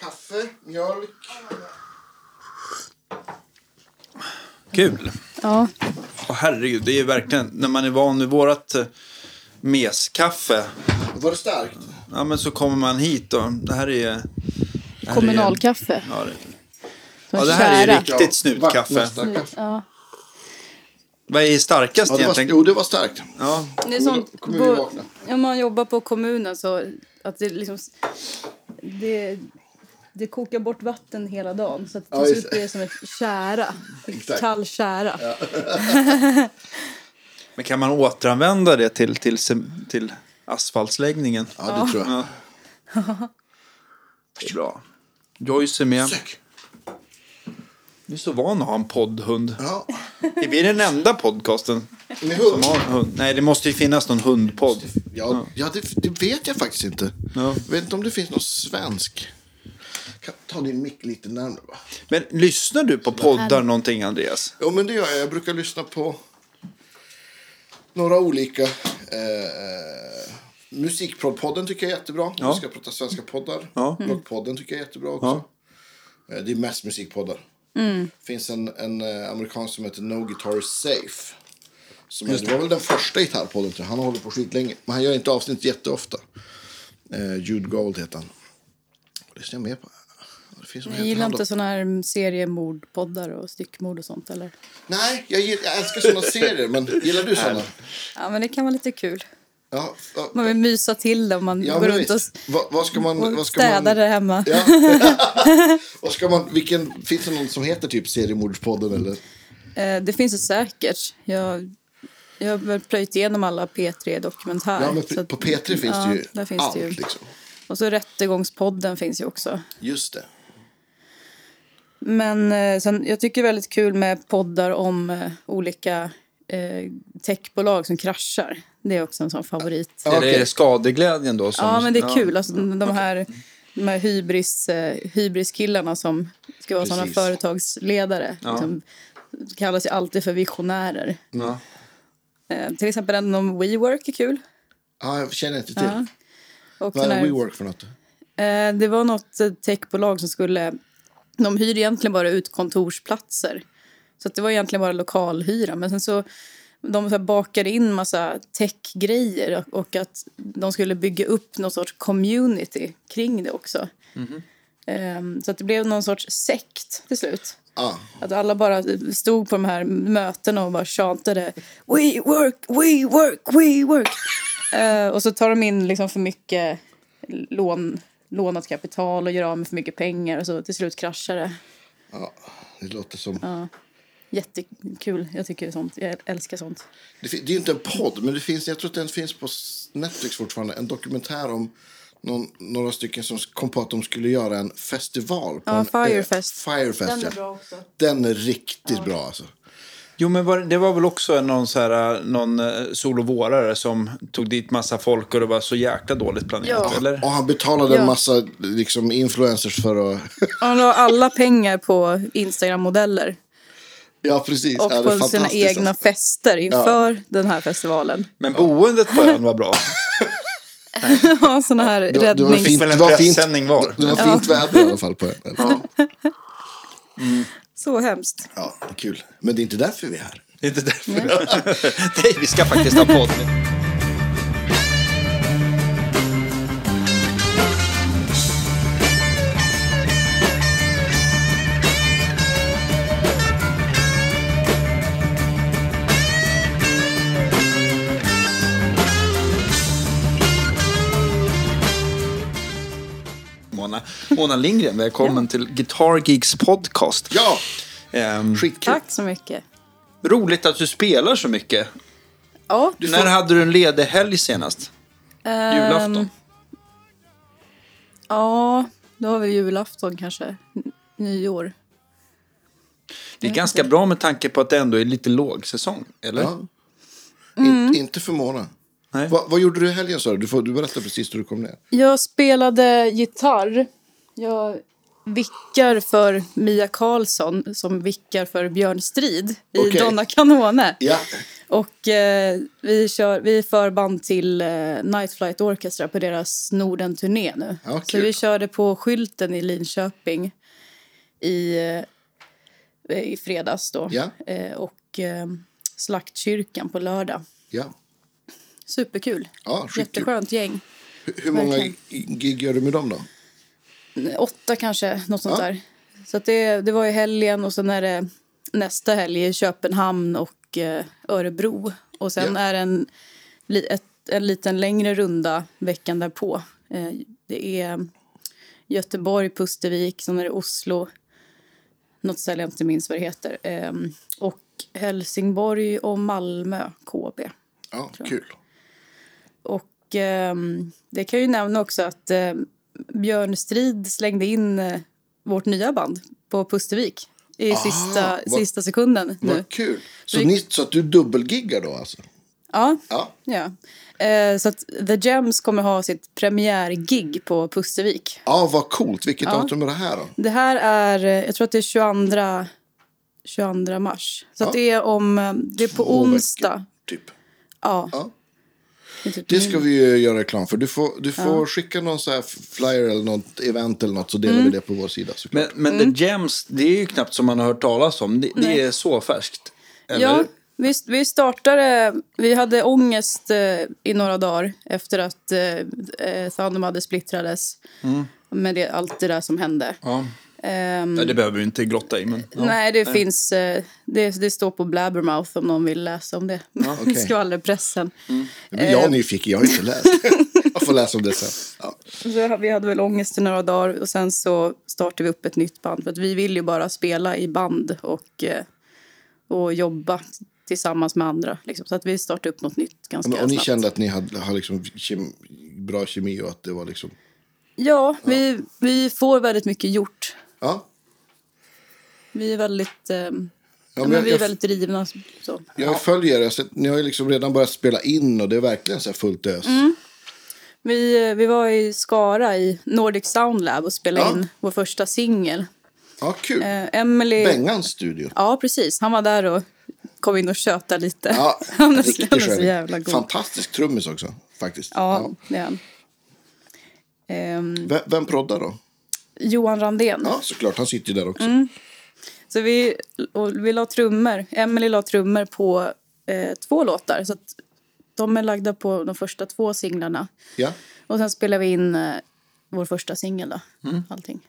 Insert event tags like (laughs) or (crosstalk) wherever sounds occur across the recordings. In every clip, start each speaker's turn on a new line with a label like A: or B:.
A: Kaffe, mjölk.
B: Kul.
C: Ja.
B: Åh herregud, det är verkligen när man är van vid vårat eh, meskaffe.
A: Var det starkt?
B: Ja, men så kommer man hit och det här är... Det här
C: Kommunalkaffe.
B: Är, ja, det,
C: Som
B: Ja, det här är
C: kära.
B: riktigt snutkaffe.
A: vaktmästarkaffe.
C: Ja.
B: vad är starkast
A: Ja, det var,
B: egentligen?
A: jo, det var starkt.
B: Ja,
C: Det är sånt,
A: Kom- kommer vi
C: bo-
A: vakna?
C: om man jobbar på kommunen så att det liksom det, det kokar bort vatten hela dagen så att det
A: Ja,
C: ser
A: just
C: ut det som ett kära, ett
A: Exakt.
C: kall kära.
B: men kan man återanvända det till, till, sem- till asfaltsläggningen?
A: Ja, det tror jag.
B: Ja. Det är bra. Joyce är med.
A: Sök.
B: Du är så van att ha en poddhund.
A: Ja.
B: Är vi den enda podcasten
A: Med hund?
B: som har en hund? Nej, det måste ju finnas någon hundpodd.
A: Ja, ja det, det vet jag faktiskt inte.
B: Ja.
A: Jag vet inte om det finns någon svensk. Kan ta din mick lite närmare va?
B: Men lyssnar du på poddar någonting, Andreas?
A: Jo, men det gör jag. Jag brukar lyssna på några olika. Eh, Musikpodden tycker jag är jättebra.
B: Ja.
A: Vi ska prata svenska poddar. Mm.
B: Ja.
A: Rockpodden tycker jag är jättebra också. Eh, det är mest musikpoddar.
C: Mm.
A: Det finns en, en eh, amerikan som heter No Guitar is Safe. Som är, det var väl den första gitarrpodden. tror jag. Han har hållit på skitlänge. Men han gör inte avsnitt jätteofta. Eh, Jude Gold heter han. Det ser jag med på. Det finns
C: Jag gillar inte såna här seriemordpoddar och styckmord och sånt eller?
A: Nej, jag, gill- jag älskar såna serier. Men gillar du såna?
C: Ja men det kan vara lite kul.
A: Ja, ja,
C: Man vill mysa till det om man
A: ja
C: går
A: men
C: runt och,
A: visst. Vad, vad ska man...
C: och
A: Vad ska
C: städar
A: man
C: där hemma.
A: ja. vad ska man... Vilken... Finns det någon som heter typ Seriemordspodden eller?
C: Eh, det finns det säkert. Jag, jag har väl plöjt igenom alla P3-dokumentärer.
A: Ja, men
C: så att-
A: på P3 finns
C: ja,
A: det ju
C: där finns
A: allt
C: det ju.
A: liksom.
C: Och så Rättegångspodden finns ju också.
A: Just det.
C: Men eh, sen, jag tycker det är väldigt kul med poddar om eh, olika eh, techbolag som kraschar. Det är också en sån favorit.
A: Ja,
B: Är det
A: okej.
B: skadeglädjen då? Som,
C: Ja, men det är kul. Alltså, de här, de här hybris, eh, hybriskillarna som ska vara såna
A: Precis.
C: företagsledare. Liksom, kallas ju alltid för visionärer.
B: Ja.
C: Eh, till exempel den om WeWork är kul.
A: Ja, jag känner inte till.
C: Ja. Och
A: Vad
C: den
A: är
C: här-
A: WeWork för något?
C: Eh, Det var något eh, techbolag som skulle... De hyr egentligen bara ut kontorsplatser. Så att det var egentligen bara lokalhyra. Men sen så... De så här bakade in massa techgrejer och- och att de skulle bygga upp någon sorts community kring det också. Eh, Så att det blev någon sorts sekt till slut.
A: Ah,
C: Att alla bara stod på de här mötena och bara tjatade We work, we work,
A: (laughs)
C: we work. Eh, och så tar de in liksom för mycket lån, lånat kapital och gör av med för mycket pengar och så till slut kraschar det.
A: ja. Det låter som...
C: Jättekul. Jag tycker sånt. Jag älskar sånt.
A: Det, fin- det är ju inte en podd, men det finns, jag tror att den finns på s- Netflix fortfarande. En dokumentär om någon, några stycken som kom på att de skulle göra en festival. På
C: Ja,
A: en, ö.
C: Firefest.
A: Firefest, ja.
C: också.
A: Den är riktigt bra alltså.
B: Jo, men var, det var väl också någon, så här, någon eh, sol och vårare som tog dit massa folk och det var så jäkla dåligt planerat,
C: Ja.
B: eller?
A: Och han betalade en
C: Ja.
A: massa liksom, influencers för att... (laughs)
C: Han la alla pengar på Instagram-modeller
A: ja, precis.
C: och
A: ja, det är
C: på sina
A: fantastiskt,
C: egna
A: alltså.
C: fester inför den här festivalen. (laughs)
B: Men boendet på ön var bra.
C: Ja, såna här
A: Det var- det var
C: räddnings...
A: fint-
B: väl en
A: det var fint-
B: pressändning var.
A: Det var fint väder i alla fall på ön. Ja,
C: Så hemskt.
A: ja, det är kul. Men det är inte därför vi är här.
B: Det är inte därför. (laughs) Nej, vi ska faktiskt ha podd. Mona, Mona Lindgren, välkommen till Guitar Gigs podcast.
A: Ja,
B: Ehm,
A: skitkul.
C: Tack så mycket.
B: Roligt att du spelar så mycket.
C: Ja,
B: När hade du Ehm, en ledig helg senast? Julafton?
C: Ja, då har vi julafton kanske. N- Nyår.
B: Det är ganska bra med tanke på att det ändå är lite lågsäsong, eller?
A: Ja.
C: Mm.
A: In, inte för Mona.
B: Nej.
A: Va, vad gjorde du i helgen? Sa du? Du, får, du berättade precis hur du kom ner.
C: Jag spelade gitarr. Jag vickar för Mia Karlsson som vickar för Björn Strid i
A: Okej.
C: Donna Canone.
A: Ja.
C: Och eh, vi, kör, vi är förband till eh, Night Flight Orchestra på deras Norden-turné nu.
A: Ja,
C: så
A: kul.
C: vi körde på skylten i Linköping i, eh, i fredags då.
A: Ja.
C: Eh, och eh, Slaktkyrkan på lördag.
A: Ja.
C: Superkul.
A: Ja, skitkul.
C: Jätteskönt gäng.
A: Hur, hur många
C: Verkligen.
A: gig gör du med dem då?
C: åtta kanske, något sånt
A: Ja.
C: där. Så att det, det var ju helgen och sen är det nästa helg i Köpenhamn och eh, Örebro. Och sen
A: Ja.
C: är det en, li- ett, en liten längre runda veckan därpå. Eh, det är Göteborg, Pustervik, sen är det Oslo, något ställe jag inte minns vad det heter. Eh, och Helsingborg och Malmö, KB.
A: Ja, kul.
C: Och ehm, det kan jag ju nämna också att eh, Björn Strid slängde in eh, vårt nya band på Pustervik i
A: Ah,
C: sista,
A: vad-
C: sista sekunden nu.
A: Vad kul. Så,
C: Vi-
A: ni, så att du dubbelgiggar då alltså?
C: Ja,
A: Ja.
C: ja. Eh, så att The Gems kommer ha sitt premiärgig på Pustervik.
A: Ja, vad coolt. Vilket datum är det här då?
C: Det här är, eh, jag tror att det är 22, 22 mars. Så
A: Ja.
C: att det är om, eh, det är på
A: Två veckor.
C: onsdag.
A: Typ.
C: Ja.
A: Ja.
C: Det är typ
A: Det
C: nu.
A: ska vi ju göra reklam för. Du får, du får skicka någon så här flyer eller något event eller något så delar
C: Mm.
A: vi det på vår sida såklart.
B: Men, men The Gems, det är ju knappt som man har hört talas om. Det, det
C: Nej.
B: är så färskt. Eller?
C: Ja, vi, vi startade... Vi hade ångest eh, i några dagar efter att eh, eh, Thundom hade splittrades med det, allt det där som hände.
B: Ja.
C: Ehm,
B: Nej, det behöver vi inte grotta i. Men, ja.
C: nej, det finns... Eh, det, det står på Blabbermouth om någon vill läsa om det. (laughs)
A: okej.
C: Skvallerpressen.
A: Nu blir jag nyfiken, jag har inte läst.
C: (laughs)
A: jag får läsa om det sen. Ja.
C: Så vi hade väl ångest i några dagar och sen så startade vi upp ett nytt band. För att vi vill ju bara spela i band och, eh, och jobba tillsammans med andra. Liksom. Så att vi startade upp något nytt ganska
A: Men, och ni
C: snabbt.
A: kände att ni hade, hade liksom kem, bra kemi och att det var liksom...
C: Ja, vi, vi får väldigt mycket gjort.
A: Ja.
C: Vi är väldigt, eh, ja, men
A: men jag-
C: vi är
A: jag-
C: väldigt drivna. Så.
A: Jag följer er, så att ni har ju liksom redan börjat spela in och det är verkligen så här fullt ös.
C: Mm. Vi, eh, vi var i Skara i Nordic Sound Lab och spelade
A: Ja.
C: in vår första singel.
A: Ja, kul.
C: Eh, Emily...
A: Bengans
C: (laughs)
A: studio.
C: Ja, precis. Han var där och kom in och tjötade lite.
A: Ja,
C: (laughs) han är,
A: riktig
C: han är så
A: skönhet.
C: jävla god.
A: Fantastisk trummis också, faktiskt.
C: ja, det är han. Ehm,
A: Vem, vem proddar då?
C: Johan Randén.
A: Ja, såklart. Han sitter ju där också.
C: Mm. Så vi, och vi la trummor. Emily la trummor på eh, två låtar. Så att de är lagda på de första två singlarna.
A: Ja.
C: Och sen spelar vi in eh, vår första singel då.
B: Mm.
C: Allting.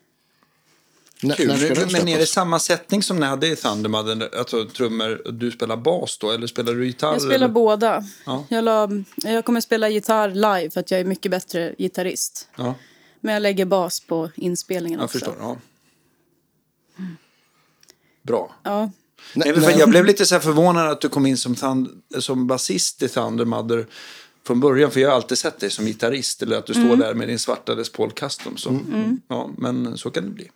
A: N-
B: Kul.
A: När ska den
B: Men är det
A: släppas?
B: samma sättning som ni hade i Thundermad? Alltså trummor, och du spelar bas då? Eller spelar du gitarr?
C: Jag spelar
B: eller?
C: båda.
B: Ja.
C: Jag, la, jag kommer spela gitarr live för att jag är mycket bättre gitarrist.
B: Ja,
C: Men jag lägger bas på inspelningen
B: jag
C: också.
B: förstår. Ja. Bra.
C: Ja.
B: Nej, men för jag blev lite så här förvånad att du kom in som, thund, som basist i Thunder Mother från början. För jag har alltid sett dig som gitarrist. Eller att du står där med din svarta Les Paul Custom. Så. Ja, men så kan det bli.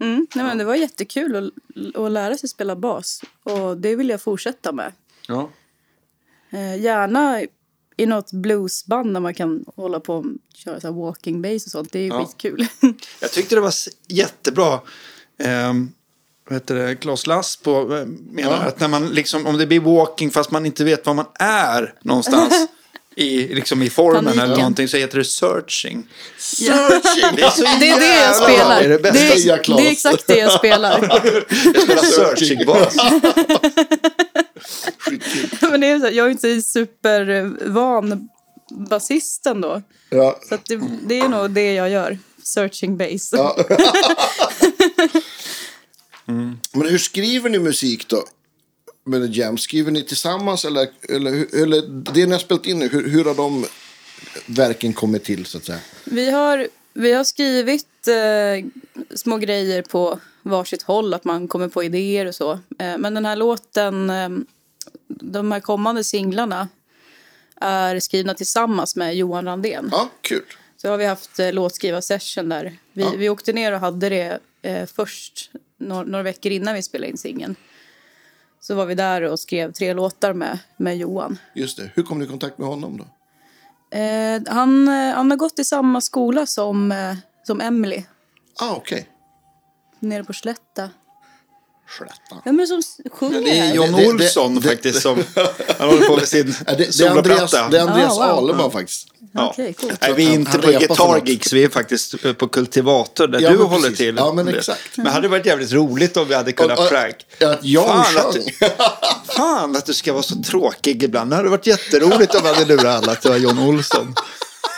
C: Mm. Nej, men det var jättekul att, att lära sig spela bas. Och det vill jag fortsätta med.
B: Ja.
C: Eh, gärna i något bluesband där man kan hålla på och köra så här walking bass och sånt. Det är ju
B: Ja.
C: skitkul.
B: Jag tyckte det var s- jättebra. Ehm, vad heter det? Klas Lass på, eh, menar
A: Ja.
B: att när man liksom, om det blir walking fast man inte vet var man är (laughs) någonstans i, liksom i formen
C: Paniken.
B: eller någonting så heter det searching.
A: Searching!
B: (laughs) Det är, så
C: (laughs) Det är det jag
B: jävla bra.
C: spelar.
B: Det är det bästa.
A: Det jag
C: är,
A: klarar.
C: det är exakt det jag
B: (laughs)
C: spelar.
B: Jag spelar searching bas.
A: Skitkul.
C: Men det är så här, jag är ju inte supervan basist ändå.
A: Ja.
C: Så att det, det är nog det jag gör. Searching bass.
A: Men hur skriver ni musik då? Med The Jam, skriver ni tillsammans eller, eller, hur- eller det ni har spelat in nu, hur, hur har de verken kommit till så att säga?
C: Vi, har, vi har skrivit eh, små grejer på varsitt håll, att man kommer på idéer och så. Eh, men den här låten, eh, de här kommande singlarna är skrivna tillsammans med Johan Randén.
A: Ja, kul.
C: Så har vi haft eh, låtskrivarsession där. Vi, vi åkte ner och hade det eh, först, några, några veckor innan vi spelade in singeln. Så var vi där och skrev tre låtar med, med Johan.
A: Just det. Hur kom ni i kontakt med honom då?
C: Eh, han, eh, han har gått i samma skola som, eh, som Emily
A: Ah, okej.
C: nere på Slätta.
A: Slätta.
C: Vem är det som s- sjunger
B: Det är
C: här?
B: John
A: Det- det-
B: Olsson
A: det- (laughs)
B: faktiskt som han håller på med sin
A: Ja, Äh, Det, det är Andreas,
B: soloplatta.
A: det är Andreas
C: Ah, wow.
A: Ahlberg faktiskt.
B: Ja.
C: Okej, coolt.
B: Nej, vi är
A: Han-
B: inte
A: han
B: på
A: repar för något.
B: Guitar-gigs, vi är faktiskt eh, på Kultivator där
A: Ja,
B: du
A: men
B: håller
A: precis.
B: till.
A: Ja, men exakt.
B: Men hade det varit jävligt roligt om vi hade kunnat
A: Och- och-
B: prank.
A: att jag
B: fan, att
A: sjöng.
B: du, fan att du ska vara så tråkig ibland. Det hade varit jätteroligt om vi hade lurat alla att det var John Olsson.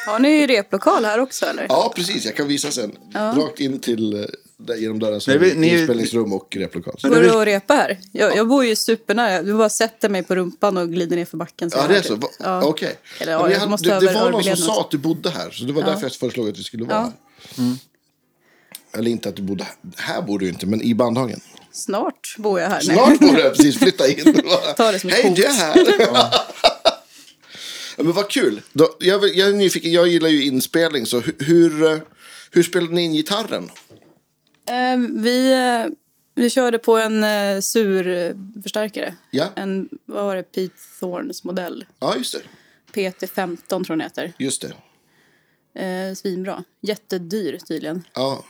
C: Har ni replokal här också eller?
A: Ja, precis. Jag kan visa sen. Rakt in till eh, där, genom dörren som
B: Nej, vi- ni-
A: är inspelningsrum och replokal.
C: Går det att repa här? Jag, jag bor ju supernära. Du bara sätter mig på rumpan och glider ner för backen.
A: Ja,
C: här,
A: det är så?
C: typ.
A: Va-
C: Ja.
A: Okej.
C: Eller,
A: Ja,
C: ja,
A: men
C: jag
A: jag-
C: måste
A: det,
C: ha
A: det var någon som
C: överlevnads-
A: sa att du bodde här, så det var därför jag föreslog att vi skulle vara här. Eller inte att du bodde här. Här bor du ju inte, men i Bandhagen.
C: Snart bor jag här. Nej.
A: Snart bor
C: (laughs)
A: du här, precis. Flytta in.
C: Ta det som ett
A: Hej,
C: hot.
A: du är här. ja, men vad kul. Då, jag, vill- jag är nyfiken. Jag gillar ju inspelning, så hur, hur, eh, hur spelade ni in gitarren?
C: Eh, vi, eh, vi körde på en eh, sur eh, förstärkare.
A: Ja.
C: En, vad var det, Pete Thorns modell.
A: Ja, just det.
C: PT15 tror jag den heter.
A: Just det.
C: Eh, svinbra. Jättedyr tydligen.
A: Ja.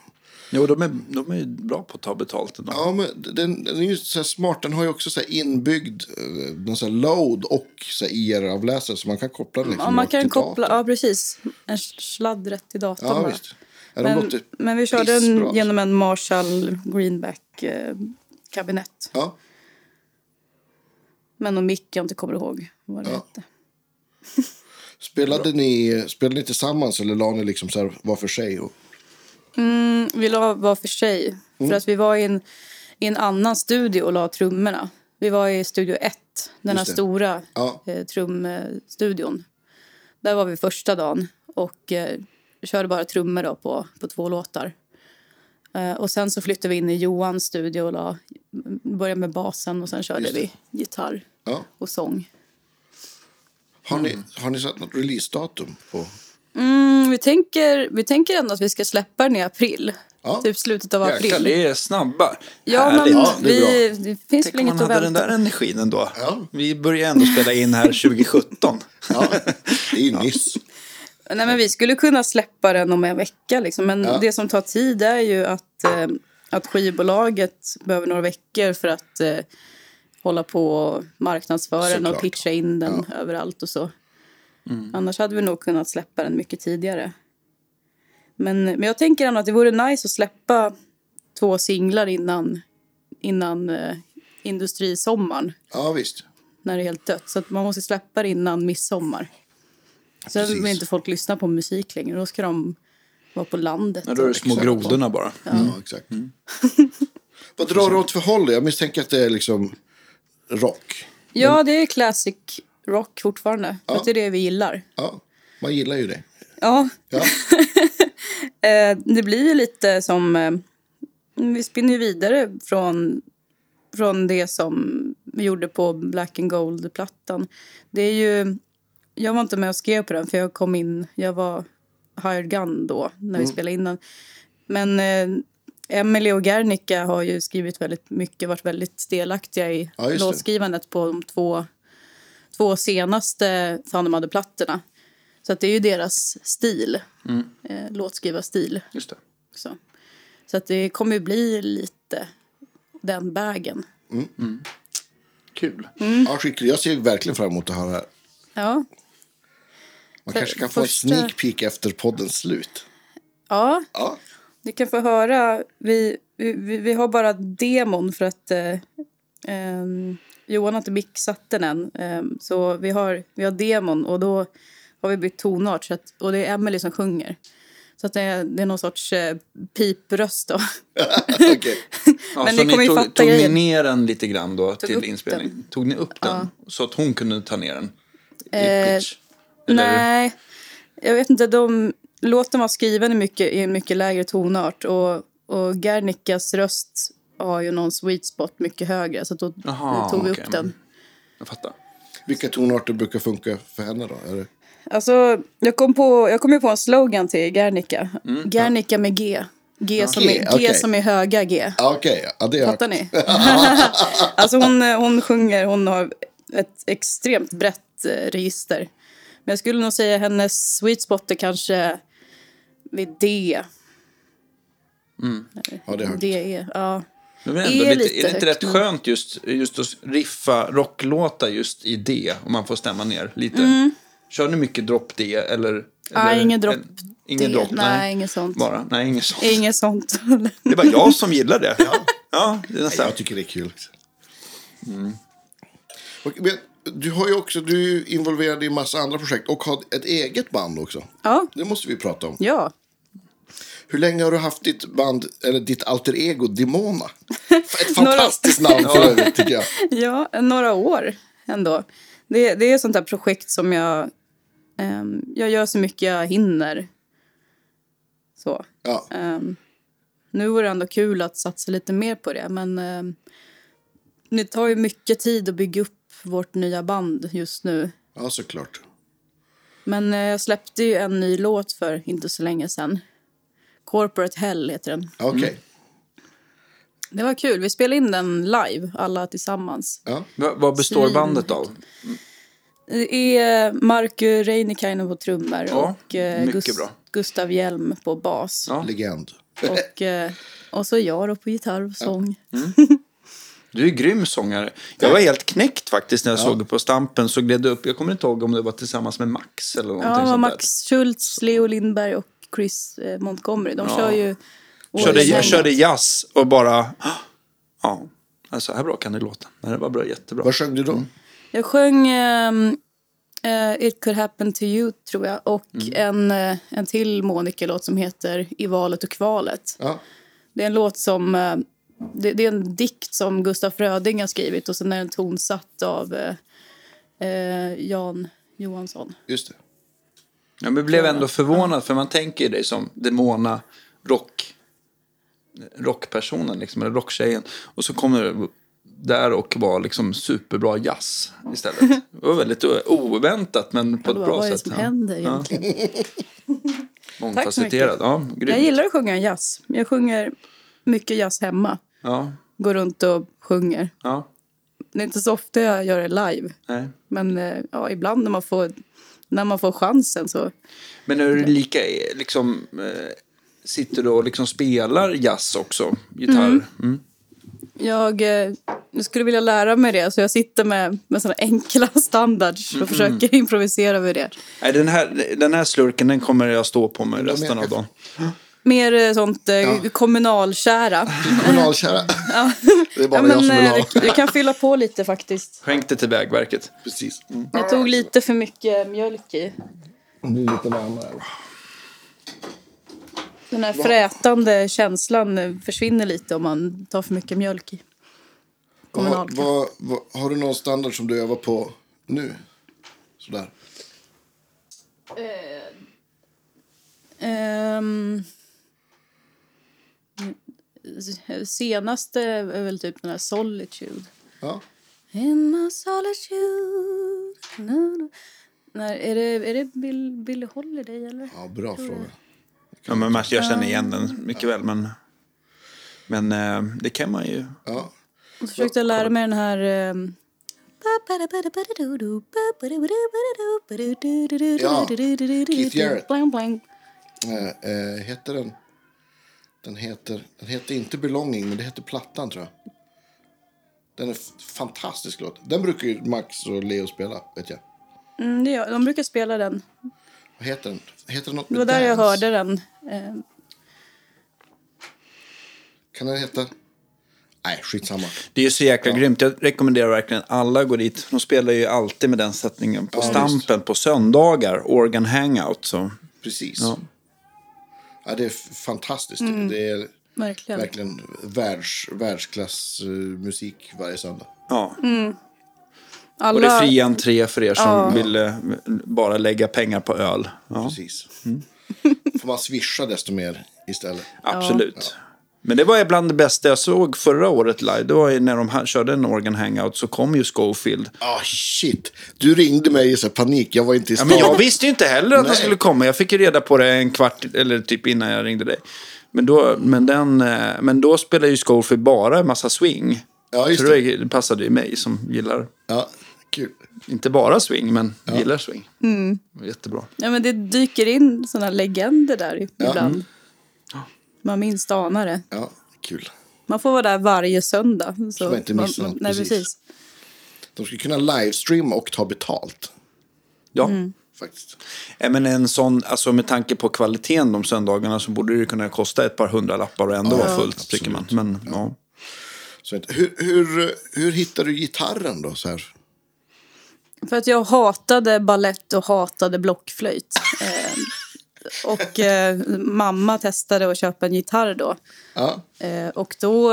B: Jo, de är, de är ju bra på att ta betalt. ändå.
A: Ja, men den, den är ju så här smart. Den har ju också så här inbyggd eh, någon så här load och så här IR-avläsare så man kan koppla den. Liksom
C: Ja, man
A: rakt
C: kan
A: till
C: koppla,
A: datorn.
C: ja precis. En sladd rätt till datorn
A: Ja,
C: bara.
A: visst. Ja, de
C: Men,
A: låter
C: men vi körde
A: pissbra, alltså.
C: den genom en Marshall eh, Greenback-kabinett.
A: Ja.
C: Men någon mick jag inte kommer ihåg vad det
A: Ja.
C: hette.
A: Spelade, ni, spelade ni tillsammans eller la ni liksom så här var för sig? Och,
C: Vi la var för sig.
A: Mm.
C: För att vi var i en, i en annan studio och la trummorna. Vi var i Studio 1, den här
A: Just det.
C: stora
A: Ja.
C: eh, trumstudion. Där var vi första dagen och eh, körde bara trummor då på, på två låtar. Eh, och sen så flyttade vi in i Johans studio och la, började med basen och sen körde
A: Just det.
C: vi gitarr
A: ja.
C: och sång.
A: har, ni, har ni satt något releasedatum? På?
C: Mm, vi, tänker, vi tänker ändå att vi ska släppa den i april.
A: Ja.
C: Typ slutet av april.
B: Jäklar, det är snabba.
C: Ja, men
B: Härligt.
A: det är
C: vi, det finns
B: Tänk om
C: väl inget
B: man
C: att
B: hade
C: vänta
B: den där energin ändå.
A: Ja.
B: Vi börjar ändå spela in
C: (laughs)
B: här 2017.
A: Ja, (laughs) det är ju nyss.
C: Nej, men vi skulle kunna släppa den om en vecka. Liksom. Men det som tar tid är ju att, eh, att skivbolaget behöver några veckor för att eh, hålla på och marknadsföra den och
A: Såklart. Mm.
C: pitcha in den överallt och så. Annars hade vi nog kunnat släppa den mycket tidigare. Men, men jag tänker ändå att det vore nice att släppa två singlar innan, innan eh, industrisommaren
A: Ja, visst.
C: när det är helt dött. Så att man måste släppa det innan midsommar. Sen
A: Precis.
C: vill inte folk lyssna på musik längre. Då ska de vara på landet.
B: Ja, då är det små
A: Exakt.
B: grodorna bara.
A: Ja, exakt. (laughs) Vad drar du åt för håll? Jag misstänker att det är liksom rock.
C: Ja, det är classic rock fortfarande. För att det är det vi gillar.
A: Ja, man gillar ju det.
C: Ja,
A: Ja,
C: eh, det blir ju lite som... Eh, vi spinner ju vidare från, från det som vi gjorde på Black and Gold-plattan. Det är ju... Jag var inte med och skrev på den, för jag kom in... Jag var hired gun då, när
A: Mm.
C: vi spelade in den. Men eh, Emily och Gernica har ju skrivit väldigt mycket, varit väldigt delaktiga i
A: Ja, just det.
C: låtskrivandet på de två, två senaste Thundermother-plattorna. Så att det är ju deras stil, eh, låtskrivarstil.
B: Just det.
C: Så, så att det kommer ju bli lite den vägen.
B: Kul.
C: Mm.
A: ja skicklig. Jag ser verkligen fram emot att höra det här.
C: Ja,
A: Man
C: För-
A: kanske kan få en
C: första-
A: sneak peek efter poddens slut.
C: ja
A: Ja, (laughs)
C: Ni kan få höra. Vi, vi, vi vi har bara demon för att eh, ehm, Johan har inte mixat den än. Ehm, så vi har, vi har demon och då har vi bytt tonart. Så att, och det är Emily som sjunger. Så att det, är, det är någon sorts eh, pipröst. Då.
A: okej.
B: Ja,
C: Men
B: så
C: ni kommer
B: ni
C: ju
B: tog,
C: fatta
B: tog ni
C: grejen.
B: ner den lite grann då
C: upp
B: till inspelning? Tog ni upp den så att hon kunde ta ner den i
C: Eh,
B: pitch? Eller-
C: Nej, jag vet inte. De, låten var skriven i, mycket, i en mycket lägre tonart. Och, och Gernicas röst har ju någon sweet spot mycket högre. Så att då
B: Jaha,
C: tog vi
B: okej.
C: upp den.
B: Jag fattar.
A: Vilka tonarter brukar funka för henne då? Är det...
C: Alltså, jag kom, på, jag kom ju på en slogan till Guernica.
B: Mm,
C: Guernica med G. G, som,
A: G,
C: är, G
A: okej.
C: som är höga G.
A: Ja, Okej, ja, det är
C: Fattar ni? (laughs) alltså hon, eh, hon sjunger, hon har ett extremt brett eh, register. Men jag skulle nog säga hennes sweet spot är kanske vid D.
A: Ja, det är högt.
C: D, E, ja.
B: Men det är, ändå
C: är
B: lite,
C: lite
B: är det inte
C: högt,
B: rätt
C: men-
B: skönt just, just att riffa rocklåtar just i det? Om man får stämma ner lite. Kör ni mycket dropp D eller?
C: Nej,
B: eller-
C: Mm. ingen dropp
B: en- Ingen
C: D.
B: dropp, nej.
C: Nej, inget sånt. Eh.
B: Bara, nej, inget sånt.
C: Inget sånt. (laughs)
B: Det är bara jag som gillar det. ja. det är
A: Nej,
B: nästan.
A: jag tycker det är kul. Mm. Och, men, du har ju också, du är ju involverad i massa andra projekt och har ett eget band också.
C: ja.
A: Det måste vi prata om.
C: ja.
A: Hur länge har du haft ditt band, eller ditt alter ego,
C: (laughs)
A: Demona? Ett fantastiskt namn för övrigt tycker jag.
C: Ja, några år ändå. Det, det är ett sånt här projekt som jag... ehm, jag gör så mycket jag hinner. Så.
A: Ja.
C: Ehm, nu vore det ändå kul att satsa lite mer på det, men... ehm, det tar ju mycket tid att bygga upp vårt nya band just nu.
A: ja, såklart.
C: Men eh, jag släppte ju en ny låt för inte så länge sedan. Corporate Hell heter den.
A: Okej.
C: Det var kul. Vi spelade in den live, alla tillsammans.
A: Ja.
B: Vad, vad består bandet av?
C: Det är Marku Reinikainen eh, på trummor
B: Ja,
C: och eh,
B: mycket
C: Gus-
B: bra.
C: Gustav Hjelm på bas.
B: Ja.
A: Legend.
C: Och, eh, och så jag då på gitarr och sång.
B: Du är grym sångare. Jag var helt knäckt faktiskt när jag såg på Stampen. Så gled det upp. Jag kommer inte ihåg om det var tillsammans med Max eller någonting
C: Ja, det var
B: sånt
C: Max Schultz, Leo Lindberg och Chris eh, Montgomery. De kör ju...
B: där. Körde,
C: Årets
B: jag körde
C: Häng.
B: jazz och bara... Ja, men så här bra kan det låta. Nej, det var bra,
A: (laughs)
B: jättebra.
A: Vad sjöng du
C: Mm.
A: då?
C: Jag sjöng ehm, eh, It could happen to you, tror jag. Och
B: Mm.
C: en, eh, en till Monica-låt som heter I valet och kvalet.
A: Ja.
C: Det är en låt som... eh, Det, det är en dikt som Gustaf Fröding har skrivit och sen är den tonsatt av eh, eh, Jan Johansson.
A: Just det.
B: Ja, men jag blev ändå förvånad för man tänker ju dig som Demona rock, rockpersonen, liksom, eller rocktjejen. Och så kommer du där och var liksom superbra jazz
C: (laughs)
B: istället. Det var väldigt oväntat men på ett
C: Bara,
B: bra
C: vad är det
B: sätt.
C: som
B: ja.
C: händer egentligen?
B: Mångfacetterad. Ja,
C: Jag
B: grymt.
C: gillar att sjunga jazz. Jag sjunger mycket jazz hemma.
B: Ja,
C: Går runt och sjunger.
B: ja,
C: Det är inte så ofta jag gör det live.
B: nej.
C: Men eh, ja, ibland när man får, när man får chansen så...
B: Men är du lika, liksom, eh, sitter du och liksom spelar jazz också? Gitarr? Mm.
C: Jag, eh, jag skulle vilja lära mig det, så jag sitter med, med såna enkla (laughs) standards och försöker (laughs) improvisera över det.
B: Nej, den, här, den här slurken den kommer jag stå på med resten av dagen.
C: Mer eh, sånt eh, kommunalkära.
A: Kommunalkära. (laughs) Det är (laughs) bara
C: Ja, men,
A: jag som vill ha.
C: eh, du, du kan fylla på lite faktiskt.
B: Skänk det till Vägverket. Mm.
A: Precis.
C: Jag tog lite för mycket mjölk i.
A: Nu är det lite varmare.
C: Den här frätande känslan eh, försvinner lite om man tar för mycket mjölk i.
A: Vad,
C: Kommunalkaffe.
A: vad, vad, har du någon standard som du övar på nu? Sådär.
C: Ehm, senaste är väl typ den här Solitude.
A: Ja.
C: In my solitude. Na, na. Nej, är det, är det Bill, Billie Holiday eller?
A: ja, bra fråga.
B: Ja, men man- jag känner igen den mycket väl, men, men eh, det kan man ju.
A: Ja.
C: Och så försökte jag lära mig den här... ehm,
A: Ja, Keith Jarrett.
C: Blang, blang.
A: Eh, eh, heter den? Den heter, den heter inte Belonging, men det heter Plattan tror jag. Den är f- fantastisk låt. Den brukar ju Max och Leo spela, vet jag.
C: Mm, det gör, de brukar spela den.
A: Vad heter den? Heter den något
C: Det
A: med
C: var där jag
A: dance?
C: hörde den. Ehm,
A: Kan den heta? Nej, skitsamma.
B: Det är ju så jäkla grymt. Jag rekommenderar verkligen alla gå dit. De spelar ju alltid med den sättningen på Stampen på söndagar, Organ Hangout. Så.
A: Precis. Ja.
B: Ja.
A: det är f- fantastiskt.
C: Mm.
A: Det är
C: Verkligen.
A: verkligen världs, världsklassmusik varje söndag.
B: Ja.
C: Mm. Alla,
B: Och det är fri entré för er som
C: Ja.
B: vill eh, bara lägga pengar på öl. Ja, Mm.
A: Precis. (laughs) Får man swisha desto mer istället.
B: absolut. Men det var ju bland det bästa jag såg förra året live. Det var ju när de ha- körde en Organ Hangout så kom ju Schofield.
A: Ah, shit. Du ringde mig i så här panik. Jag var inte i
B: Ja,
A: stan.
B: men jag visste ju inte heller att
A: Nej.
B: han skulle komma. Jag fick ju reda på det en kvart eller typ innan jag ringde dig. Men då, men den, eh, men då spelade ju Schofield bara en massa swing.
A: Ja, just
B: Så det. passade ju mig som gillar,
A: Ja, kul.
B: inte bara swing, men gillar swing.
C: Mm.
B: Jättebra.
C: ja, men det dyker in såna legender där ibland. Man minst anar det.
A: Ja, kul.
C: Man får vara där varje söndag. Så,
A: man inte missar något,
C: nej,
A: precis.
C: precis.
A: De skulle kunna livestreama och ta betalt.
B: Ja.
C: Mm.
A: Faktiskt.
B: Ja, Men en sån, alltså med tanke på kvaliteten de söndagarna så borde det kunna kosta ett par hundra lappar och ändå vara fullt, tycker man. Men, ja.
A: Så inte, hur, hur, hur hittar du gitarren då? Så här?
C: För att jag hatade ballett och hatade blockflöjt. Eh, och eh, mamma testade att köpa en gitarr då.
A: Ja. (laughs)
C: Eh, och då,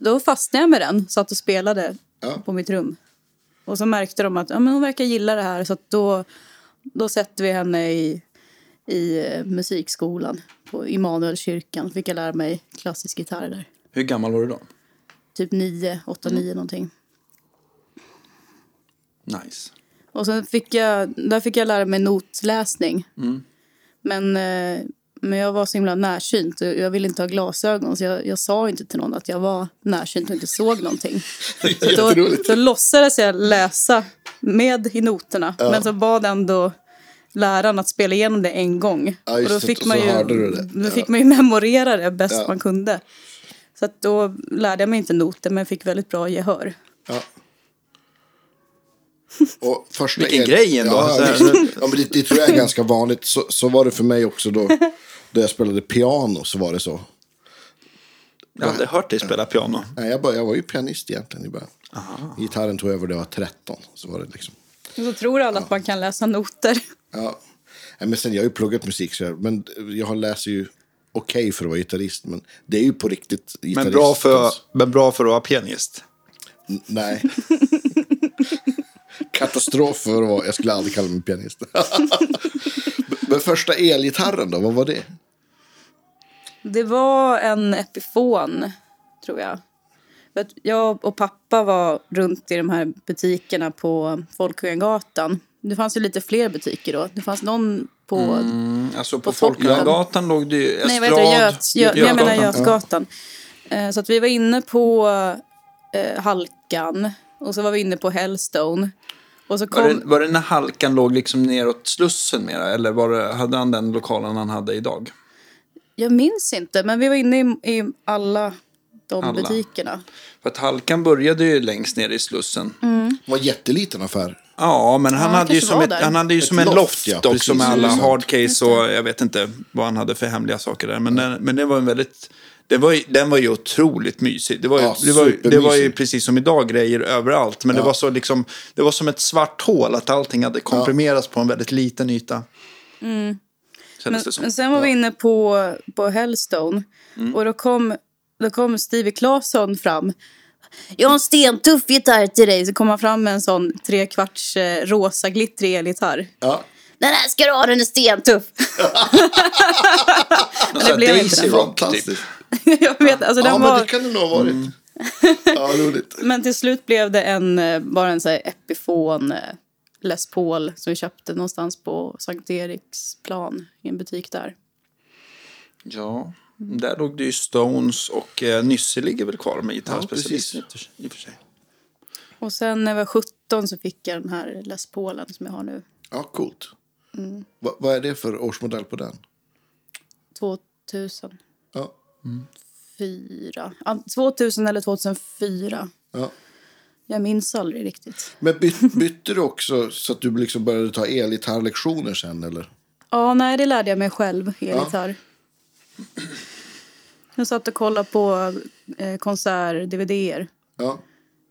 C: då fastnade jag med den, satt och spelade
A: Ja.
C: på mitt rum. Och så märkte de att ja, men hon verkar gilla det här, så att då, då sätter vi henne i, i eh, musikskolan på Immanuelskyrkan. Fick jag lära mig klassisk gitarr där.
B: Hur gammal var du då?
C: Typ nio, åtta, nio någonting.
B: Nice.
C: Och sen fick jag, där fick jag lära mig notläsning. Men, eh, men jag var så himla närsynt och jag ville inte ha glasögon så jag, jag sa inte till någon att jag var närsynt och inte såg någonting. Så då,
A: Jätteroligt.
C: då låtsades jag läsa med i noterna men så bad ändå läraren att spela igenom det en gång.
A: Ja, just
C: och då
A: det.
C: fick,
A: Och
C: man
A: så
C: ju,
A: hörde du det.
C: då
A: Ja.
C: fick man ju memorera det bäst
A: Ja.
C: man kunde. Så att då lärde jag mig inte noter men fick väldigt bra gehör.
A: Ja. Och första
B: Vilken
A: er-
B: grej ändå.
A: Ja,
B: Så här.
A: visst. ja, men det, det tror jag är ganska vanligt. Så, så var det för mig också då. Då jag spelade piano så var det så.
B: Jag hade hört dig spela piano.
A: Nej, jag, bara, jag var ju pianist egentligen i början. Gitarren tog över när jag var 13. Så var det liksom.
C: Och så tror alla att man kan läsa noter.
A: Ja. Nej, Men sen, jag har ju pluggat musik, så jag, men jag har- läser ju okej för att vara gitarrist. Men det är ju på riktigt gitarrist.
B: Men bra, för,
A: alltså.
B: men bra för att vara pianist.
A: N- Nej. (laughs) Katastrof för att vara, jag skulle aldrig kalla mig pianist. (laughs) men första elgitarren då, vad var det?
C: Det var en Epifon, tror jag. För att jag och pappa var runt i de här butikerna på Folkungagatan. Det fanns ju lite fler butiker då. Det fanns någon på...
A: Mm.
B: Alltså på
C: På Folkungagatan.
B: Folkungagatan låg det ju
C: Nej, vad heter det?
B: Estrad,
C: Göt, Göt, jag
B: Götgatan.
C: menar Götgatan. Eh, Så att vi var inne på eh, Halkan och så var vi inne på Hellstone. Och så kom...
B: Var det, var det när halkan låg liksom neråt Slussen mera? Eller var det, hade han den lokalen han hade idag?
C: Jag minns inte, men vi var inne i, i alla de
B: Alla.
C: butikerna.
B: För att halkan började ju längst ner i Slussen.
A: Det var en jätteliten affär.
B: Ja, men han,
C: han
B: hade ju
C: kanske
B: som
C: var
B: ett,
C: där.
B: han hade ju som en
A: loft,
B: loft
A: ja,
B: också
A: precis.
B: med
A: Mm.
B: alla hardcase och jag vet inte vad han hade för hemliga saker där. Men, den, men det var en väldigt... Det var ju, den var ju otroligt mysig. Det var ju,
A: Ja,
B: det var, ju- det var ju
A: supermysig.
B: precis som idag grejer överallt. Men det, var så liksom, det var som ett svart hål att allting hade komprimerats på en väldigt liten yta. Kändes det
C: Mm. men,
B: som.
C: men sen var vi inne på, på Hellstone
B: Mm.
C: och då kom, då kom Stevie Claesson fram. Jag har en stentuff gitarr till dig. Så kom han fram med en sån trekvarts eh, rosa glittrig elgitarr.
A: Ja.
C: Den här ska du ha, den är stentuff.
A: (laughs)
B: Någon
C: det
B: sån här
C: blev inte
B: Daisy
C: den.
B: Rock typ.
A: Fantastiskt.
C: jag vet,
A: Alltså,
C: alltså
A: Ja,
C: den
A: men
C: (laughs) var,
A: det kan det nog ha varit. Ja, roligt.
C: men till slut blev det en, eh, bara en sån här Epifon eh, Les Paul som vi köpte någonstans på Sankt Eriksplan i en butik där.
B: Ja, Mm. där låg det ju Stones och eh, Nysse ligger väl kvar med gitarrspecialisten i och för sig.
C: Och sen när jag var 17 så fick jag den här Les Paulen som jag har nu.
A: Ja, coolt.
C: Mm.
A: Va, vad är det för årsmodell på den?
C: 2000.
A: Ja.
C: fyra. Ja, 2000 eller 2004.
A: Ja.
C: Jag minns aldrig riktigt.
A: Men byt, bytte du också så att du liksom började ta elgitarrlektioner sen? Eller?
C: Ja, nej, det lärde jag mig själv, elgitarr. Jag satt och kollade på eh, konsert-dvd-er
A: Ja.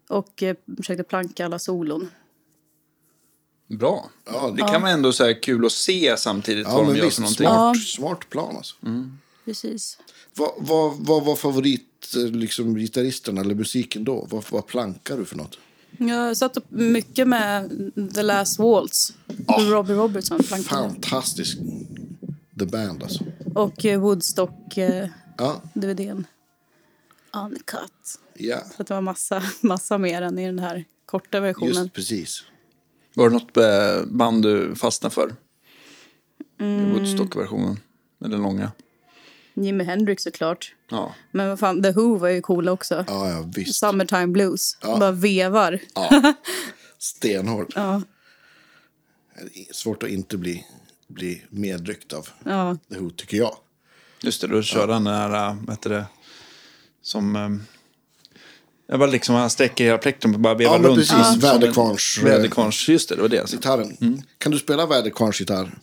C: och eh, försökte planka alla solon.
B: Bra.
A: Ja,
B: det kan vara ändå så här kul att se samtidigt
A: Ja,
B: vad
A: men
B: de gör
A: visst.
B: för
A: Smart,
B: någonting.
C: Ja.
A: smart plan alltså.
C: Precis.
A: Vad, vad, vad var favorit eh, liksom, gitarristen eller musiken då? Vad, vad plankar du för något?
C: Jag satt upp mycket med The Last Waltz, Robbie Robertson plankade.
A: Fantastisk. The Band alltså.
C: Och eh, Woodstock-dvdn.
A: Ja,
C: Uncut.
A: ja.
C: Så att det var massa, (laughs) massa mer än i den här korta versionen.
A: just precis.
B: Var det något eh, band du fastnade för? I Woodstock-versionen. Med den långa.
C: Jimi Hendrix såklart.
B: Ja.
C: Men vad fan, The Who var ju coola också.
A: Ja, ja visst.
C: Summertime Blues. Bara vevar.
A: Stenhård.
C: Ja.
A: Svårt att inte bli, bli medryckt av
C: Ja.
A: The Who, tycker jag.
B: Just det, då körde han den här, äh, vad heter det, Som... Eh, jag var liksom, han sträcker hela plektrum och bara vevar
A: Ja, men
B: runt.
A: precis.
B: som en-
A: Väderkvarns-
B: Väderkvarns, just det. Det var det. alltså.
A: Gitarren. Kan du spela väderkvarns gitarr?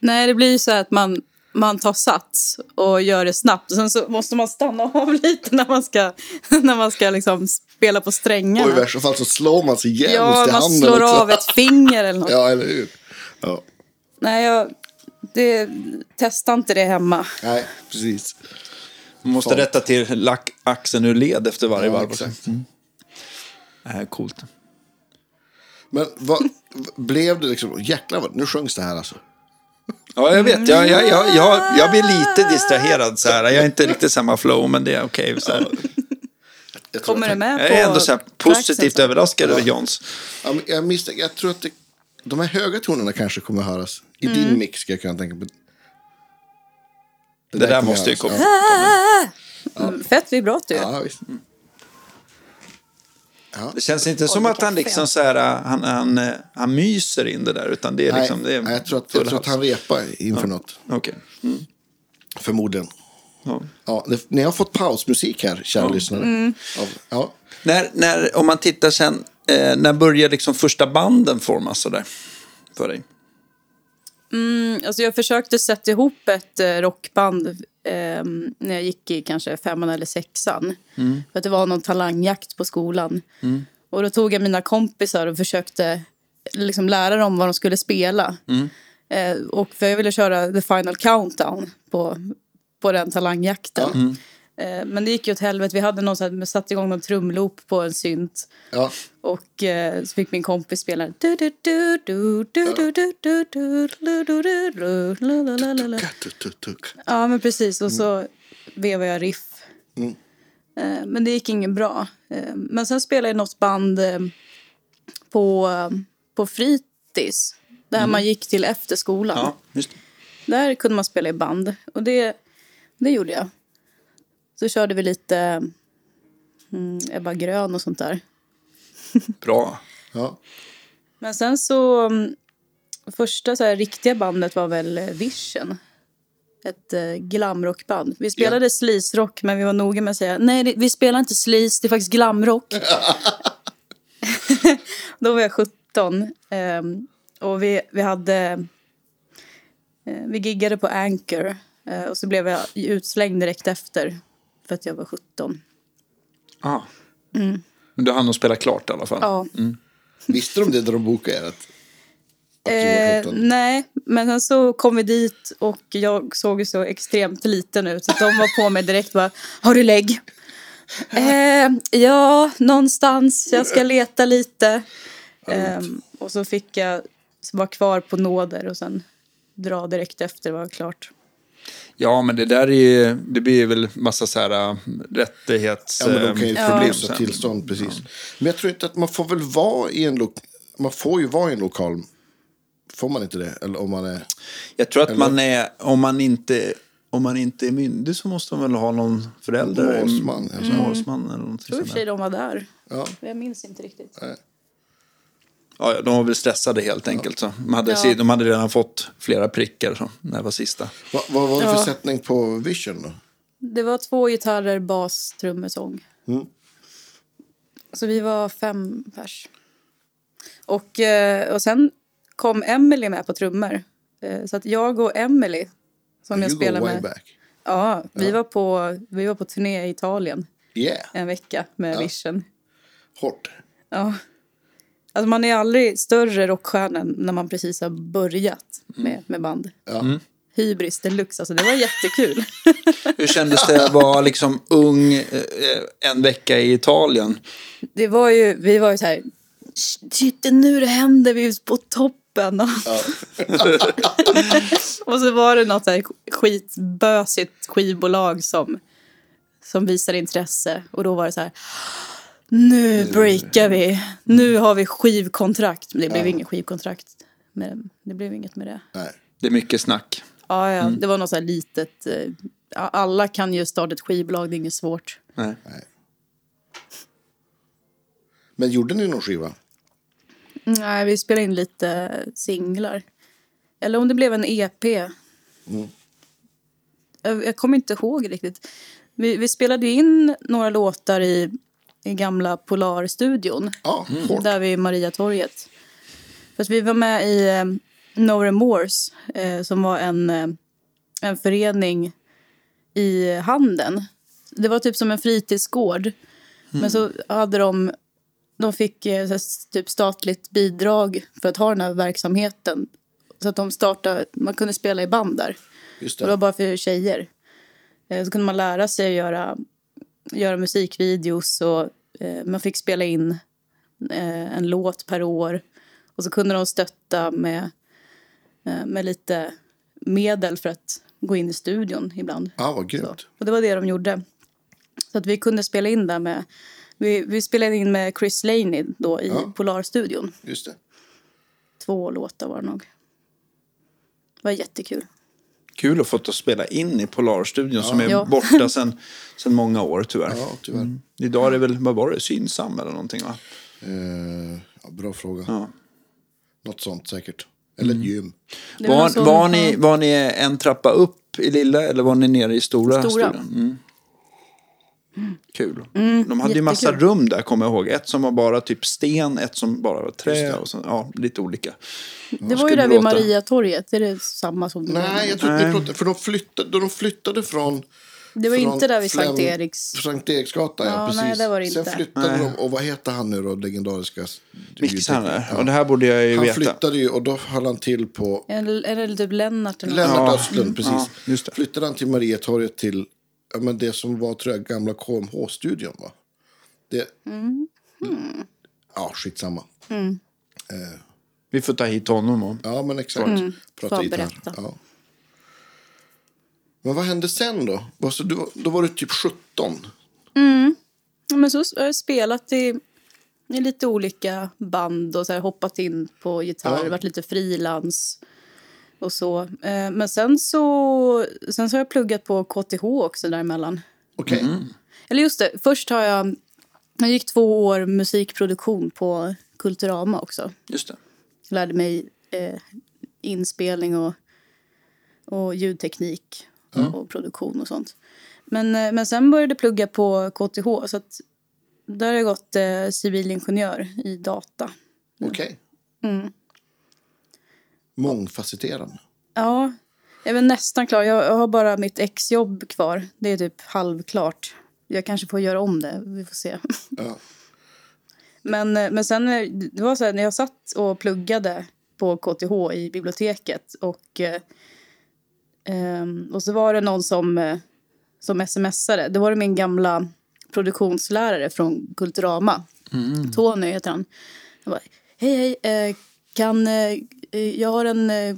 C: Nej, det blir ju så här att man, man tar sats och gör det snabbt. Och sen så måste man stanna (laughs) av lite när man ska, (laughs) när man ska liksom spela på
A: Och i
C: strängarna.
A: värsta fall så slår man sig ihjäl
C: Ja,
A: mot i
C: man
A: handen.
C: slår
A: också.
C: av ett
A: (laughs)
C: finger eller något.
A: Ja, eller hur? Ja.
C: Nej, jag det, testa inte det hemma.
A: Nej, precis.
B: Man måste rätta till lack, axeln ur led efter varje
A: Ja,
B: varv. också.
A: exakt.
B: Det här är coolt.
A: Men vad, blev det liksom... Jäklar, vad, nu sjöngs det här alltså.
B: Ja, jag vet. Jag, jag, jag, jag, jag blir lite distraherad så här. Jag är inte riktigt samma flow, men det är okej. så här.
A: Jag tror
C: Kommer
A: att-
C: du med på
B: Jag är ändå så här positivt
C: praxen?
B: överraskad över Johns.
A: Ja, men Jag misstänker, jag tror att det, de här höga tonerna kanske kommer att höras. I
C: Mm.
A: din mix ska jag kunna tänka på.
B: Det, där,
A: kommer
B: måste ju
A: höras,
B: komma. Mm.
A: Ja,
C: Mm, Fett vibrato ju.
A: ja visst.
B: Det känns inte som att han liksom så här, äh, han, han, äh, han myser in det där, utan det är
A: Nej,
B: liksom... Det är
A: nej, jag tror att,
B: full
A: jag tror att
B: hals.
A: han repar inför något.
B: Okej.
A: Förmodligen.
B: Ja.
A: Ja, det, ni har fått pausmusik här, kära lyssnare.
C: Mm.
A: Av, ja.
B: När, när, om man tittar sen, eh, när börjar liksom första banden formas sådär? För dig?
C: Alltså jag försökte sätta ihop ett eh, rockband eh, när jag gick i kanske femman eller sexan. För att det var någon talangjakt på skolan. Och då tog jag mina kompisar och försökte liksom lära dem vad de skulle spela. Eh, och för jag ville köra The Final Countdown på, på den talangjakten. Eh, men det gick ju åt helvete. Vi hade någon så här, satt igång någon trumloop på en synt.
A: Ja.
C: Och eh, så fick min kompis spela den. Du, du, du, du, du, du, du, du, du, du, du, du, du, la, la, la, la, la.
A: Tuck, tuck, tuck.
C: Ja, men precis. Och så vevade jag riff. Eh, Men det gick ingen bra. Eh, Men sen spelade jag i något band eh, på, på fritids. Där man gick till efter skolan.
B: Ja, just det.
C: Där kunde man spela i band. Och det, det gjorde jag. Så körde vi lite mm, Ebba Grön och sånt där.
B: Bra.
A: Ja.
C: Men sen så... mm, Första så här, riktiga bandet var väl eh, Vision. Ett eh, glamrockband. Vi spelade sleaze-rock, men vi var noga med att säga nej, det, vi spelar inte sleaze, det är faktiskt glamrock. Då var jag 17. ehm, och vi, vi hade... eh, vi giggade på Anchor eh, och så blev jag utslängd direkt efter för att jag var 17.
B: Ah.
A: Mm.
B: Men du hann nog spela klart i alla fall.
C: Ja.
A: Visste de det när de bokade er? Att, att du var
C: Eh,
A: 17?
C: nej, men sen så kom vi dit och jag såg ju så extremt liten ut. Så att de var på mig direkt bara, har du lägg? Eh, ja, någonstans. Jag ska leta lite. Eh, och så fick jag vara kvar på nåder och sen dra direkt efter det var klart.
B: Ja, men det där är ju, det blir väl massa så här äh, rättighets...
A: Ja,
C: Ehm,
A: men de kan ju
B: eh,
A: förlösa
B: sen.
A: tillstånd, precis. Men jag tror inte att man får väl vara i en lokal. Man får ju vara i en lokal. Får man inte det? Eller om man är...
B: Jag tror att man är, om man inte, om man inte är myndig så måste man väl ha någon förälder. Mm.
A: Målsman,
B: en-
A: alltså.
B: Målsman eller någonting
C: Jag tror i och
B: sånt
C: för
B: där.
C: sig de var där.
A: Ja.
C: Jag minns inte riktigt.
B: Ja, ja, de var väl stressade helt enkelt. Så. De, hade,
C: Ja.
B: de hade redan fått flera prickar så, när det var sista.
A: Va, vad var det för
C: Ja.
A: sättning på Vision då?
C: Det var två gitarrer, bas, trummor, sång.
A: Mm.
C: Så vi var fem pers. Och, eh, och sen kom Emily med på trummor. Eh, Så att jag och Emily som jag
A: you go
C: spelar
A: way
C: med.
A: back.
C: Ja, vi, Var på, vi var på turné i Italien
A: Yeah,
C: en vecka med Vision.
A: hårt.
C: Ja. Alltså man är aldrig större rockstjärna än när man precis har börjat
A: Mm.
C: med, med band.
A: Ja.
C: Hybris deluxe, alltså det var jättekul.
B: Hur kändes det att vara liksom ung eh, en vecka i Italien?
C: det var ju, vi var ju så här, shit det är nu det händer, vi är på toppen. (laughs) och så var det något så här skitbösigt skivbolag som, som visade intresse. Och då var det så här, nu breakar vi, nu har vi skivkontrakt. Men det blev inget skivkontrakt, men det blev inget med det.
A: Nej.
B: Det är mycket snack.
C: Ja, ja. Det var något så här litet, eh, ja, alla kan ju starta ett skivbolag, det är inget svårt.
B: Nej.
A: Men gjorde ni någon skiva?
C: Nej, vi spelade in lite singlar. Eller om det blev en EP. E jag jag kommer inte ihåg riktigt. Vi, vi spelade ju in några låtar i, i gamla Polarstudion.
A: Ja, hårt.
C: Mm. Där vid Mariatorget. Fast vi var med i eh, No Remorse eh, som var en, eh, en förening i handen. Det var typ som en fritidsgård. Men så hade de... De fick eh, så här, s- typ statligt bidrag för att ha den här verksamheten. Så att de startade... Man kunde spela i band där.
A: Just
C: Och det var
A: det.
C: bara för tjejer. Eh, Så kunde man lära sig att göra, göra musikvideos och eh, man fick spela in eh, en låt per år. Och så kunde de stötta med, eh, med lite medel för att gå in i studion ibland.
A: Ja, vad
C: Så.
A: grymt.
C: Och det var det de gjorde. Så att vi kunde spela in där med... Vi, vi spelade in med Chris Laney då i
A: Ja.
C: Polarstudion.
A: Just det.
C: Två låtar var det nog. Det var jättekul.
B: Kul att få att spela in i Polarstudion som är
C: Ja.
B: borta sedan sedan många år tyvärr. Mm.
A: Ja, tyvärr.
B: Idag är det väl, vad var det, Synsam eller någonting va?
A: Eh, ja, Mm. bra fråga.
B: Ja.
A: Något sånt säkert. Eller ett gym.
C: Det var någon
B: Var,
C: sån-
B: var, ni, var ni en trappa upp i lilla eller var ni nere i stora?
C: Stora. Mm,
B: studion? Mm. Kul. De hade ju massa
C: jättekul.
B: rum där kommer jag ihåg. Ett som var bara typ sten, ett som bara var trä och så, ja, lite olika.
C: Det var ju
B: skulle
C: där vid
B: låta.
C: Mariatorget. Är det samma som det var?
A: Nej, jag tror inte pratar, för de flyttade, de flyttade från...
C: Det var
A: från
C: inte där vid Sankt
A: Flem-
C: Eriks.
A: Sankt Eriksgatan, ja,
C: Ja,
A: precis.
C: nej, det var det
A: Sen
C: inte.
A: flyttade de, och vad heter han nu då, legendariska...
B: Mixaren där.
A: Ja.
B: Och det här borde jag ju
A: typ- Han
B: veta.
A: flyttade ju, och då höll han till på...
C: Eller, eller typ Lennart eller något.
A: Lennart
B: Ja. Mm.
A: Östlund, precis.
B: Ja, just det.
A: Flyttade han till Mariatorget till ja, men det som var tror jag, gamla KMH-studion, va? Det...
C: Mm-hmm.
A: Ja, skitsamma.
B: Vi får ta hit honom. Och...
A: Ja, men exakt.
C: Mm.
A: Prata
C: Fan,
A: gitarr.
C: berätta.
A: Ja. Men vad hände sen då? Vad så- du var- Då var du typ 17.
C: Ja, Men så har jag spelat i, i lite olika band och så här, hoppat in på gitarr,
A: Ja.
C: varit lite frilans och så. Eh, Men sen så, sen så har jag pluggat på KTH också däremellan.
A: Okej.
B: Mm.
C: Eller just det, först har jag... Jag gick två år musikproduktion på Kulturama också.
B: Just det.
C: lärde mig eh, inspelning och, och ljudteknik och produktion och sånt. Men, eh, men sen började jag plugga på KTH. Så att där har jag gått eh, civilingenjör i data.
A: Okej. Mångfacetterande.
C: Ja, jag är väl nästan klar. Jag, jag har bara mitt exjobb kvar. Det är typ halvklart. Jag kanske får göra om det. Vi får se. (laughs)
A: Ja.
C: Men, eh, men sen eh, det var så här, när jag satt och pluggade på KTH i biblioteket och, eh, ehm, och så var det någon som, eh, som smsade. Det var det min gamla produktionslärare från Kulturama.
A: Mm.
C: Tony heter han. Jag bara, hej, hej, eh, kan, eh, eh, jag har en eh,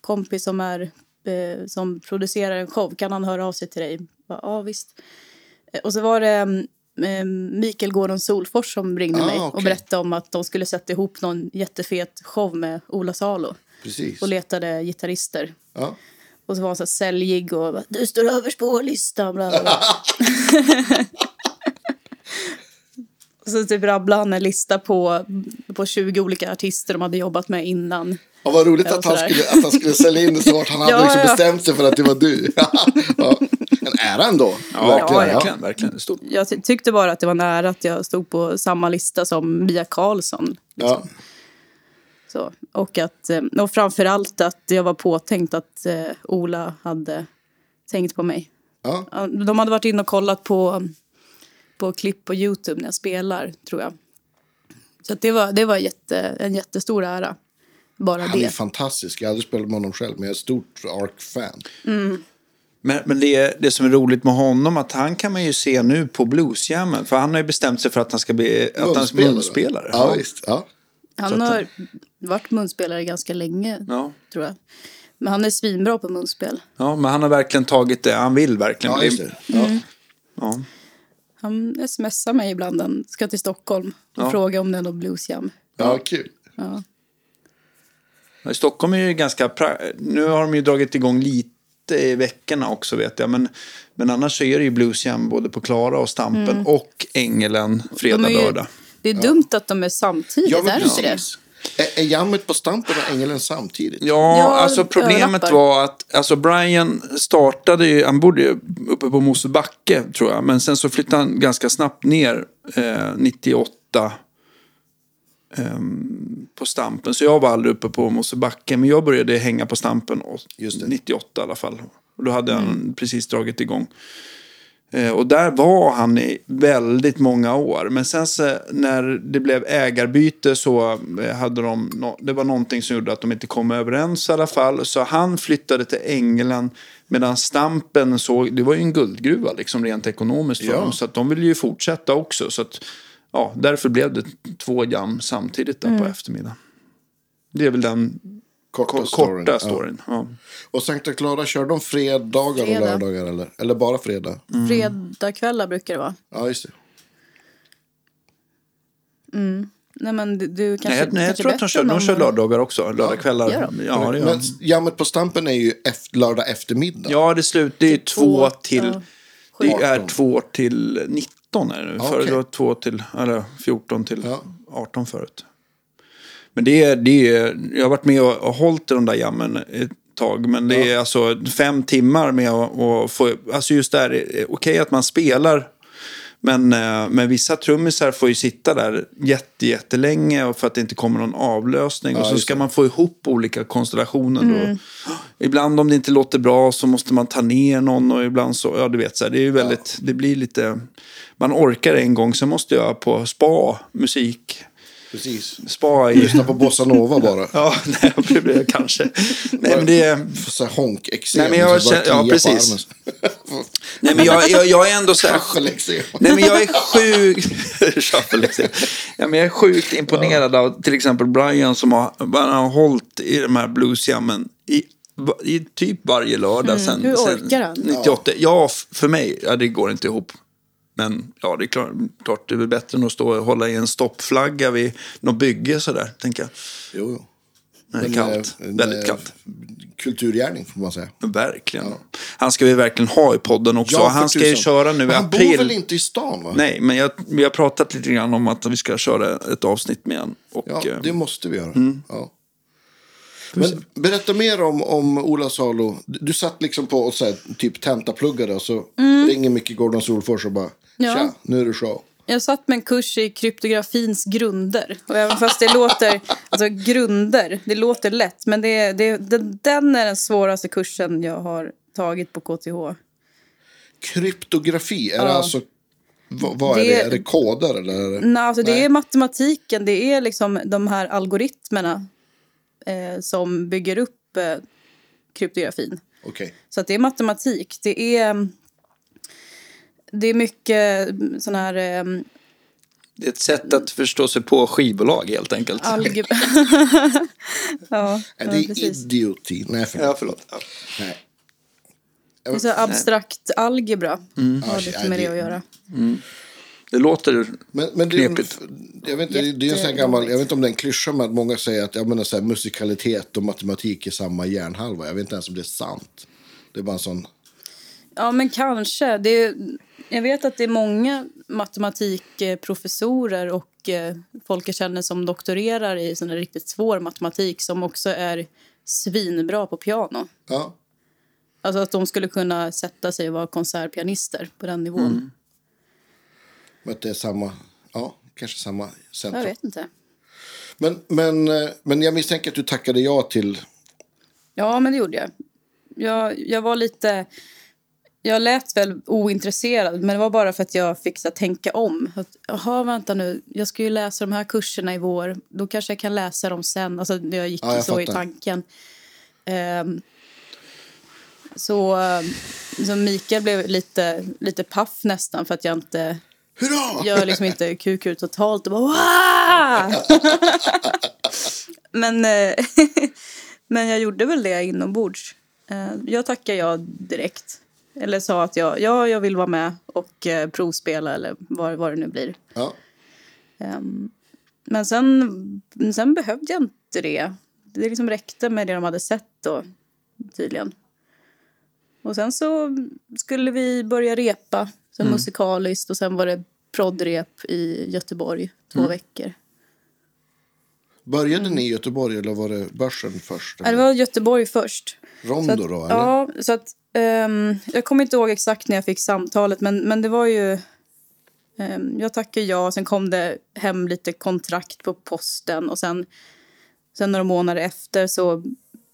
C: kompis som, är, eh, som producerar en show. Kan han höra av sig till dig? Jag bara, Ja, visst. Eh, Och så var det mm, Mikael Gordon Solfors som ringde
A: Ah,
C: mig
A: okej.
C: och berättade om att de skulle sätta ihop någon jättefet show med Ola Salo
A: Precis.
C: och letade gitarrister.
A: Ja.
C: Och så var han så här säljig och bara, du står överst på vår lista. Bla, bla, bla. och så typ rabblade han en lista på, på 20 olika artister de hade jobbat med innan.
A: Ja, vad roligt
C: Ja,
A: att han,
C: sådär.
A: skulle, att han skulle sälja in det så hårt. Han hade
C: Ja,
A: liksom
C: ja.
A: bestämt sig för att det var du. (laughs) ja. En ära ändå.
B: Ja,
A: verkligen.
B: verkligen.
A: Ja.
B: verkligen, verkligen. Stort.
C: Jag ty- tyckte bara att det var nära att jag stod på samma lista som Mia Karlsson.
A: Ja.
C: Så, och, att, eh, och framförallt att jag var påtänkt att eh, Ola hade tänkt på mig.
A: Ja.
C: Ja, De hade varit inne och kollat på, på klipp på Youtube när jag spelar, tror jag. Så att det var, det var jätte, en jättestor ära. Bara
A: Han är
C: det.
A: fantastisk. Jag har aldrig spelat med honom själv, men jag är ett stort Ark-fan.
B: Men, men det, det som är roligt med honom att han kan man ju se nu på bluesjammen. För han har ju bestämt sig för att han ska bli att han är munspelare.
A: Ja, visst. Ja.
C: Han har varit munspelare ganska länge,
B: Ja.
C: tror jag. Men han är svinbra på munspel.
B: ja, men han har verkligen tagit det. Han vill verkligen
A: Ja,
B: bli.
A: just det. Ja.
B: Ja.
C: Han smsar mig ibland. Han ska till Stockholm och
B: Ja.
C: fråga om det är någon bluesjam.
A: ja, kul.
C: Ja.
B: Ja, Stockholm är ju ganska... Pra- nu har de ju dragit igång lite i veckorna också vet jag. Men, men annars så är det ju bluesjam både på Klara och Stampen och Ängelen fredag,
C: Mm. De är ju,
B: lördag.
C: det är dumt att de är samtidigt,
A: Ja, men
C: är det inte det?
A: precis. Är, är jammet på Stampen och Ängeln samtidigt?
B: Ja,
C: Ja,
B: alltså problemet
C: överlappar.
B: var att alltså Brian startade ju, han bodde ju uppe på Mosebacke tror jag, men sen så flyttade han ganska snabbt ner eh, 98 ehm, på Stampen. Så jag var aldrig uppe på Mosebacke, men jag började hänga på Stampen och-
A: Just det.
B: 98 i alla fall. Och då hade han precis dragit igång. Eh, Och där var han i väldigt många år. Men sen så, när det blev ägarbyte så eh, hade de, nå- det var någonting som gjorde att de inte kom överens i alla fall. Så han flyttade till England medan Stampen såg, det var ju en guldgruva liksom rent ekonomiskt för
A: Ja.
B: dem. Så att de ville ju fortsätta också. Så att, ja, därför blev det två jam samtidigt där
C: Mm.
B: på eftermiddagen. Det är väl den
A: Korta,
B: ko-
A: storyn.
B: korta
A: Ja.
B: storyn. Ja.
A: Och Sankta Clara, kör de fredagar
C: Fredag.
A: och lördagar eller? Eller bara fredag?
B: Mm.
C: Fredagkvällar brukar det vara.
A: Ja, just det.
C: Nej, men du, du kanske,
B: Nej, nej, jag
C: kanske
B: tror att de
C: bättre
B: kör, de
C: någon
B: kör
C: gång.
B: lördagar också. Lördagskvällar.
C: gör
B: Ja,
C: de?
B: ja, det gör
A: Men
B: de.
A: jammet på Stampen är ju efter, lördag eftermiddag.
B: ja, det är slut. Det är två
C: Två,
B: till...
C: ja,
B: Det är
A: 18.
B: två till 19 är det nu.
A: Ja,
B: Förut
A: okej.
B: var det två till... Eller 14 till
A: Ja.
B: 18 förut. Men det är, det är... Jag har varit med och, och hållit i de där jammen ett tag. Men det är alltså fem timmar med att att få... Alltså just där, är- är okej att man spelar men, eh, men vissa trummisar får ju sitta där jätte, jättelänge och för att det inte kommer någon avlösning. och så
A: just
B: ska man få ihop olika konstellationer. Då. Ibland om det inte låter bra så måste man ta ner någon och ibland så, ja du vet så här, det är ju väldigt, det blir lite, man orkar en gång så måste jag på spa, musik,
A: Precis.
B: spa i...
A: Lyssna på bossanova bara.
B: Ja, (laughs) nej, det blir jag kanske. Nej, men det är...
A: Får så här honk-eksem.
B: Nej, men jag
A: så bara
B: känner-
A: klia
B: ja,
A: på
B: precis.
A: armen.
B: Nej, men jag, jag, jag är ändå så här...
A: Schaffel-eksem.
B: Nej, men jag är sjukt... (laughs) Shuffle-exem. ja, men jag är sjukt imponerad av till exempel Brian som har, han har hållit i de här bluesjammen i, i typ varje lördag sen,
C: Mm, hur orkar
B: sen
C: han?
B: 98. Ja, f- för mig, ja, det går inte ihop. Men ja, det är klart, klart det är väl bättre än att stå och hålla i en stoppflagga vid något bygge sådär, tänker jag.
A: Jo, jo.
B: När det är kallt.
A: En, eh,
B: Väldigt kallt.
A: Kulturgärning får man säga.
B: Verkligen. Han ska vi verkligen ha i podden också.
A: Ja, för
B: han ska ju
A: tusan.
B: köra nu i
A: Men han
B: april.
A: bor väl inte i stan? va?
B: Nej, men jag, vi har pratat lite grann om att vi ska köra ett avsnitt med en. Och,
A: Ja,
B: eh,
A: det måste vi göra. Ja. Men berätta mer om, om Ola Salo. Du du satt liksom på och så här, typ tentapluggade och så ringer Micke Gordon Solfors och bara
C: Ja.
A: Tja, nu är det show.
C: Jag satt med en kurs i kryptografins grunder. Och även fast det låter... Alltså grunder, det låter lätt. Men det, det, den, den är den svåraste kursen jag har tagit på KTH.
A: Kryptografi, är det alltså... Vad, vad är
C: Det-
A: det? Är det koder eller? är det-
C: Nej, alltså
A: Nej.
C: det är matematiken. Det är liksom de här algoritmerna eh, som bygger upp eh, kryptografin.
A: Okej.
C: Så att det är matematik. Det är, det är mycket sån här eh,
B: Det är ett sätt att förstå sig på skivbolag helt enkelt.
C: algebra...
A: (laughs)
C: (laughs) ja,
A: Är
C: ja,
A: det
C: precis.
A: idioti? Nej, förlåt.
B: Ja, förlåt.
A: Nej.
C: Det är så här abstrakt algebra. Har
A: Aj,
C: lite
A: aj,
C: med det
A: det-
C: att göra.
B: Det låter...
A: Men, men det, är-
B: Knepigt.
A: jag vet inte, det- det är en sån här gammal, jag vet inte om det är en klyscha, men att många säger att jag menar så här, musikalitet och matematik är samma hjärnhalva. Jag vet inte ens om det är sant. Det är bara en sån...
C: Ja, men kanske. Det är, jag vet att det är många matematikprofessorer och eh, folk jag känner som doktorerar i sån här riktigt svår matematik som också är svinbra på piano.
A: Ja.
C: Alltså att de skulle kunna sätta sig och vara konsertpianister på den nivån.
A: Men att det är samma, ja, kanske samma
C: Jag
A: centrum.
C: vet inte.
A: Men, men, eh, men jag misstänker att du tackade ja till...
C: Ja, men det gjorde jag. Jag, jag var lite... Jag lät väl ointresserad, men det var bara för att jag fick så, här, tänka om. Att, Jaha, vänta nu, jag ska ju läsa de här kurserna i vår. Då kanske jag kan läsa dem sen. Alltså, jag gick
A: Ja, jag
C: så i
A: fattar.
C: tanken. Ehm, så, ehm, så Mikael blev lite, lite paff nästan för att jag inte...
A: Hurra!
C: Jag är liksom inte QQ totalt och bara "Wow!" men, eh, (laughs) men jag gjorde väl det inombords. Eh, Jag tackade ja direkt. Eller sa att jag, ja, jag vill vara med och eh, provspela eller vad, vad det nu blir.
A: Ja.
C: Ehm, Men sen, sen behövde jag inte det. Det liksom räckte med det de hade sett då, tydligen. Och sen så skulle vi börja repa så musikaliskt och sen var det proddrep i Göteborg två veckor.
A: Började ni i Göteborg eller var det börsen först?
C: Ja, Det var Göteborg först. Så att,
A: Rondo då? Eller?
C: ja, så att, ehm, jag kommer inte ihåg exakt när jag fick samtalet, men, men det var ju... ehm, jag tackade ja, sen kom det hem lite kontrakt på posten och sen, sen några månader efter så,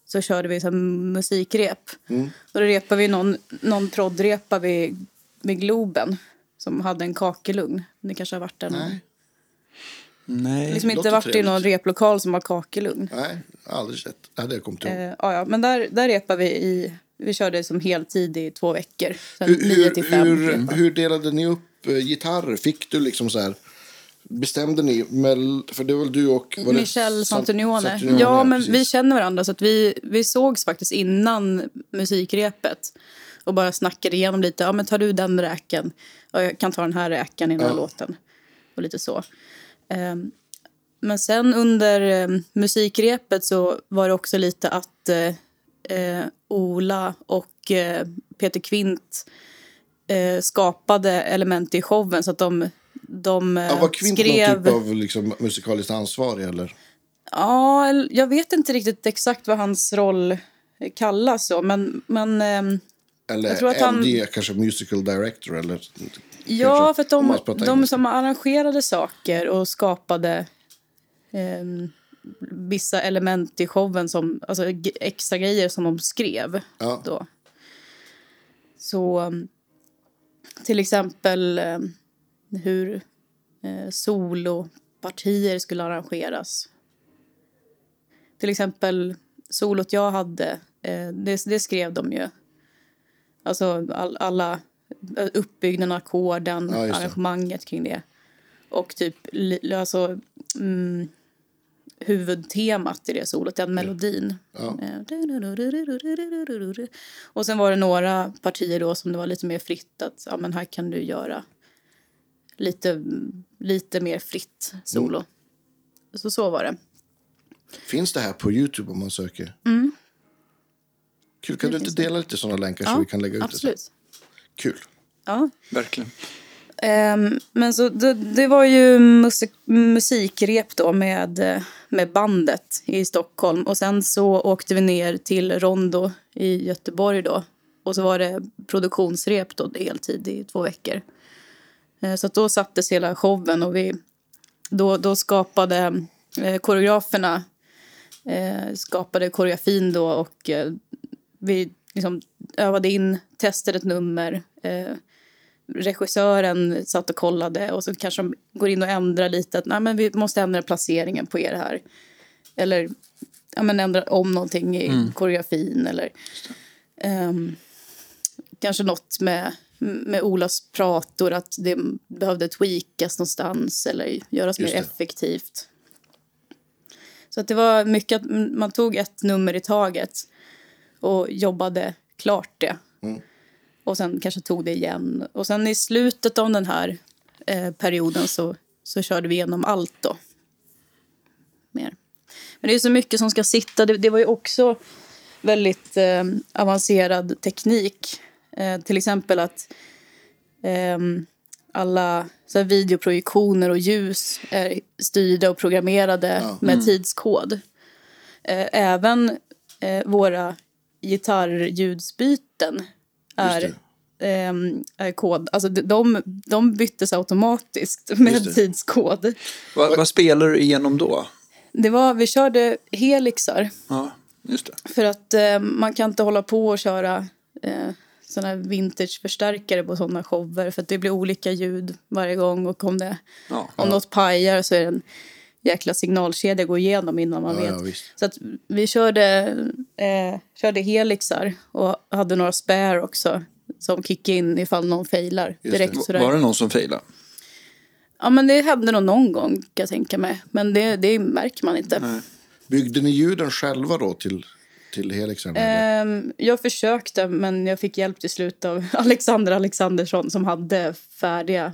C: så körde vi så här musikrep.
A: Mm.
C: Då repade vi någon, någon proddrepa vid, vid Globen som hade en kakelugn. Ni kanske har varit där? någon-
A: Nej,
B: Nej.
C: Liksom inte
A: låter
C: varit i
A: trevligt.
C: någon replokal som har kakelugn.
A: nej, aldrig sett. Ja, det kom till ihåg.
C: Eh, ja, ja, men där, där repade vi i... Vi körde som heltid i två veckor. Sen
A: Hur,
C: nio till
A: hur,
C: fem. typ.
A: hur, hur delade ni upp eh, gitarrer? Fick du liksom så här... Bestämde ni? Mel, för det var väl du och... Var det
C: Michel
A: Sant-
C: Santunione.
A: Santunione,
C: Ja, men
A: precis.
C: vi känner varandra. Så att vi, vi sågs faktiskt innan musikrepet och bara snackade igenom lite. Ja, men tar du den räken? Ja, jag kan ta den här räkan i den här
A: Ja.
C: låten. Och lite så. Ehm, men sen under ehm, musikrepet så var det också lite att eh, eh, Ola och eh, Peter Kvint eh, skapade element i showen så att de, de eh,
A: Ja, var Kvint
C: skrev...
A: någon typ av liksom, musikaliskt ansvarig? Eller?
C: Ja, eller- jag vet inte riktigt exakt vad hans roll kallas så, men, men ehm,
A: Eller
C: Jag tror att han-
A: MD, kanske musical director? Eller,
C: ja,
A: kanske,
C: för att
A: om
C: de,
A: man pratar
C: de
A: engelska.
C: som arrangerade saker och skapade ehm, vissa element i showen, som, alltså g- extra grejer som de skrev
A: Ja.
C: då. Så ehm, till exempel ehm, hur eh, solopartier skulle arrangeras. Till exempel solot jag hade, eh, det, det skrev de ju. Alltså all, alla eh, uppbyggnaden, ackorden,
A: Ja, just det.
C: arrangemanget kring det. Och typ li, alltså, mm, huvudtemat i det solot, den melodin.
A: Ja.
C: Eh, Och sen var det några partier då som det var lite mer fritt att ja, men här kan du göra lite, lite mer fritt solo.
A: Mm.
C: Så så var det.
A: Finns det här på Youtube om man söker?
C: Mm.
A: Kul. Kan du inte dela lite sådana länkar så vi kan lägga ut det?
C: absolut.
A: sen? Kul.
C: Ja.
B: Verkligen.
C: Ehm, men så det, det var ju musik, musikrep då med, eh, med bandet i Stockholm. Och sen så åkte vi ner till Rondo i Göteborg då. Och så var det produktionsrep då heltid i två veckor. Eh, Så att då sattes hela showen och vi, då, då skapade eh, koreograferna eh, skapade koreografin då och eh, vi liksom övade in, testade ett nummer. Eh, regissören satt och kollade och så kanske de går in och ändrar lite. Att, Nej, men vi måste ändra placeringen på er här. Eller ja, men ändra om någonting i
A: Mm.
C: koreografin. Eller, ehm, kanske något med, med Olas prator, att det behövde tweakas någonstans eller göras
A: Just
C: mer
A: det.
C: effektivt. Så att det var mycket att m- man tog ett nummer i taget och jobbade klart det.
A: Mm.
C: Och sen kanske tog det igen. Och sen i slutet av den här eh, perioden så, så körde vi igenom allt då. Mer. Men det är så mycket som ska sitta. Det, det var ju också väldigt eh, avancerad teknik. Eh, till exempel att ehm, alla så här, videoprojektioner och ljus är styrda och programmerade
A: Ja. Mm.
C: med tidskod. Eh, även eh, våra gitarrljudsbyten är,
A: Just
C: ehm, är kod. Alltså, de- de, de byttes automatiskt med
A: det.
C: tidskod.
B: Vad, vad spelar du igenom då?
C: Det var, vi körde helixar.
B: Ja, just det.
C: För att eh, man kan inte hålla på och köra eh, såna här vintage-förstärkare på såna shower för att det blir olika ljud varje gång och om, det,
B: Ja.
C: om något pajar så är det en jäkla signalkedja att gå igenom innan man
A: Ja,
C: vet.
A: ja, visst.
C: så att vi körde, eh, körde helixar och hade några spare också som kickade in ifall någon failar direkt
B: V-
C: sådär.
B: Var det någon som failade?
C: Ja men det hände nog någon gång kan jag tänka mig. Men det, det märker man inte.
A: Byggde ni ljuden själva då till, till Helixen? eller?
C: Ehm, jag försökte, men jag fick hjälp till slut av (laughs) Alexander Alexandersson som hade färdiga,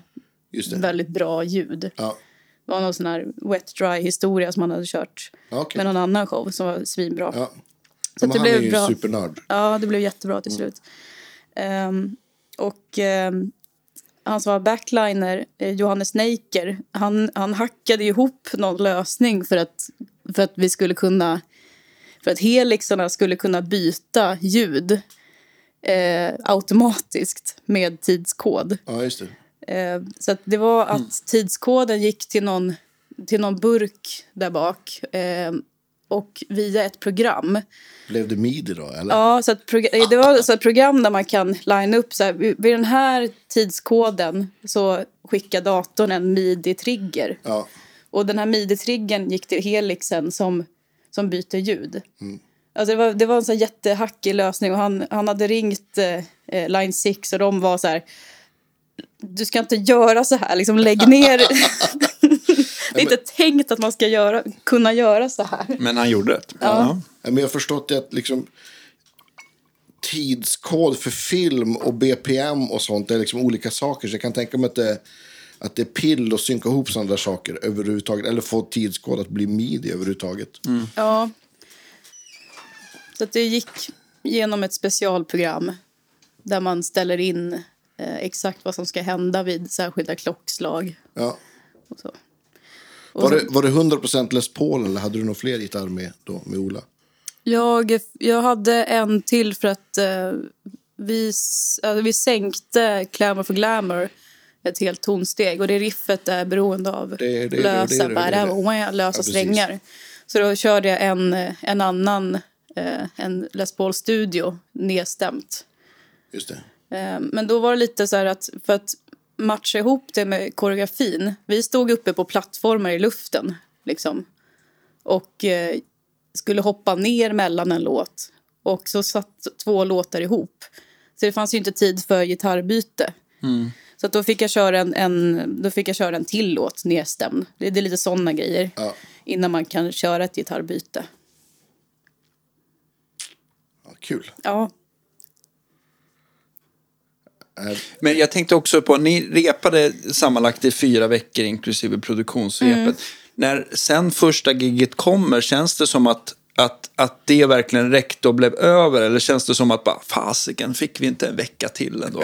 A: Just det.
C: väldigt bra ljud.
A: Ja.
C: Det var någon sån här wet-dry-historia som han hade kört
A: Ja, okej.
C: med någon annan show som var svinbra.
A: Ja.
C: Så
A: Men
C: att det
A: han är
C: blev
A: ju
C: bra.
A: supernörd.
C: Ja, det blev jättebra till slut. Ehm, och ehm, han som var backliner, eh, Johannes Neiker, han, han hackade ihop någon lösning för att För att vi skulle kunna... För att helixarna skulle kunna byta ljud eh, automatiskt med tidskod.
A: Ja, just det.
C: Eh, så att det var att tidskoden gick till någon, till någon burk där bak eh, och via ett program.
A: Blev det midi då, eller?
C: Ja, så att prog- det var så ett program där man kan line upp så här, vid vid den här tidskoden så skickar datorn en midi-trigger.
A: Ja.
C: Och den här midi-triggern gick till helixen som, som byter ljud. Alltså det, var, det var en så här jättehackig lösning och han, han hade ringt eh, eh, Line 6 och de var så här du ska inte göra så här, liksom lägg ner. (laughs) det är inte tänkt att man ska göra, kunna göra så här.
B: Men han gjorde det. Ja.
A: Ja, Men jag har förstått det att liksom tidskod för film och BPM och sånt är liksom olika saker. Så jag kan tänka mig att det, att det är pill att synka ihop sådana där saker överhuvudtaget. Eller få tidskod att bli midi överhuvudtaget.
C: Mm. Ja. Så att det gick genom ett specialprogram där man ställer in eh, exakt vad som ska hända vid särskilda klockslag.
A: Ja.
C: Och så. Och
A: Var,
C: så-
A: det, var det 100% Les Paul eller hade du någon fler gitarr med då, med Ola?
C: Jag, jag hade en till för att eh, vi, s- alltså, vi sänkte Glamour for Glamour ett helt tonsteg och det riffet är beroende av
A: det, det, det,
C: lösa,
A: det, det,
C: bara,
A: det.
C: oä, lösa
A: Ja, precis.
C: strängar. Så då körde jag en, eh, en annan, eh, en Les Paul Studio nedstämt.
A: Just det.
C: Eh, Men då var det lite så här att för att matcha ihop det med koreografin. Vi stod uppe på plattformar i luften liksom. Och eh, skulle hoppa ner mellan en låt. Och så satt två låtar ihop. Så det fanns ju inte tid för gitarrbyte. Så att då, fick jag köra en, en, då fick jag köra en till låt nedstämd. Det, det är lite sådana grejer.
A: Ja.
C: Innan man kan köra ett gitarrbyte.
A: Ja, kul.
C: Ja,
A: Äh,
B: Men jag tänkte också på, ni repade sammanlagt i fyra veckor inklusive produktionsrepet. När sen första giget kommer, känns det som att, att, att det verkligen räckte och blev över? Eller känns det som att bara, fasiken, fick vi inte en vecka till ändå?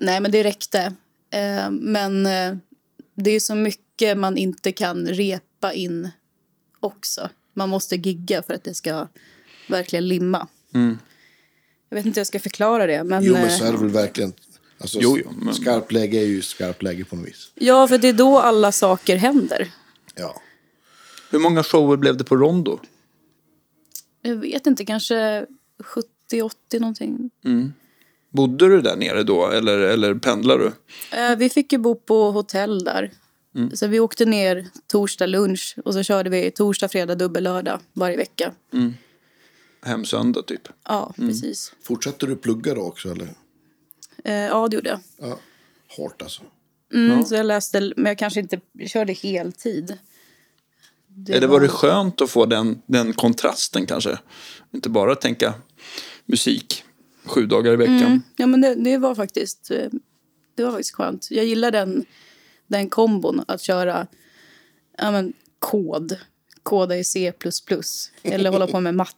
C: Nej, men det räckte. Eh, men eh, det är så mycket man inte kan repa in också. Man måste gigga för att det ska verkligen limma. Jag vet inte hur jag ska förklara det. Men,
A: Mm. jo, men så
C: eh,
A: är det väl verkligen. Alltså,
B: Jo, jo, men-
A: Skarpt läge är ju skarpt läge på något vis.
C: Ja, för det är då alla saker händer.
A: Ja.
B: Hur många shower blev det på Rondo?
C: Jag vet inte, kanske 70-80 någonting.
B: Bodde du där nere då, eller, eller pendlar du?
C: Eh, vi fick ju bo på hotell där.
A: Mm.
C: Så vi åkte ner torsdag lunch och så körde vi torsdag, fredag, dubbel lördag varje vecka.
B: Hem söndag, typ?
C: Ja,
A: Mm.
C: precis.
A: Fortsätter du plugga då också? Eller?
C: Eh, ja, det gjorde jag.
A: Ja. Hårt alltså.
C: Mm, Så jag läste, men jag kanske inte körde heltid. Det
B: Eller var det skönt att få den, den kontrasten kanske? Inte bara tänka musik sju dagar i veckan.
C: Mm, Ja, men det, det var faktiskt... eh, Det var faktiskt skönt. Jag gillar den, den kombon, att köra ja, men, kod. Koda i C++. Eller hålla på med matte.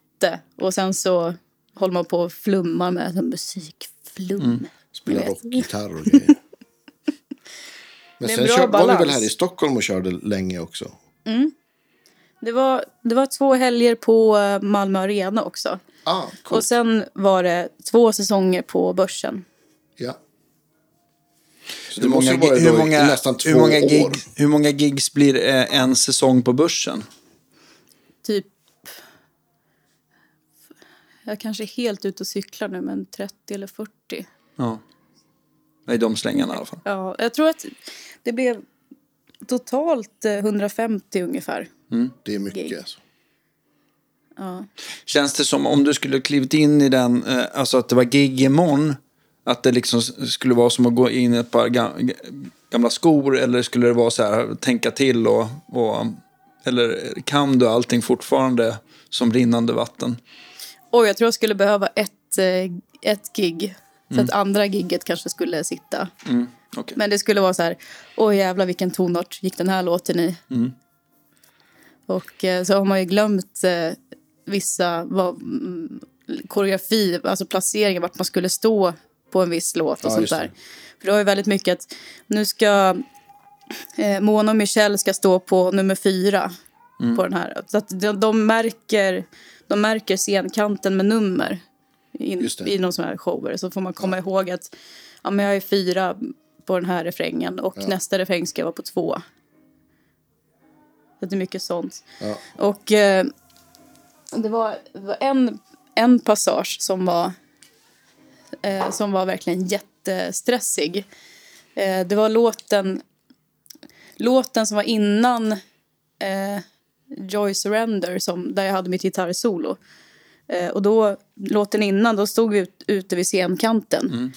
C: Och sen så håller man på och flummar med så musikflum.
A: Spela
C: Jag vet.
A: rockgitarr och grejer.
C: (laughs)
A: Men
C: Det är
A: sen
C: bra
A: kör, var ni väl
C: balans.
A: här i Stockholm och körde länge också?
C: Det, var, det var två helger på eh, Malmö Arena också.
A: Ah, cool.
C: Och sen var det två säsonger på Börsen.
A: ja. Så det
B: Hur många,
A: måste vara
B: hur,
A: då i-
B: många,
A: i nästan två
B: hur, många
A: år.
B: gig, hur många gigs blir eh, en säsong på börsen?
C: typ... Jag är kanske är helt ute och cyklar nu, men 30 eller 40.
B: Ja. I de slängarna i alla fall.
C: Ja, jag tror att det blev totalt eh, 150 ungefär.
A: Det är mycket. Alltså.
C: Ja.
B: Känns det som om du skulle klivit in i den, eh, alltså att det var gig imorgon, att det liksom s- skulle vara som att gå in i ett par ga- gamla skor eller skulle det vara så här, tänka till och, och eller kan du allting fortfarande som rinnande vatten?
C: Och jag tror jag skulle behöva ett, eh, ett gig. Så att andra gigget kanske skulle sitta.
B: Okej.
C: Men det skulle vara så här, åh jävlar vilken tonart gick den här låten i.
A: Mm.
C: Och eh, så har man ju glömt eh, vissa vad, mm, koreografi, alltså placeringar, vart man skulle stå på en viss låt
A: Ja,
C: och sånt
A: just det.
C: där. För det var ju väldigt mycket att nu ska Eh, Mona och Michelle ska stå på nummer fyra
A: Mm.
C: på den här. Så att de, de, märker, de märker scenkanten med nummer in,
A: Just det.
C: i någon sån här shower. Så får man komma ihåg att ja, men jag är fyra på den här refrängen och nästa refräng ska jag vara på två. Så att det är mycket sånt.
A: Ja.
C: Och eh, det var, det var en, en passage som var, eh, som var verkligen jättestressig. Eh, det var låten, låten som var innan eh, Joy Surrender som, där jag hade mitt gitarrsolo. Eh, och då, låten innan, då stod vi ut, ute vid scenkanten.
A: Mm.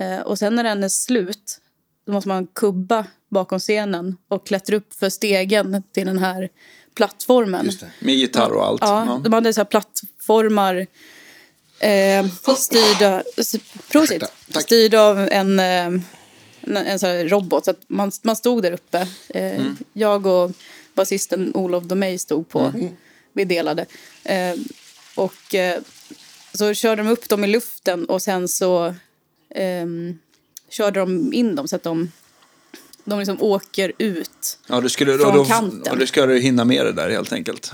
C: Eh, och sen när den är slut, då måste man kubba bakom scenen och klättra upp för stegen till den här plattformen.
A: Just det.
B: Med gitarr och allt.
C: Ja,
B: Ja.
C: de hade så här plattformar eh, styrda, s- prosit,
A: Ursäkta, tack.
C: styrda av en, eh, en, en så här robot. Så att man, man stod där uppe. Eh, Jag och basisten Olof Domeij stod på. Vi delade. Eh, och eh, så körde de upp dem i luften och sen så ehm, körde de in dem så att de, de liksom åker ut.
B: Ja, du skulle,
C: Från
B: och då,
C: kanten.
B: Och du skulle hinna med det där helt enkelt.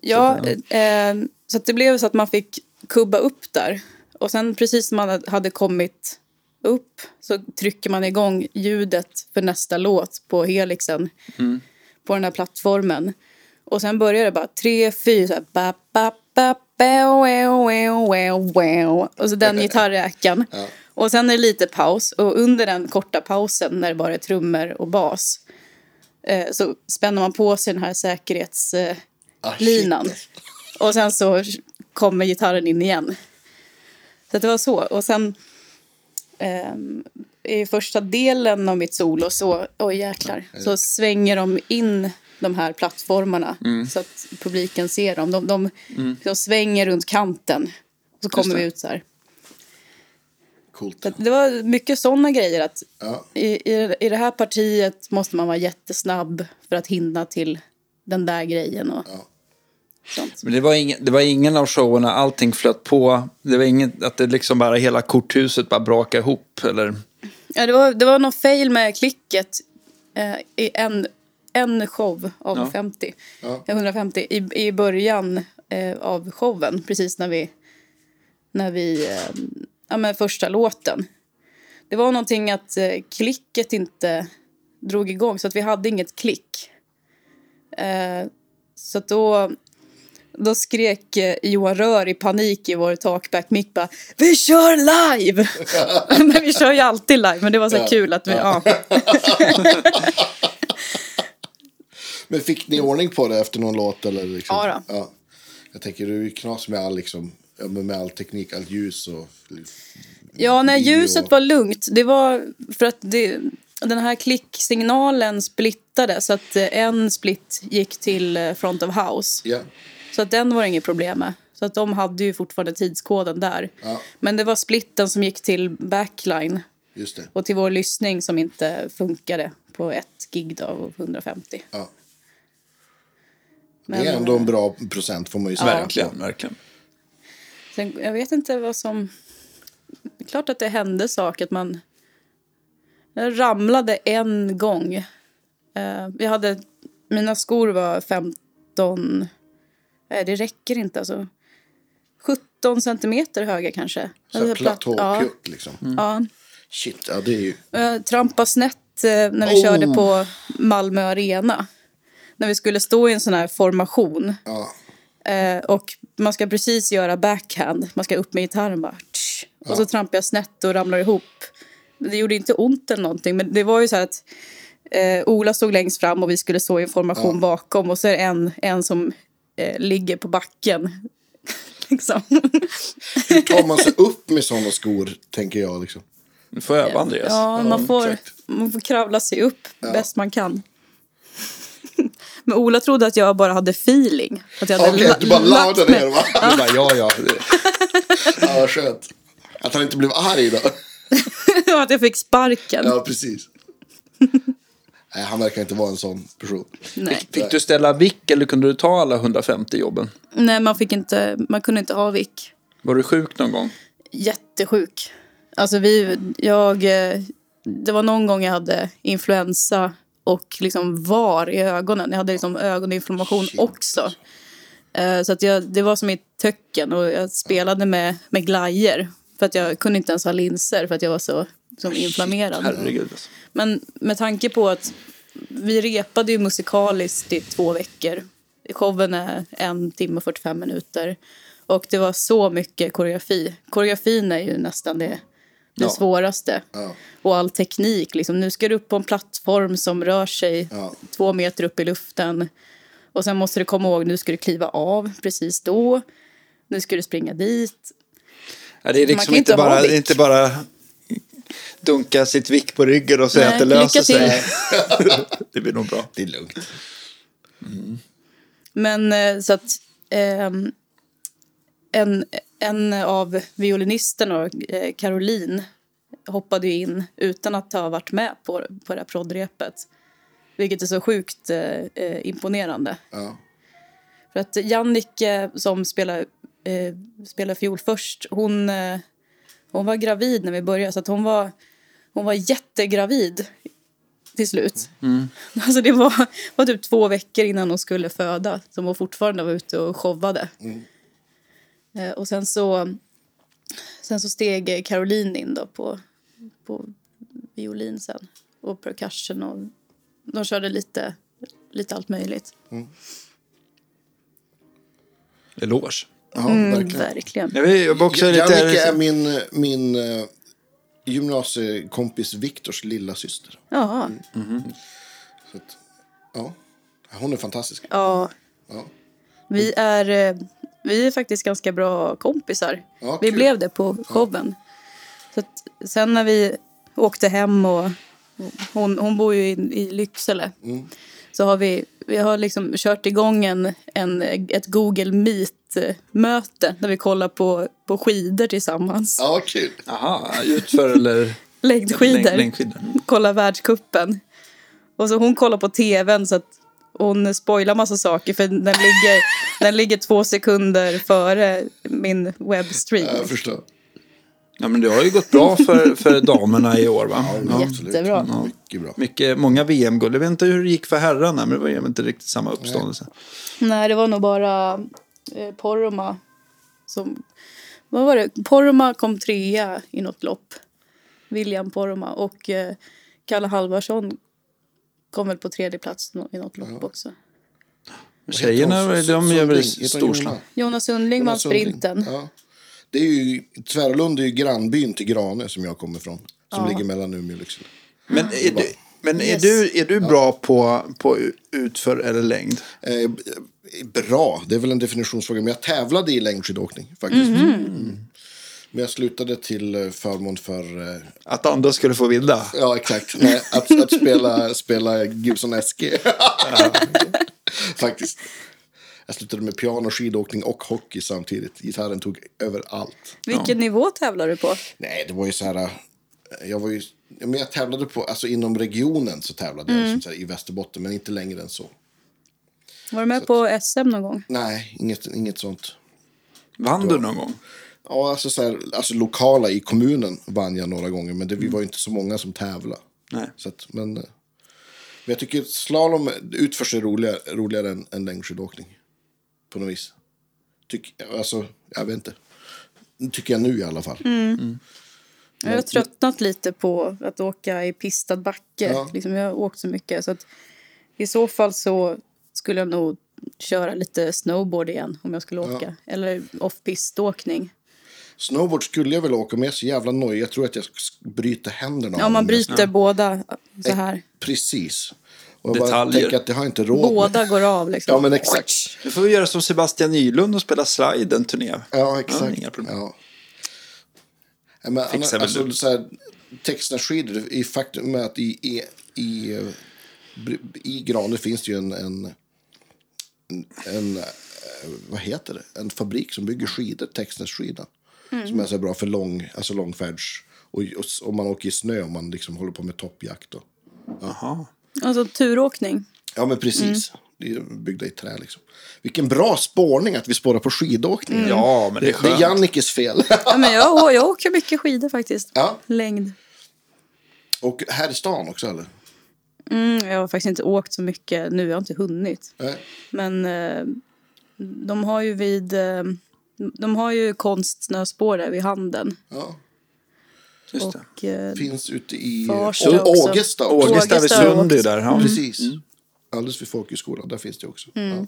C: Ja, eh, så att det blev så att man fick kubba upp där. Och sen precis när man hade kommit upp så trycker man igång ljudet för nästa låt på helixen. På den här plattformen. Och sen börjar det bara tre, fyra, så här, ba, ba, ba, ba, wow, wow, wow, wow. Och
A: (laughs)
C: så den gitarräkan. Och sen är det lite paus. Och under den korta pausen när det bara är trummor och bas. Eh, så spänner man på sig den här säkerhets... Eh,
A: Ah, shit,
C: linan.
A: alltså.
C: Och sen så kommer gitarren in igen. Så att det var så. Och sen ehm, i första delen av mitt solo så, oj jäklar, så svänger de in de här plattformarna
A: Mm.
C: så att publiken ser dem. De, de, de svänger runt kanten och så kommer vi ut så här.
A: Coolt.
C: Så att det var mycket sådana grejer att
A: Ja.
C: i, i, i det här partiet måste man vara jättesnabb för att hinna till den där grejen och
A: Ja.
C: sånt.
B: Men det var, ingen, det var ingen av showerna, allting flöt på. Det var inget att det liksom bara hela korthuset bara brakade ihop. Eller,
C: Ja, det, var, det var någon fail med klicket eh, i en, en show av
B: Ja.
C: 50.
A: Ja.
C: 150 i, i början eh, av showen, precis när vi... När vi eh, ja, men första låten. Det var någonting att eh, klicket inte drog igång, så att vi hade inget klick. Eh, så att då... Då skrek eh, Johan Rör i panik i vår talkback-mick bara Vi kör live! (laughs) men vi kör ju alltid live, men det var så här
A: Ja.
C: kul att vi... Ja.
A: (laughs) Men fick ni ordning på det efter någon låt? Eller liksom?
C: Ja då.
A: ja. Jag tänker, du är ju knas med all, liksom, ja, men med all teknik, allt ljus och...
C: Ja, när
A: video.
C: ljuset var lugnt. Det var för att det, den här klicksignalen splittade så att eh, en split gick till eh, front of house.
A: Ja.
C: Så att den var det inget problem med. Så att de hade ju fortfarande tidskoden där.
A: Ja.
C: Men det var splitten som gick till backline
A: Just det.
C: och till vår lyssning som inte funkade på ett gig då, av 150.
A: Ja.
C: Men,
A: det är ändå en bra procent får man ju säga.
B: Verkligen, verkligen.
C: Sen, jag vet inte vad som... Det är klart att det hände saker. Att man... Jag ramlade en gång. Eh, jag hade... Mina skor var 15... Nej, det räcker inte. Alltså. 17 centimeter höga kanske.
A: Så här
C: Alltså, platt- ja,
A: platåpjuck liksom.
C: ja.
A: Shit, ja det är ju...
C: Och Jag trampade snett eh, när vi
A: Oh.
C: körde på Malmö Arena. När vi skulle stå i en sån här formation.
A: Ja.
C: Eh, och man ska precis göra backhand. Man ska upp med gitarren bara. Tsch, och så trampar jag snett och ramlar ihop. Men Det gjorde inte ont eller någonting. Men det var ju så här att eh, Ola stod längst fram och vi skulle stå i information bakom. Och så är det en, en som eh, ligger på backen. (laughs) liksom.
A: Hur
C: (laughs)
A: tar man sig upp med sådana skor, tänker jag. Liksom.
B: Du får öva, Andreas.
C: Ja, man får,
A: exakt.
C: man får kravla sig upp bäst man kan. (laughs) Men Ola trodde att jag bara hade feeling. Att jag hade
A: Okej,
C: la-
A: du bara
C: lagt
A: lade
C: mig.
A: ner va?
B: Du bara, ja, ja.
A: Ja, vad skönt. Att han inte blev arg då.
C: (laughs) Och att jag fick sparken.
A: Ja, precis. Nej, han verkar inte vara en sån person.
C: Nej.
B: Fick du ställa vick eller kunde du ta alla 150 jobben?
C: Nej, man, fick inte, man kunde inte ha vick.
B: Var du sjuk någon gång?
C: Jättesjuk. Alltså vi, jag, eh, det var någon gång jag hade influensa och liksom var i ögonen. Jag hade liksom ögoninflammation
A: Shit.
C: också. Eh, Så att jag, det var som i töcken och jag spelade med, med glajer. För att jag kunde inte ens ha linser för att jag var så liksom, inflammerad.
B: Herregud. Alltså.
C: Men med tanke på att vi repade ju musikaliskt i två veckor. Showen är en timme och 45 minuter. Och det var så mycket koreografi. Koreografin är ju nästan det, det
B: Ja.
C: svåraste.
A: Ja.
C: Och all teknik. Liksom. Nu ska du upp på en plattform som rör sig
A: Ja.
C: två meter upp i luften. Och sen måste du komma ihåg, nu ska du kliva av precis då. Nu ska du springa dit.
B: Ja, det är
C: Man
B: liksom
C: kan
B: inte
C: inte ha
B: bara,
C: vick.
B: inte bara dunka sitt vick på ryggen och säga
C: Nej,
B: att det löser
C: lycka till.
B: sig. (laughs) det blir nog bra.
A: Det är lugnt.
C: Men eh, så att ehm, en, en av violinisterna, eh, Caroline, hoppade ju in utan att ha varit med på, på det här proddrepet. Vilket är så sjukt eh, eh, imponerande.
A: Ja.
C: För att Jannike som spelar, eh, spelar fiol först, hon, eh, hon var gravid när vi började. Så att hon, var, hon var jättegravid till slut. (laughs) Alltså det var, var typ två veckor innan hon skulle föda som hon fortfarande var ute och showade. Eh, och sen så, sen så steg Caroline in då på, på violin sen och percussion. Och, de körde lite, lite allt möjligt.
B: Eloge.
A: Ja, verkligen.
C: Verkligen.
B: Jag vill jag vill Mm. också lite...
A: Jannica är min, min eh, gymnasiekompis Viktors lilla syster.
C: Ja.
A: Så att, ja. Hon är fantastisk.
C: Ja.
A: Ja.
C: Vi
A: Mm.
C: är, eh, vi är faktiskt ganska bra kompisar.
A: Ja,
C: vi
A: kul.
C: blev det på showen. Så att, sen när vi åkte hem och... Hon, hon bor ju i, i Lycksele.
A: Mm.
C: Så har vi, vi har liksom kört igång en, en, ett Google Meet-möte där vi kollar på, på skidor tillsammans.
A: Ja, kul.
B: Aha, utför eller...
C: Längdskidor.
B: Läng- längdskidor.
C: Kolla världscupen. Och så hon kollar på tvn så att hon spoilar massa saker för den ligger, den ligger två sekunder före min webbstream.
A: Jag förstår.
B: Ja, men det har ju gått bra för, för damerna i år, va? Ja.
A: absolut.
C: Jättebra.
A: Ja, Mycket bra.
B: Mycket, många VM-guld. Jag vet inte hur det gick för herrarna, men det var ju inte riktigt samma uppståndelse.
C: Nej, det var nog bara eh, Poroma som... Vad var det? Poroma kom trea i något lopp. William Poroma och eh, Kalle Halvarsson kom väl på tredje plats nå- i något lopp också.
B: Tjejerna,
A: Heter hon
B: de gör väl
A: Sundling? Heter hon
B: storslag.
A: Jonna?
C: Jonas Sundling vann
A: Jonas Sundling.
C: sprinten.
A: Ja. Det är ju, Tvärlund är ju grannbyn till Grane som jag kommer från. Som ligger mellan Umeå och Lycksele.
B: Men är du, men är
C: Yes.
B: du, är du bra på, på utför eller längd?
A: Eh, bra, det är väl en definitionsfråga. Men jag tävlade i längdskidåkning faktiskt.
B: Mhm.
A: Mm. Men jag slutade till eh, förmån för... eh,
B: Att andra skulle få vilda?
A: Ja, exakt. Nej, att, att spela, spela Gibson SG. (laughs) faktiskt. Jag slutade med piano, skidåkning och hockey samtidigt. Gitarren tog över allt.
C: Vilken nivå tävlar du på?
A: Nej, det var ju så här... eh, Jag var ju... ja, Men jag tävlade på, alltså inom regionen så tävlade jag som så här, i Västerbotten, men inte längre än så.
C: Var du med på SM någon gång?
A: Nej, inget, inget sånt.
B: Vann du någon gång?
A: Ja, alltså, så här, alltså lokala i kommunen vann jag några gånger, men det, vi var ju inte så många som tävlade.
B: Nej.
A: Så att, men, eh, men jag tycker slalom utförs är roligare, roligare än, än längdskidåkning. På något vis. Tyck, alltså, jag vet inte. Tycker jag nu i alla fall.
C: Mm. Jag har tröttnat lite på att åka i pistad backe.
A: Ja.
C: Liksom, jag har åkt så mycket. Så att, I så fall så skulle jag nog köra lite snowboard igen om jag skulle åka. Eller off-piståkning.
A: Snowboard skulle jag väl åka med, så jävla nojig. Jag tror att jag sk- bryter händerna.
C: Ja,
A: av
C: man
A: dem.
C: bryter båda så här.
A: Precis. Och jag bara
B: Detaljer.
A: tänker att det har jag inte råd med.
C: Båda går av liksom.
A: Ja, men exakt.
B: Du får vi göra som Sebastian Nylund och spela slide en turné.
A: Ja, exakt.
B: inga problem.
A: Ja. Nej, Men, annars,
B: Fixar väl
A: alltså,
B: du.
A: så här, Texnässkidor, i faktum med att i, i, i, eh, br- i Grane finns det ju en, en, en- en eh, vad heter det? En fabrik som bygger skidor, Texnässkidan. Som är så här bra för lång, alltså långfärds... Och, och, s- om man åker i snö om man liksom håller på med toppjakt. Och.
B: Jaha.
C: Alltså turåkning.
A: Ja, men precis. Det är byggda i trä liksom. Vilken bra spårning att vi spårar på skidåkning.
B: Ja, men Mm. det är
A: Det, det är
B: skönt.
A: Jannikes fel. (laughs)
C: Ja, men jag, jag åker mycket skidor faktiskt.
A: Ja.
C: Längd.
A: Och här i stan också eller?
C: Mm, jag har faktiskt inte åkt så mycket nu, jag har inte hunnit.
A: Nej.
C: Men eh, de har ju vid... Eh, de har ju konstsnöspår där vid handen.
A: Ja.
B: Just det.
C: Och, eh,
A: Finns ute i
C: Farsta
A: Å-
C: också.
A: Ågesta också.
C: Ågesta. Mm.
B: Ågesta vid Sundby där. Ja.
A: Precis. Alldeles vid folkhögskolan, där finns det också. Ja. Men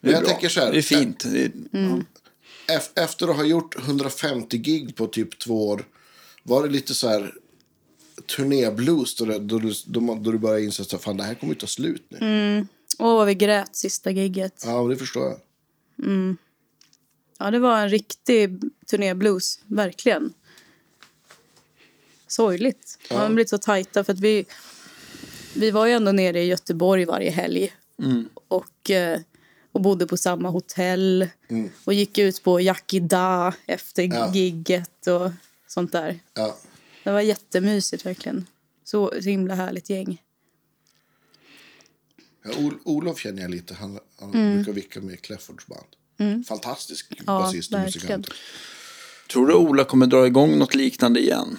A: jag
B: bra.
A: tänker så här. eh,
B: Det är fint. Det är,
A: ef- Efter att ha gjort 150 gig på typ två år. Var det lite så här turnéblues då, det- då, du, då, man- då du började inse att fan, det här kommer ju ta slut nu.
C: Mm. Åh, vad vi grät sista gigget. Ja.
A: Ja, men det förstår jag.
C: det var en riktig turnéblues, verkligen. Sorgligt. Man har blivit så tajta för att vi... Vi var ju ändå nere i Göteborg varje helg.
A: Mm.
C: Och, eh, och bodde på samma hotell. Och gick ut på Yakida efter
A: Mm. Ja.
C: gigget och sånt där.
A: Ja.
C: Det var jättemysigt verkligen. Så, så himla härligt gäng.
A: Ja, Ol- Olof känner jag lite. Han, han brukar vicka med Cleffords band. Fantastisk
C: Mm. Ja,
A: basist och
C: verkligen.
A: Alltså, musikant.
B: Tror du Ola kommer dra igång något liknande igen?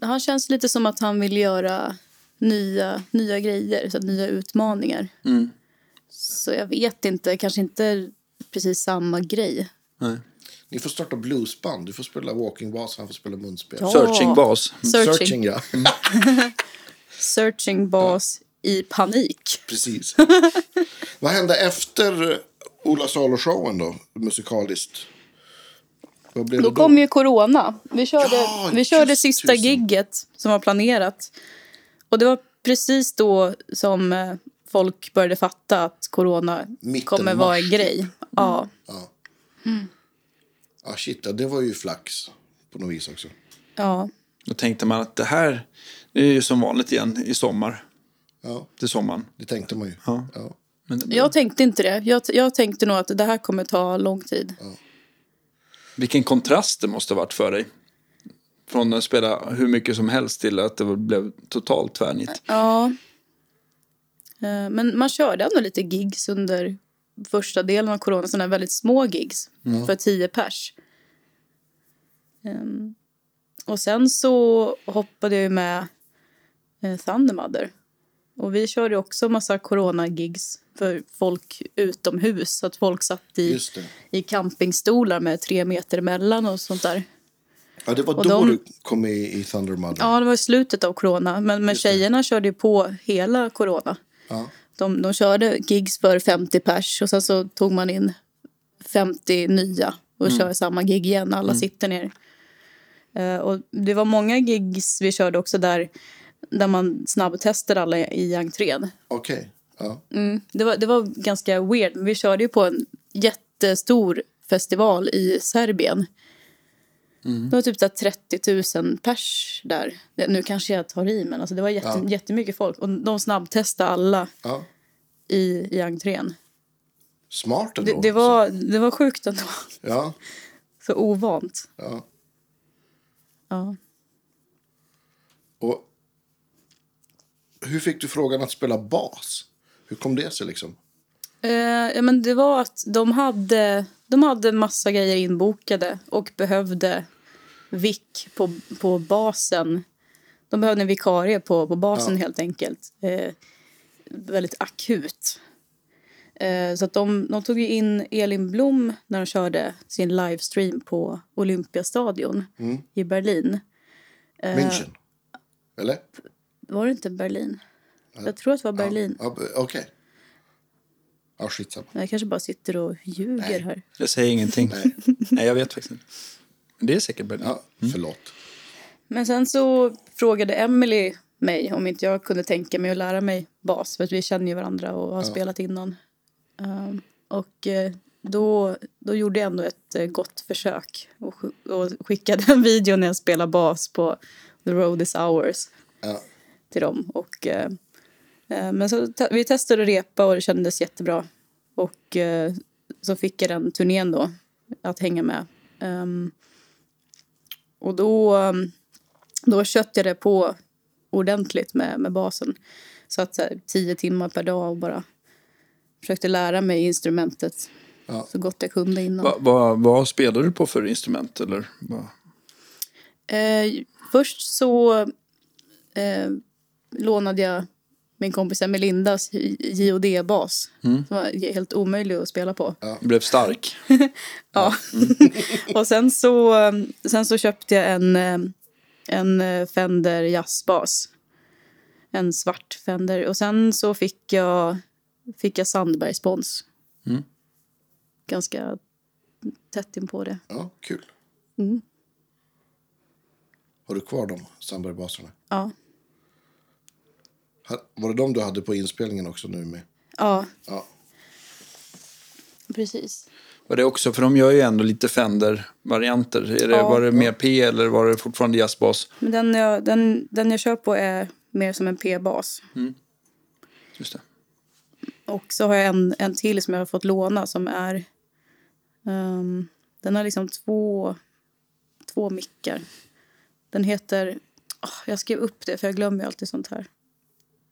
C: Han känns lite som att han vill göra nya, nya grejer, så att nya utmaningar.
A: Mm.
C: Så jag vet inte, kanske inte precis samma grej.
B: Nej.
A: Ni får starta bluesband. Du får spela walkingbas, han får spela munspel.
C: Ja.
B: Searching bas.
A: (laughs)
C: Searching,
A: Mm. Searching,
C: searching.
A: ja.
C: (laughs) bas i panik.
A: Precis. Vad hände efter Ola Salo-showen då, musikaliskt? Vad blev
C: Då
A: det då?
C: kom ju corona. Vi körde,
A: Ja,
C: vi körde
A: just
C: sista
A: tusan.
C: gigget som var planerat. Och det var precis då som eh, folk började fatta att corona
A: Mitten
C: kommer
A: mars,
C: vara en
A: typ.
C: grej. Ja.
A: Ja, Ah, shit, ja, det var ju flax på något vis också.
C: ja.
B: Då tänkte man att det här det är ju som vanligt igen i sommar.
A: Ja,
B: Till sommaren.
A: det tänkte man ju.
B: Ja.
A: Ja.
B: Men det,
C: Jag tänkte inte det. Jag, jag tänkte nog att det här kommer ta lång tid.
B: Vilken kontrast det måste ha varit för dig. Från att spela hur mycket som helst till att det blev totalt tvärnit.
C: Ja. Eh, Men man körde ändå lite gigs under första delen av corona. Sådana väldigt små gigs för tio pers. Ehm, Och sen så hoppade jag ju med eh, Thundermother. Och vi körde också massa corona-gigs för folk utomhus. Så att folk satt i,
A: Just det.
C: i campingstolar med tre meter emellan och sånt där.
A: Ja, det var då
C: Och de-
A: du kom med i Thunder Mother.
C: Ja, det var i slutet av corona. Men, men tjejerna körde ju på hela corona.
A: Ja.
C: De, de körde gigs för 50 pers och sen så tog man in 50 nya och kör samma gig igen. Alla sitter ner. Eh, och det var många gigs vi körde också där, där man snabbtestade alla i entrén.
A: Okej. Ja.
C: Mm. Det, var, det var ganska weird. men Vi körde ju på en jättestor festival i Serbien. Det var typ så här 30 000 pers där. Det- Nu kanske jag tar i, men alltså det var jätte, jättemycket folk. Och de snabbtestade alla
A: Ja.
C: i, i entrén.
A: Smart ändå.
C: Det, det, var, det var sjukt ändå. (laughs)
A: Ja,
C: Så ovant.
A: ja.
C: Ja.
A: Och hur fick du frågan att spela bas? Hur kom det sig liksom?
C: Eh, ja, men det var att de hade, de hade massa grejer inbokade och behövde vick på, på basen. De behövde en vikarie på, på basen helt enkelt. Eh, väldigt akut. Eh, så att de, de tog ju in Elin Blom när de körde sin livestream på Olympiastadion i Berlin.
A: München? Eller?
C: Var det inte Berlin? Jag tror att det var Berlin.
A: Ja, b- Okej. Ja, skitsamma.
C: Jag kanske bara sitter och ljuger här.
B: Jag säger ingenting. Nej, jag vet faktiskt inte. Men Det är säkert bra.
A: Ja, förlåt.
C: Men sen så frågade Emily mig om inte jag kunde tänka mig att lära mig bas för att vi känner ju varandra och har spelat innan. Ehm, och eh, då, då gjorde jag ändå ett eh, gott försök och, sk- och skickade en video när jag spelade bas på The Road Is Ours
A: Ja.
C: till dem. Och, eh, eh, men så te- vi testade att repa och det kändes jättebra. Och eh, så fick jag den turnén då att hänga med. Ehm, och då, ehm, då köttade jag det på ordentligt med, med basen. Så att så här, tio timmar per dag och bara försökte lära mig instrumentet
A: Ja.
C: så gott jag kunde innan.
B: Va, va, vad spelar du på för instrument? Eller? vad?
C: Eh, först så eh, lånade jag min kompis Melindas JOD-bas. Som var helt omöjlig att spela på.
B: Blev stark.
C: Ja. och sen så, sen så köpte jag en, eh, en eh, Fender jazzbas. En svart Fender. Och sen så fick jag, fick jag Sandberg-spons. Ganska tätt in på det.
A: Ja, kul. Har du kvar de Sandbergbaserna?
C: Ja.
A: Ha- Var det de du hade på inspelningen också nu med?
C: ja,
A: Ja.
C: precis.
B: Var det också, för de gör ju ändå lite Fender-varianter. Är det,
C: Ja.
B: Var det mer P eller var det fortfarande jazzbas?
C: Men den jag, den, den jag kör på är mer som en P-bas.
B: Just det.
C: Och så har jag en, en till som jag har fått låna som är... ehm, den har liksom två, två mickar. Den heter... ah, jag skrev upp det, för jag glömmer ju alltid sånt här.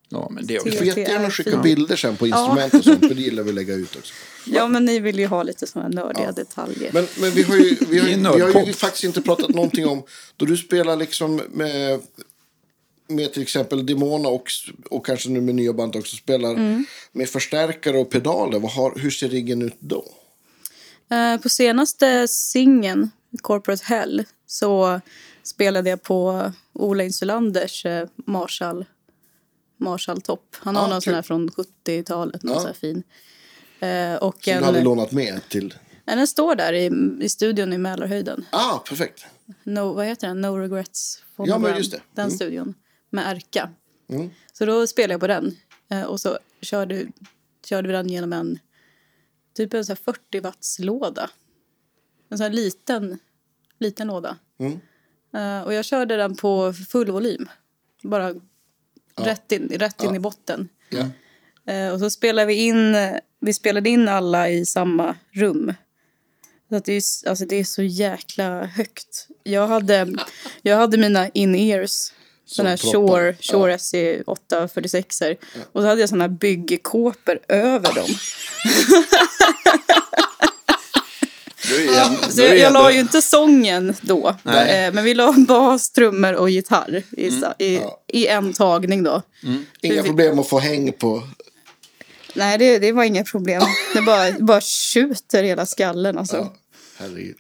B: Ja, men det är
A: Du
B: också.
A: får jättegärna skicka
C: Ja.
A: bilder sen på instrument och sånt, för det gillar vi att lägga ut också.
C: Ja, men ni vill ju ha lite såna nördiga detaljer.
A: Men, men vi har
B: (laughs)
A: ju, vi har,
B: Det
A: ju-
B: är en
A: vi har ju
B: nördpodd.
A: faktiskt inte pratat någonting om då du spelar liksom med, med till exempel Demona och, och kanske nu med nya band också spelar med förstärkare och pedaler. Vad har, hur ser riggen ut då?
C: Eh, på senaste singeln, Corporate Hell, så spelade jag på Ola Insulanders eh, Marshall, Marshall-topp. Han har
A: Ah,
C: någon
A: kul.
C: sån här från 70-talet, någon
A: Ja.
C: sån här fin. Eh, och
A: Som
C: en,
A: du hade lånat med till...
C: Nej, den står där i, i studion i Mälarhöjden.
A: Ah, perfekt.
C: No, vad heter den? No Regrets
A: Ja, men
C: Fonogram.
A: just det.
C: Den
A: Mm.
C: studion. Med Erka.
A: Mm.
C: Så då spelade jag på den. Eh, och så körde, körde vi den genom en typ en så här 40 watts låda. En sån här liten, liten låda.
A: Mm.
C: Eh, och jag körde den på full volym. Bara rätt in, rätt in i botten.
B: Mm.
A: Ja.
C: Eh, och så spelade vi in, vi spelade in alla i samma rum. Så att det, är, s- alltså det är så jäkla högt. Jag hade,
B: (laughs)
C: jag hade mina in-ears. Såna här
A: proppar.
C: Shure, Shure SE 846 er E Och så hade jag såna här byggkåpor över dem.
B: Du är en-
C: Så
B: du är
C: jag, jag la
B: ändå-
C: ju inte sången då.
B: Nej. Mm.
C: Eh, Men vi la (laughs) bas, trummor och gitarr i, sa- i, i en tagning då.
A: Inga problem att få häng på...
C: Nej, det, det var inga problem. Det bara, bara tjuter i hela skallen alltså.
A: Ja, herregud.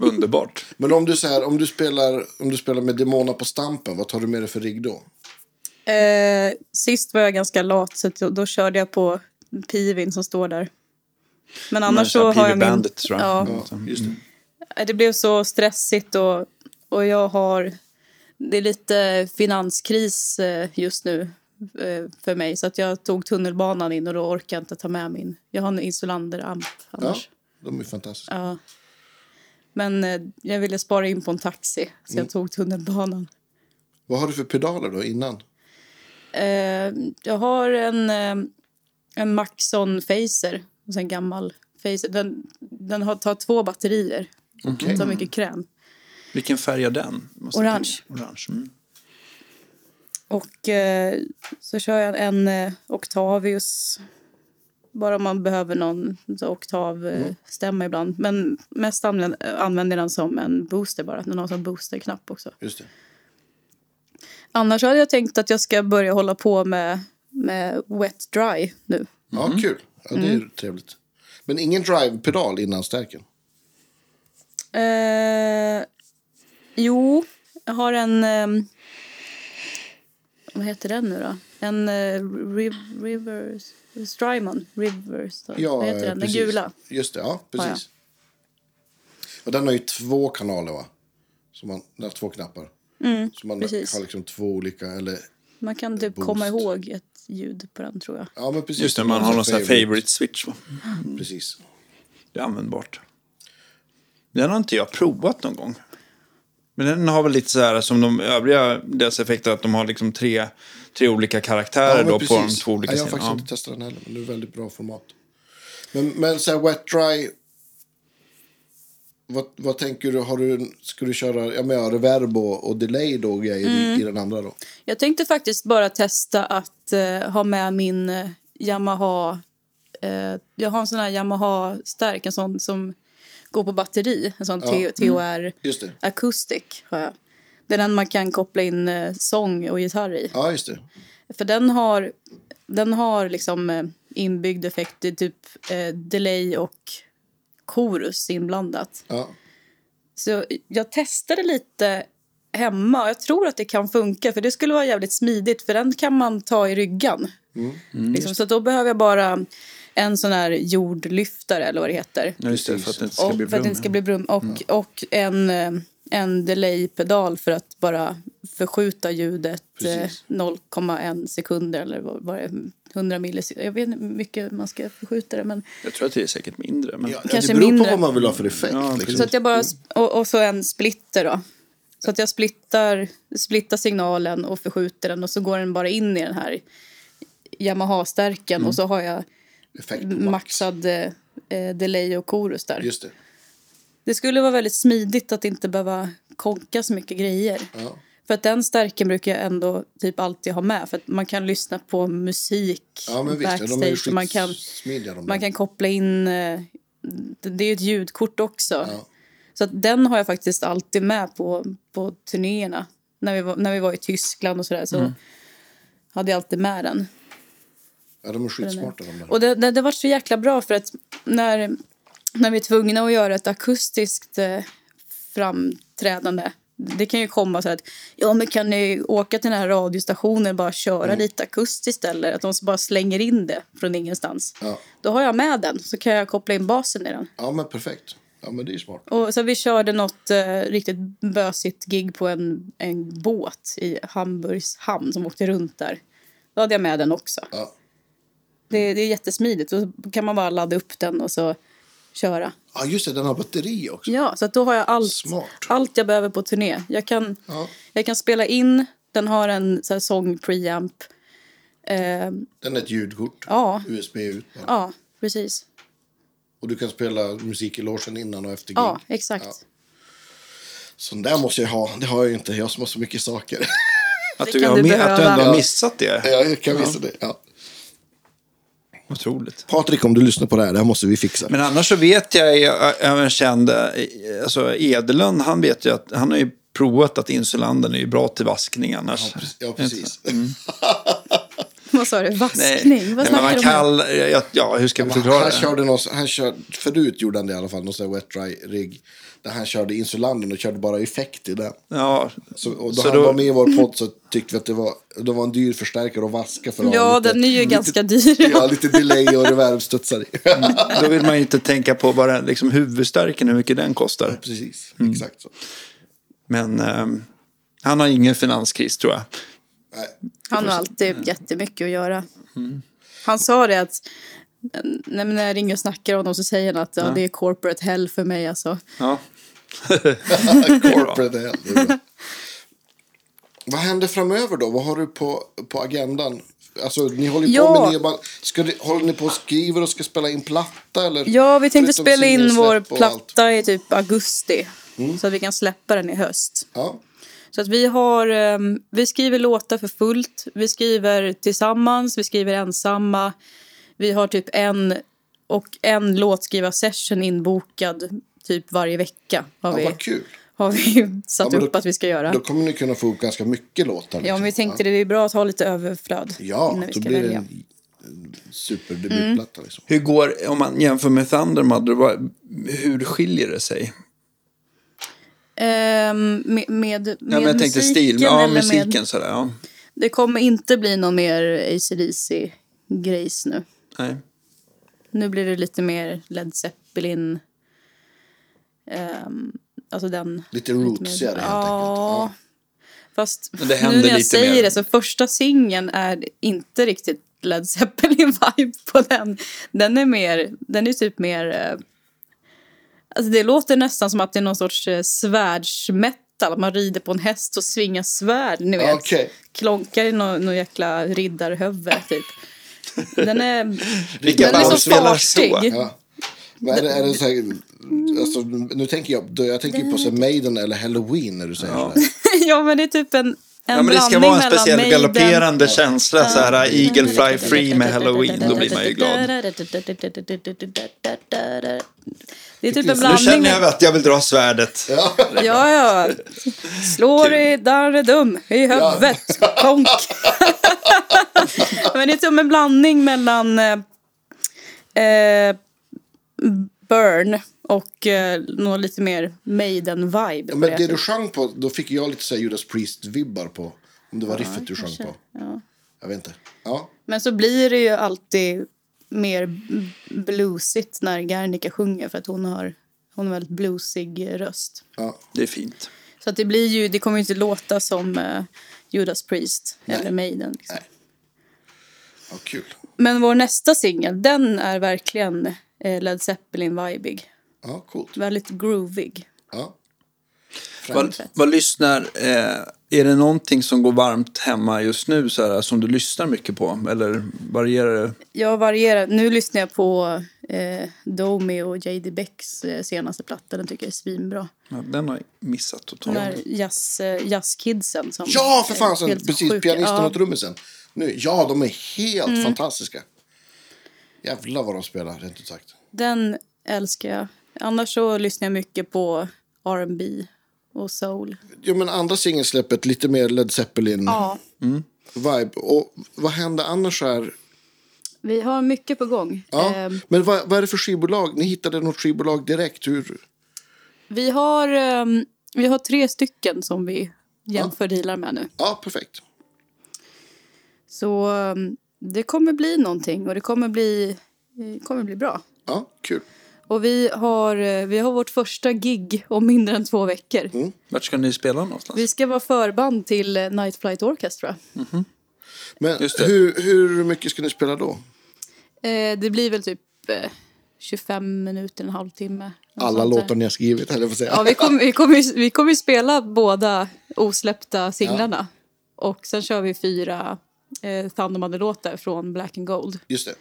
B: Underbart.
A: Men om du, så här, om, du spelar, om du spelar med Demona på stampen, vad tar du med dig för rigg då?
C: Eh, sist var jag ganska lat, så då, då körde jag på pivin som står där. Men (laughs) annars så har jag min...
B: Bandet, tror jag. Mm.
C: Ja,
A: Just det.
C: Eh, det blev så stressigt och, och jag har... Det är lite finanskris eh, just nu eh, för mig, så att jag tog tunnelbanan in och då orkar jag inte ta med min... Jag har en Insulander-amp
A: Ja,
C: annars.
A: de är fantastiska.
C: Ja. Men eh, jag ville spara in på en taxi, så
B: Mm.
C: jag tog tunnelbanan.
A: Vad har du för pedaler då innan?
C: Eh, jag har en, eh, en Maxon Facer, en sån gammal Facer. Den, den har, tar två batterier. Den tar mycket kräm.
B: Vilken färg är den? Måste
C: Orange.
B: jag tänka. Orange. Mm.
C: Och eh, så kör jag en eh, Octavius. Bara om man behöver någon så oktavstämma ibland. Men mest använder, använder jag den som en booster bara. Den har en sån boosterknapp också.
A: Just det.
C: Annars hade jag tänkt att jag ska börja hålla på med, med wet dry nu.
A: Ja, kul. Ja, det är
C: Mm.
A: trevligt. Men ingen drive-pedal innan stärken?
C: Eh, jo, jag har en... ehm, vad heter den nu då? En eh, riv, Rivers... Strymon. Rivers. Då.
A: Ja,
C: vad heter
A: eh,
C: den?
A: precis.
C: Den gula.
A: Just det, ja, precis.
C: Ah,
A: Och den har ju två kanaler, va? Som man, den har två knappar. Så man
C: Mm, precis.
A: har liksom två olika, eller...
C: Man kan typ
A: Boost.
C: komma ihåg ett ljud på den, tror jag.
A: Ja, men precis.
B: Just det, man har någon sån här favorite switch. Va?
A: Precis.
B: Det är användbart. Den har inte jag provat någon gång. Men den har väl lite så här som de övriga, deras effekter, att de har liksom tre, tre olika karaktärer
A: men
B: då på de
A: precis.
B: två olika
A: ja, Jag har
B: sidorna.
A: faktiskt inte testat den heller, men det är väldigt bra format. Men, men så här wet dry... Vad, vad tänker du? Har du en- ska du köra ja, men, ja, reverb och, och delay då, och grejer
C: Mm.
A: i, i den andra? då?
C: Jag tänkte faktiskt bara testa att eh, ha med min eh, Yamaha... Eh, jag har en sån här Yamaha-stärk, en sån som går på batteri. En sån
A: Ja. mm.
C: T- THR
A: Just det.
C: Acoustic har jag. Det är den man kan koppla in eh, sång och gitarr i.
A: Ja, just det.
C: För den har, den har liksom eh, inbyggd effekt i typ eh, delay och chorus inblandat.
A: Ja.
C: Så jag testade lite hemma. Jag tror att det kan funka, för det skulle vara jävligt smidigt. För den kan man ta i ryggen. liksom, så att då behöver jag bara en sån här jordlyftare eller vad det heter.
B: Ja, just det, för att det inte ska
C: och
B: bli Mm.
C: för att det
B: brum.
C: inte ska bli brum. Och, och en, eh, en delay-pedal för att bara förskjuta ljudet eh,
A: Precis.
C: 0,1 sekunder eller vad, vad det är, 100 millisekunder. Jag vet inte hur mycket man ska förskjuta det. Men,
B: Jag tror att det är säkert mindre. Men...
A: Ja,
C: Kanske
A: det beror
C: mindre.
A: på vad man vill ha för effekt.
B: Ja,
A: liksom.
C: Så att jag bara, och, och så en splitter då. Så att jag splittar, splittar signalen och förskjuter den och så går den bara in i den här Yamaha-stärken
B: Mm.
C: och så har jag
A: Effekt på max.
C: maxad eh, eh, delay och chorus där.
A: Just det.
C: Det skulle vara väldigt smidigt att inte behöva konka så mycket grejer.
A: Ja.
C: För att den stärken brukar jag ändå typ alltid ha med för att man kan lyssna på musik
A: Ja, men visst. ja, De är ju
C: backstage och man kan
A: skitsmidiga de
C: man
A: där.
C: kan koppla in... eh, Det det är ju ett ljudkort också.
A: Ja.
C: Så att den har jag faktiskt alltid med på, på turnéerna. När vi, var, när vi var i Tyskland och sådär så
A: Mm.
C: hade jag alltid med den.
A: Ja, de är skitsmarta de där.
C: Och det, det, det var så jäkla bra för att när, när vi är tvungna att göra ett akustiskt eh, framträdande det kan ju komma så här att ja, men kan ni åka till den här radiostationen och bara köra lite akustiskt eller att de bara slänger in det från ingenstans.
A: Ja.
C: Då har jag med den så kan jag koppla in basen i den.
A: ja, men perfekt. Ja, men det är ju smart.
C: Och så vi körde något eh, riktigt bösigt gig på en, en båt i Hamburgs hamn som åkte runt där. Då hade jag med den också.
A: Ja.
C: Det, det är jättesmidigt. Då kan man bara ladda upp den och så köra.
A: ja, just det. Den har batteri också.
C: Ja, så att då har jag allt,
A: Smart.
C: allt jag behöver på turné. Jag kan,
A: Ja.
C: jag kan spela in, den har en så här, sång preamp. Eh,
A: Den är ett ljudkort.
C: ja,
A: USB ut. bara.
C: ja, precis.
A: Och du kan spela musik i logen innan och efter gig.
C: Ja, exakt. (laughs)
A: Sån där måste jag ha. Det har jag ju inte. Jag som har så mycket saker. (laughs)
B: Att
C: Det
B: du,
C: kan
B: har
C: du
B: med, att du ändå
C: behöva.
B: har missat det.
A: Ja, jag kan visa det. Ja.
B: Otroligt.
A: Patrik, om du lyssnar på det här, det här måste vi fixa.
B: Men annars så vet jag, jag även känd, eh, alltså Edelund, han vet ju att han har ju provat att insulanden är ju bra till vaskning annars.
A: ja, precis.
B: Mm.
C: Vad sa du? Vaskning? Vad
B: Eh, men man
C: snackar du om?
B: kall, ja, ja, hur ska vi förklara
A: Han
B: det?
A: körde någon, han kör, förut gjorde han det i alla fall, någon sån där wet dry rig. Där han körde insulanden och körde bara effekt i den.
B: Ja,
A: Så, och då
B: Så
A: han
B: då-
A: var med i vår podd så tyckte vi att det var, det var en dyr förstärkare att vaska för att ha
C: Ja,
A: lite,
C: den är ju ganska dyr.
A: (laughs) ja, lite delay och
C: (laughs)
A: reverbstudsar i.
B: då vill man ju inte tänka på bara liksom huvudstärken, hur mycket den kostar.
A: precis,
B: Mm.
A: exakt så.
B: Men ehm, han har ingen finanskris tror jag.
A: Nej.
C: Han har
A: Mm.
C: alltid jättemycket att göra. Han sa det att nej, men när jag ringer och snackar om honom så säger han att ja, det är corporate hell för mig. Alltså.
B: Ja.
A: Corporate hell. det är bra. Vad händer framöver då? Vad har du på, på agendan? Alltså, ni håller ju på
C: Ja.
A: med nya band. Ska ni, håller ni på och skriver och ska spela in platta? Eller?
C: Ja, vi tänkte
A: Förutom
C: spela in
A: singelsläpp
C: vår
A: och allt. Mm.
C: platta i typ augusti så att vi kan släppa den i höst.
A: Ja,
C: Så att vi, har, ehm, vi skriver låtar för fullt. Vi skriver tillsammans, vi skriver ensamma. Vi har typ en och en låtskrivarsession inbokad typ varje vecka. Har
A: ja
C: vi,
A: vad kul.
C: har vi (laughs) satt
A: Ja, men
C: upp att vi ska göra.
A: Då kommer ni kunna få upp ganska mycket låtar.
C: Ja,
A: liksom.
C: men vi tänkte det är bra att ha lite överflöd
A: Ja,
C: när vi
A: då
C: ska
A: blir det
C: välja. Mm.
A: en, en superdebutplatta. Liksom.
B: Hur går, om man jämför med Thunder Mother, vad, hur skiljer det sig?
C: Ehm, med med, med
B: Ja, men jag tänkte stil, ja,
C: eller
B: musiken
C: Med,
B: sådär. Ja.
C: det kommer inte bli någon mer ACDC-grejs nu.
B: Nej.
C: Nu blir det lite mer Led Zeppelin. ehm, alltså den...
A: Lite rootsigare helt
C: ja,
A: enkelt.
C: Fast
B: Men det
C: nu
B: händer
C: när jag
B: lite
C: säger
B: mer.
C: det så första singeln är inte riktigt Led Zeppelin-vibe på den. Den är mer, den är typ mer... eh, Alltså det låter nästan som att det är någon sorts eh, svärdsmetal. Man rider på en häst och svingar svärd, ni
A: Ja.
C: vet.
A: Okej,
C: Klonkar i någon, någon jäkla riddarhövve, typ. Den är,
B: Vilka
C: den är
B: band
C: så
B: spelar
C: fartig.
B: så?
A: ja. Men är det, är det så här, alltså, nu tänker jag, då, jag tänker ju på så här Maiden eller Halloween när du säger
B: Ja.
A: sådär.
C: (laughs) ja, men det är typ en, en
B: Ja, men det ska
C: blandning
B: vara en
C: mellan
B: speciell
C: Maiden-
B: galopperande känsla, så här Eagle
C: Mm.
B: Fly Free med Halloween, då blir man ju glad.
C: Det är typ en
A: Nu
C: blandning.
D: Nu känner jag att jag vill dra svärdet.
C: Ja, ja. Slår i där är dum i huvudet. Konk. Men det är som en blandning mellan eh, eh, Burn och eh, något lite mer Maiden-vibe.
A: Ja,
C: på
A: Men det
C: det.
A: du sjöng på, då fick jag lite så här Judas Priest-vibbar på. Om det var riffet du sjöng på. Jag vet inte. Ja.
C: Men så blir det ju alltid mer b- bluesigt när Guernica sjunger för att hon har, hon har väldigt bluesig röst.
A: ja.
B: Det är fint.
C: Så att det, blir ju, det kommer ju inte låta som eh, Judas Priest eller Maiden. Liksom.
A: ja kul.
C: Men vår nästa singel, den är verkligen eh, Led Zeppelin-vibig.
A: Ja, coolt.
C: Väldigt groovig.
A: Ja.
B: Vad, vad lyssnar... Eh, är det någonting som går varmt hemma just nu så här, som du lyssnar mycket på? Eller varierar det?
C: Jag varierar. Nu lyssnar jag på eh, Domi och J.D. Becks eh, senaste platta. Den tycker jag är svinbra.
B: Ja, den har jag missat
C: Den
B: totalt.
C: här jazz, eh, jazzkidsen som...
A: Ja, för
C: är
A: fan! Sen,
C: helt
A: precis,
C: sjuka.
A: pianisten
C: Ja. Mm.
A: och trummisen. Nu, ja, de är helt fantastiska. Jävlar vad de spelar, rent ut sagt.
C: Den älskar jag. Annars så lyssnar jag mycket på R&B och soul.
A: Jo, men andra singelsläppet, lite mer Led Zeppelin-vibe.
C: Ja,
A: Och vad hände annars här?
C: vi har mycket på gång.
A: Ja.
C: Ehm,
A: Men vad, vad är det för skivbolag? Ni hittade något skivbolag direkt. Hur?
C: Vi har, ehm, vi har tre stycken som vi jämför dealar med nu.
A: Ja, perfekt.
C: Så ehm, det kommer bli någonting och det kommer bli, eh, kommer bli bra.
A: Ja, kul.
C: Och vi har, eh, vi har vårt första gig om mindre än två veckor.
A: Mm.
B: Vart ska ni spela någonstans?
C: Vi ska vara förband till eh, Night Flight Orchestra.
A: Men
B: Just det.
A: hur, hur mycket ska ni spela då?
C: Eh, det blir väl typ eh, 25 minuter, en halvtimme. något
A: Alla
C: sånt där.
A: låtar ni har skrivit, eller jag får säga.
C: Ja, vi kommer vi kommer ju vi kommer ju spela båda osläppta singlarna. Och sen kör vi fyra eh, Thundermother-låtar från Black and Gold.
A: Just det.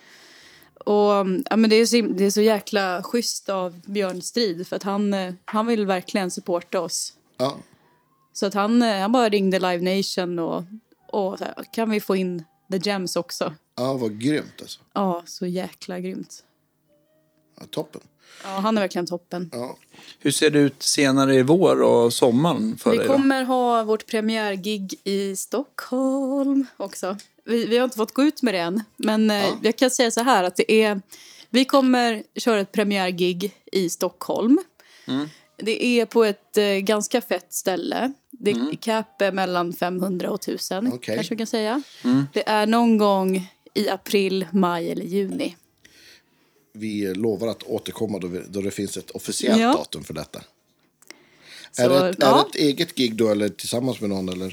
C: Och, mm, ja, men det, är så, him- det är så jäkla schysst av Björn Strid för att han, eh, han vill verkligen supporta oss.
A: Ja.
C: Så att han, eh, han bara ringde Live Nation och, och så här, kan vi få in The Gems också?
A: ja, vad grymt alltså.
C: Ja, så jäkla grymt.
A: Ja, toppen.
C: Ja, han är verkligen toppen.
A: Ja.
B: Hur ser det ut senare i vår och sommaren för
C: Vi
B: dig? Då?
C: kommer ha vårt premiärgig i Stockholm också. Vi, vi har inte fått gå ut med det än, men eh, jag kan säga så här att det är... Vi kommer köra ett premiärgig i Stockholm.
A: Mm.
C: Det är på ett eh, ganska fett ställe. Det cap är mellan 500 och 1000,
A: Mm. Okej. Mm.
C: kanske vi kan säga. Det är någon gång i april, maj eller juni.
A: Vi lovar att återkomma då, vi, då det finns ett officiellt
C: Ja.
A: datum för detta. är, det ett,
C: ja.
A: är det ett eget gig då, eller tillsammans med någon? Eller?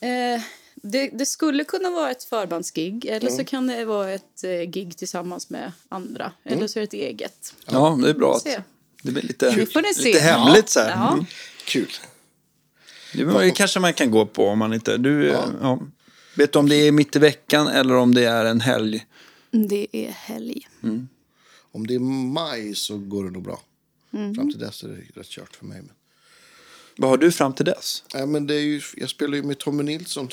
C: Eh, det, det skulle kunna vara ett förbandsgig eller
B: Mm.
C: så kan det vara ett eh, gig tillsammans med andra.
B: Mm.
C: Eller så är det ett eget.
B: Ja, det är bra. Att,
C: Se.
B: det blir lite,
C: Nu får ni se.
B: lite hemligt så här.
C: Ja.
B: Mm.
A: Kul.
B: Det var ju kanske man kan gå på om man inte... Du, ja. Vet du om det är mitt i veckan eller om det är en helg? Mm.
C: Det är helg.
A: Om det är maj så går det nog bra.
C: Mm.
A: Fram till dess är det rätt kört för mig. Men,
B: Vad har du fram till dess?
A: ja, men det är ju, jag spelar ju med Tommy Nilsson.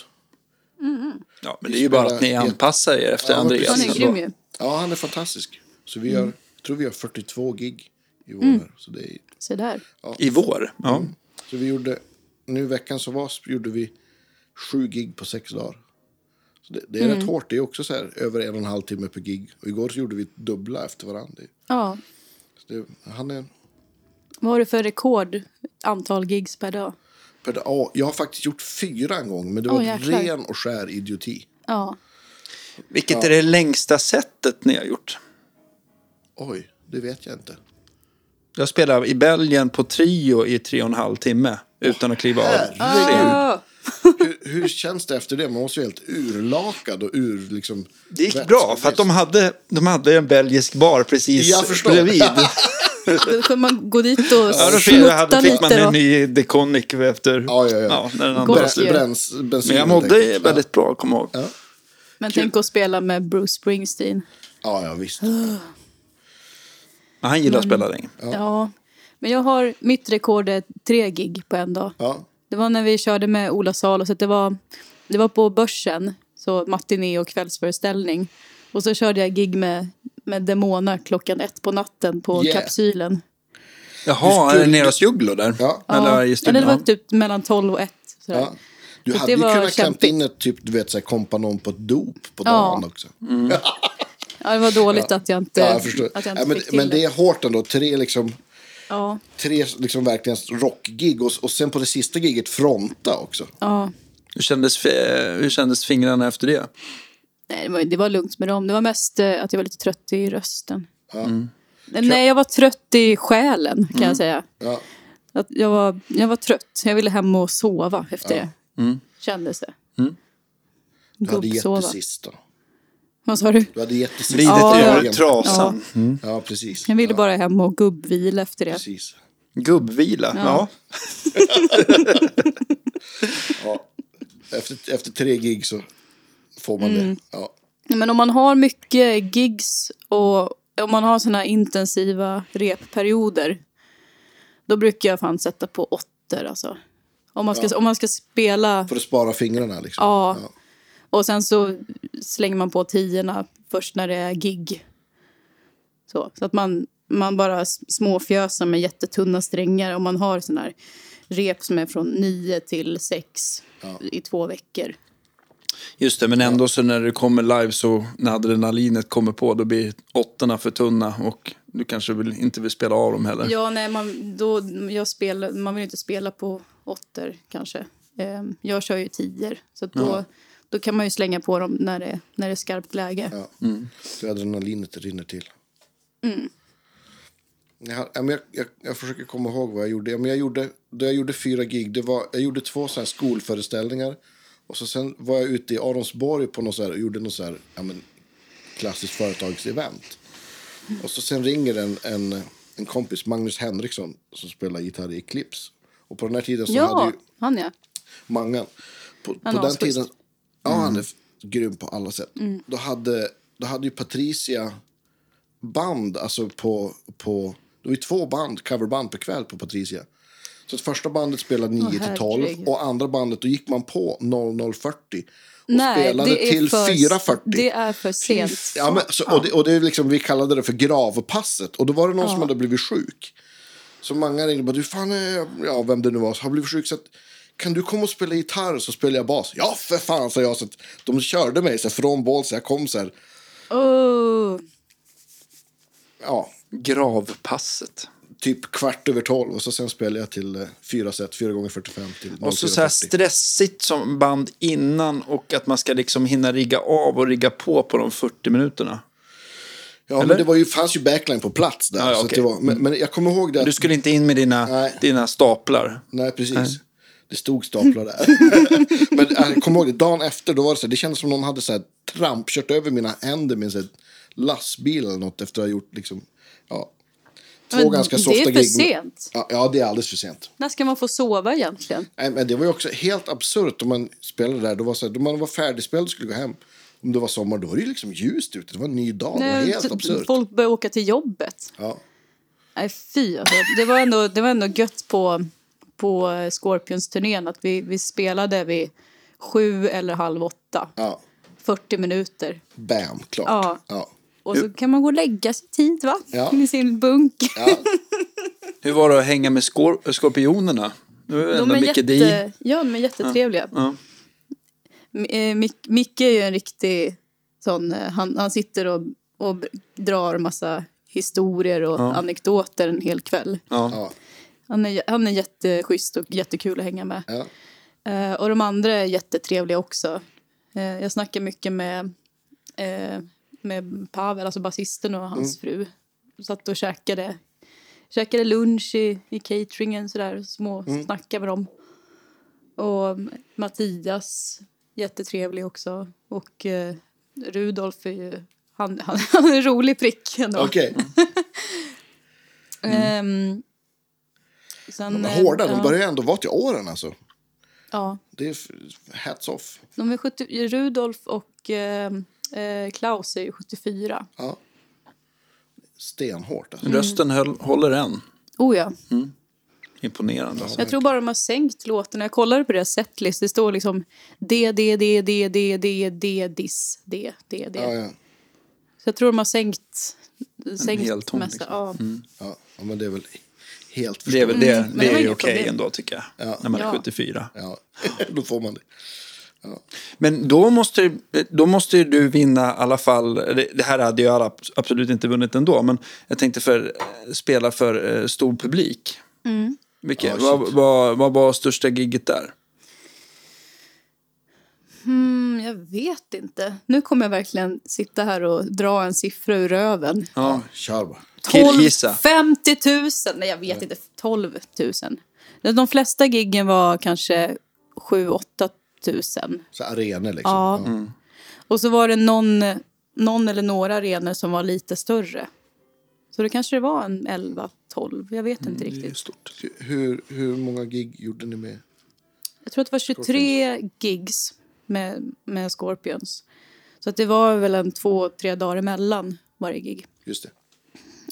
B: Ja, men det är ju bara att ni anpassar er efter
A: Ja, men
B: Andreas.
C: Han
A: precis.
C: är
A: Alltså.
C: grym ju.
A: Ja, han är fantastisk. Så
C: Mm.
A: vi gör, jag tror vi har 42 gig i år. här, Så, det är,
C: Se där.
B: I vår? Ja.
A: så vi gjorde, nu i veckan som var så gjorde vi sju gig på sex dagar. Så det, det är
C: Mm.
A: rätt hårt. Det är också så här över en och en halv timme per gig. Och igår så gjorde vi dubbla efter varandra.
C: Ja.
A: Så det, han är,
C: Vad har du för rekord antal gigs per dag?
A: per, ja, jag har faktiskt gjort fyra en gång, men det var
C: Åh, jäklar.
A: ren och skär idioti.
C: Ja.
B: Vilket är det längsta sättet ni har gjort?
A: Oj, det vet jag inte.
B: Jag spelade i Belgien på Trio i tre och en halv timme utan att kliva av. scenen.
C: Ah.
A: Hur, hur känns det efter det? Man måste ju helt urlakad och ur... Liksom,
B: Det gick bra, för att de hade, de hade en belgisk bar
A: Jag
B: precis
A: förstår.
B: bredvid.
C: Då kunde man gå dit och
B: Ja, då fick,
C: smutta
B: hade, fick man
C: lite.
B: en
C: Då.
B: ny Deconic efter
A: Ja, ja, ja.
B: när den andra var
C: Gott
A: Bräns,
B: slut.
C: ju.
A: bräns, bensin,
B: Men jag
A: helt
B: mådde
A: enkelt.
B: väldigt bra, kommer jag ihåg.
C: Men tänk att spela med Bruce Springsteen.
A: Ja, ja, ja visst.
B: Men Han gillar att spela länge.
C: Ja. Men jag har, mitt rekord är tre gig på en dag.
A: Ja.
C: Det var när vi körde med Ola Salo, så att det var, det var på börsen, så matiné och kvällsföreställning. Och så körde jag gig med, med Demona klockan ett på natten på
A: Yeah.
C: Kapsylen.
B: Jaha,
A: Du
B: är det
A: skulle-
B: nere hos Jugglo där?
A: Ja.
B: Eller i
C: Eller det var
B: stugan?
C: typ mellan 12 och 1. sådär.
A: Ja. Du
C: Så
A: hade
C: det
A: ju
C: var
A: kunnat klämt
C: kämpigt.
A: in ett typ, du vet, så här, kompanon på ett dop på
C: Ja.
A: dagen också.
C: Ja, det var dåligt att jag inte,
A: Ja, jag förstår.
C: att jag inte
A: ja, men,
C: fick till
A: men det
C: det.
A: är hårt ändå. Tre liksom,
C: Ja,
A: tre liksom verkligen rockgig och, och sen på det sista giget fronta också.
C: ja.
B: Hur kändes, eh, hur kändes fingrarna efter det?
C: Nej, det, var, det var lugnt med dem. Det var mest eh, att jag var lite trött i rösten. Nej, Nej, jag var trött i själen
A: Mm.
C: kan jag säga.
A: Ja.
C: Att jag, var, jag var trött. Jag ville hem och sova efter det.
A: Mm.
C: Kändes det.
A: Du hade gett
C: Gubbsova.
A: det sista.
C: Vad sa du?
A: Du hade gett det
B: Lidet
A: sista.
C: Ja,
B: gör
C: ja.
B: trasan.
A: Ja, precis.
C: Jag ville
A: ja,
C: bara hem och gubbvila efter det.
A: precis.
B: Gubbvila. Ja.
A: Efter, efter tre gig så får man
C: Mm.
A: det. Ja.
C: Men om man har mycket gigs och om man har såna här intensiva repperioder då brukar jag fan sätta på åttor alltså. Om man ska, om man ska spela
A: För att spara fingrarna liksom.
C: Ja. och sen så slänger man på tiorna först när det är gig. Så, så att man, man bara s- småfjösar med jättetunna strängar om man har sån här rep som är från nio till sex i två veckor.
B: Just det, men ändå så när det kommer live så när adrenalinet kommer på då blir åttorna för tunna och du kanske vill, inte vill spela av dem heller.
C: Ja, nej, man, då, jag spelar, man vill inte spela på åttor kanske. Ehm, jag kör ju tior, så att då, då kan man ju slänga på dem när det, när det är skarpt läge.
A: Ja. Så adrenalinet rinner till. Jag, har- ja, men jag, jag, jag försöker komma ihåg vad jag gjorde. Ja, men jag gjorde då jag gjorde fyra gig, det var, jag gjorde två så här skolföreställningar. Och så sen var jag ute i Aronsborg på någon så här, och gjorde någon så här, ja, men, klassiskt företagsevent. Och så sen ringer en, en, en kompis, Magnus Henriksson, som spelar gitarr i Eclipse. Och på den här tiden så hade
C: Ja,
A: ju
C: han ja.
A: Mangan. På, på
C: Han är
A: den
C: asschysst. Mm.
A: tiden... Ja, han är f- grym på alla sätt. Då, hade, då hade ju Patricia band, alltså på... på det var ju två band, coverband per kväll på Patricia. Så att första bandet spelade 9 till 12
C: herregud.
A: och andra bandet då gick man på 00.40 och
C: Nej,
A: spelade
C: det är
A: till
C: för,
A: 4.40.
C: Det är för sent.
A: Ja, men, så, och det, och det är liksom, vi kallade det för gravpasset. Och då var det någon som hade blivit sjuk. Så många ringde och bara, du fan, eh, ja, vem det nu var, har blivit sjuk. Så att, kan du komma och spela gitarr så spelar jag bas. Ja, för fan, sa jag. Så att, de körde mig så här, från boll, så jag kom så här.
C: Oh,
A: Ja,
B: Gravpasset.
A: typ kvart över tolv. Och så sen spelade jag till eh, fyra set, fyra gånger 45 till
B: Och så, så här
A: 04.40.
B: stressigt som band innan och att man ska liksom hinna rigga av och rigga på på de 40 minuterna.
A: Ja, men det var ju, fanns ju backline på plats där.
B: Ja, ja,
A: så att
B: okej.
A: det var, men, men jag kommer ihåg det. att-
B: Du skulle inte in med dina,
A: Nej.
B: dina staplar.
A: Nej, precis. Det stod staplar där. (laughs) Men jag kommer ihåg det, dagen efter, då var det så här, det kändes som någon hade så här, tramp, kört över mina händer med en så här, lastbil eller något efter att ha gjort liksom, ja. Två
C: men
A: ganska
C: det
A: softa
C: är för
A: gig. men-
C: sent.
A: Ja, ja, det är alldeles för sent.
C: när ska man få sova egentligen?
A: Nej, men det var ju också helt absurt om man spelade där. Då var så här, då man var färdigspelad och skulle gå hem. Om det var sommar, då var det ju liksom ljust ute. Det var en ny dag. Det var
C: Nej,
A: helt
C: t-
A: absurt.
C: Folk börjar åka till jobbet.
A: Ja.
C: Nej, fy. Alltså. Det, var ändå, det var ändå gött på, på eh, Scorpions-turnén att vi, vi spelade vid sju eller halv åtta.
A: ja,
C: 40 minuter.
A: bam, klart.
C: Ja.
A: Ja.
C: Och så kan man gå och lägga sig i tid, va?
A: Ja.
C: Med sin bunk.
B: Hur var det att hänga med skor, skorpionerna? Nu är
C: De
B: ändå
C: är,
B: Micke D.
C: jätte, ja, de är jättetrevliga.
B: Ja.
C: M- eh, Mic- Micke är ju en riktig sån... eh, Han, han sitter och, och b- drar massa historier och anekdoter en hel kväll.
B: Ja.
A: Ja.
C: Han är, han är jätteschysst och jättekul att hänga med.
A: Ja.
C: Eh, och de andra är jättetrevliga också. Eh, jag snackar mycket med, eh, med Pavel, alltså basisten och hans
A: Mm.
C: fru. Satt och käkade, käkade lunch i, i cateringen sådär, små
A: Mm.
C: snackade med dem. Och Mattias, jättetrevlig också. Och eh, Rudolf är ju, han, (laughs) han, han är en rolig prick ändå. (laughs)
A: Okej,
C: Ehm, sen,
A: de
C: eh,
A: är hårda. De
C: ja,
A: börjar ändå vara till åren alltså.
C: Ja.
A: Det är f- hats off.
C: De är 70, Rudolf och ehm, eh, Klaus är ju 74.
A: Ja. Stenhårt.
C: Mm.
A: Alltså.
B: Rösten höll, håller än.
C: Oh ja.
B: Imponerande. Alltså.
C: Jag tror bara de har sänkt låtarna. Jag kollade på deras setlist. Det står liksom D, D, D, D, D, D, D, diss, D, D, D.
A: Ja, ja.
C: Så jag tror de har sänkt, sänkt
B: hel ton,
C: mesta.
B: liksom.
C: Ja.
A: Ja, ja, men det är väl helt
B: Det är
A: förstå.
B: väl det,
C: Mm. men det
B: det
C: var
B: är ju
C: inget
B: okej
C: problem.
B: ändå tycker jag. När man är
C: Ja.
B: 74.
A: Ja, (laughs) då får man det.
B: Men då måste, då måste ju du vinna i alla fall. Det, det här hade jag ab- absolut inte vunnit ändå. Men jag tänkte för, eh, spela för eh, stor publik. Vilket,
A: Ja, shit.
B: vad, vad, vad var största gigget där?
C: Mm, jag vet inte. Nu kommer jag verkligen sitta här och dra en siffra ur röven.
B: Ja.
A: Kör bara.
C: 12,
B: Killgissa.
C: 50 000! Nej, jag vet inte. 12 000. De flesta giggen var kanske 7-8 000.
A: Så arenor liksom.
C: Ja. Mm. Och så var det någon, någon eller några arenor som var lite större. Så det kanske det var en 11-12. Jag vet
A: Mm,
C: inte riktigt.
A: stort. Hur, hur många gig gjorde ni med?
C: Jag tror att det var 23 gigs med, med Scorpions. Så att det var väl en två, tre dagar emellan varje gig.
A: Just det.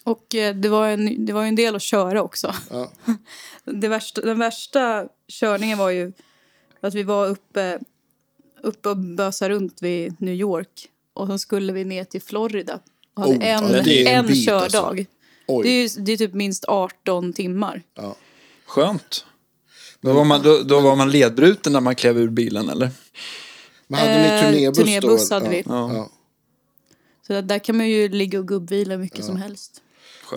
C: Och eh, det var en, det var ju en del att köra också. (laughs)
A: Ja.
C: Det värsta, den värsta körningen var ju att vi var uppe, uppe och bösade runt vid New York. Och så skulle vi ner till Florida och hade
A: Oh,
C: en,
A: ja, det är en
C: en,
A: bit,
C: kördag.
A: alltså. Oj.
C: Det är, ju- det är typ minst 18 timmar.
A: Ja.
B: Skönt.
A: Mm.
B: Då var, man, då, då var man ledbruten när man klev ur bilen eller?
A: Men hade ni
C: Eh,
A: turnébuss,
C: turnébuss
A: då?
C: hade
A: ja.
C: vi.
A: Ja.
C: Så där, där kan man ju ligga och gubbvila mycket som helst.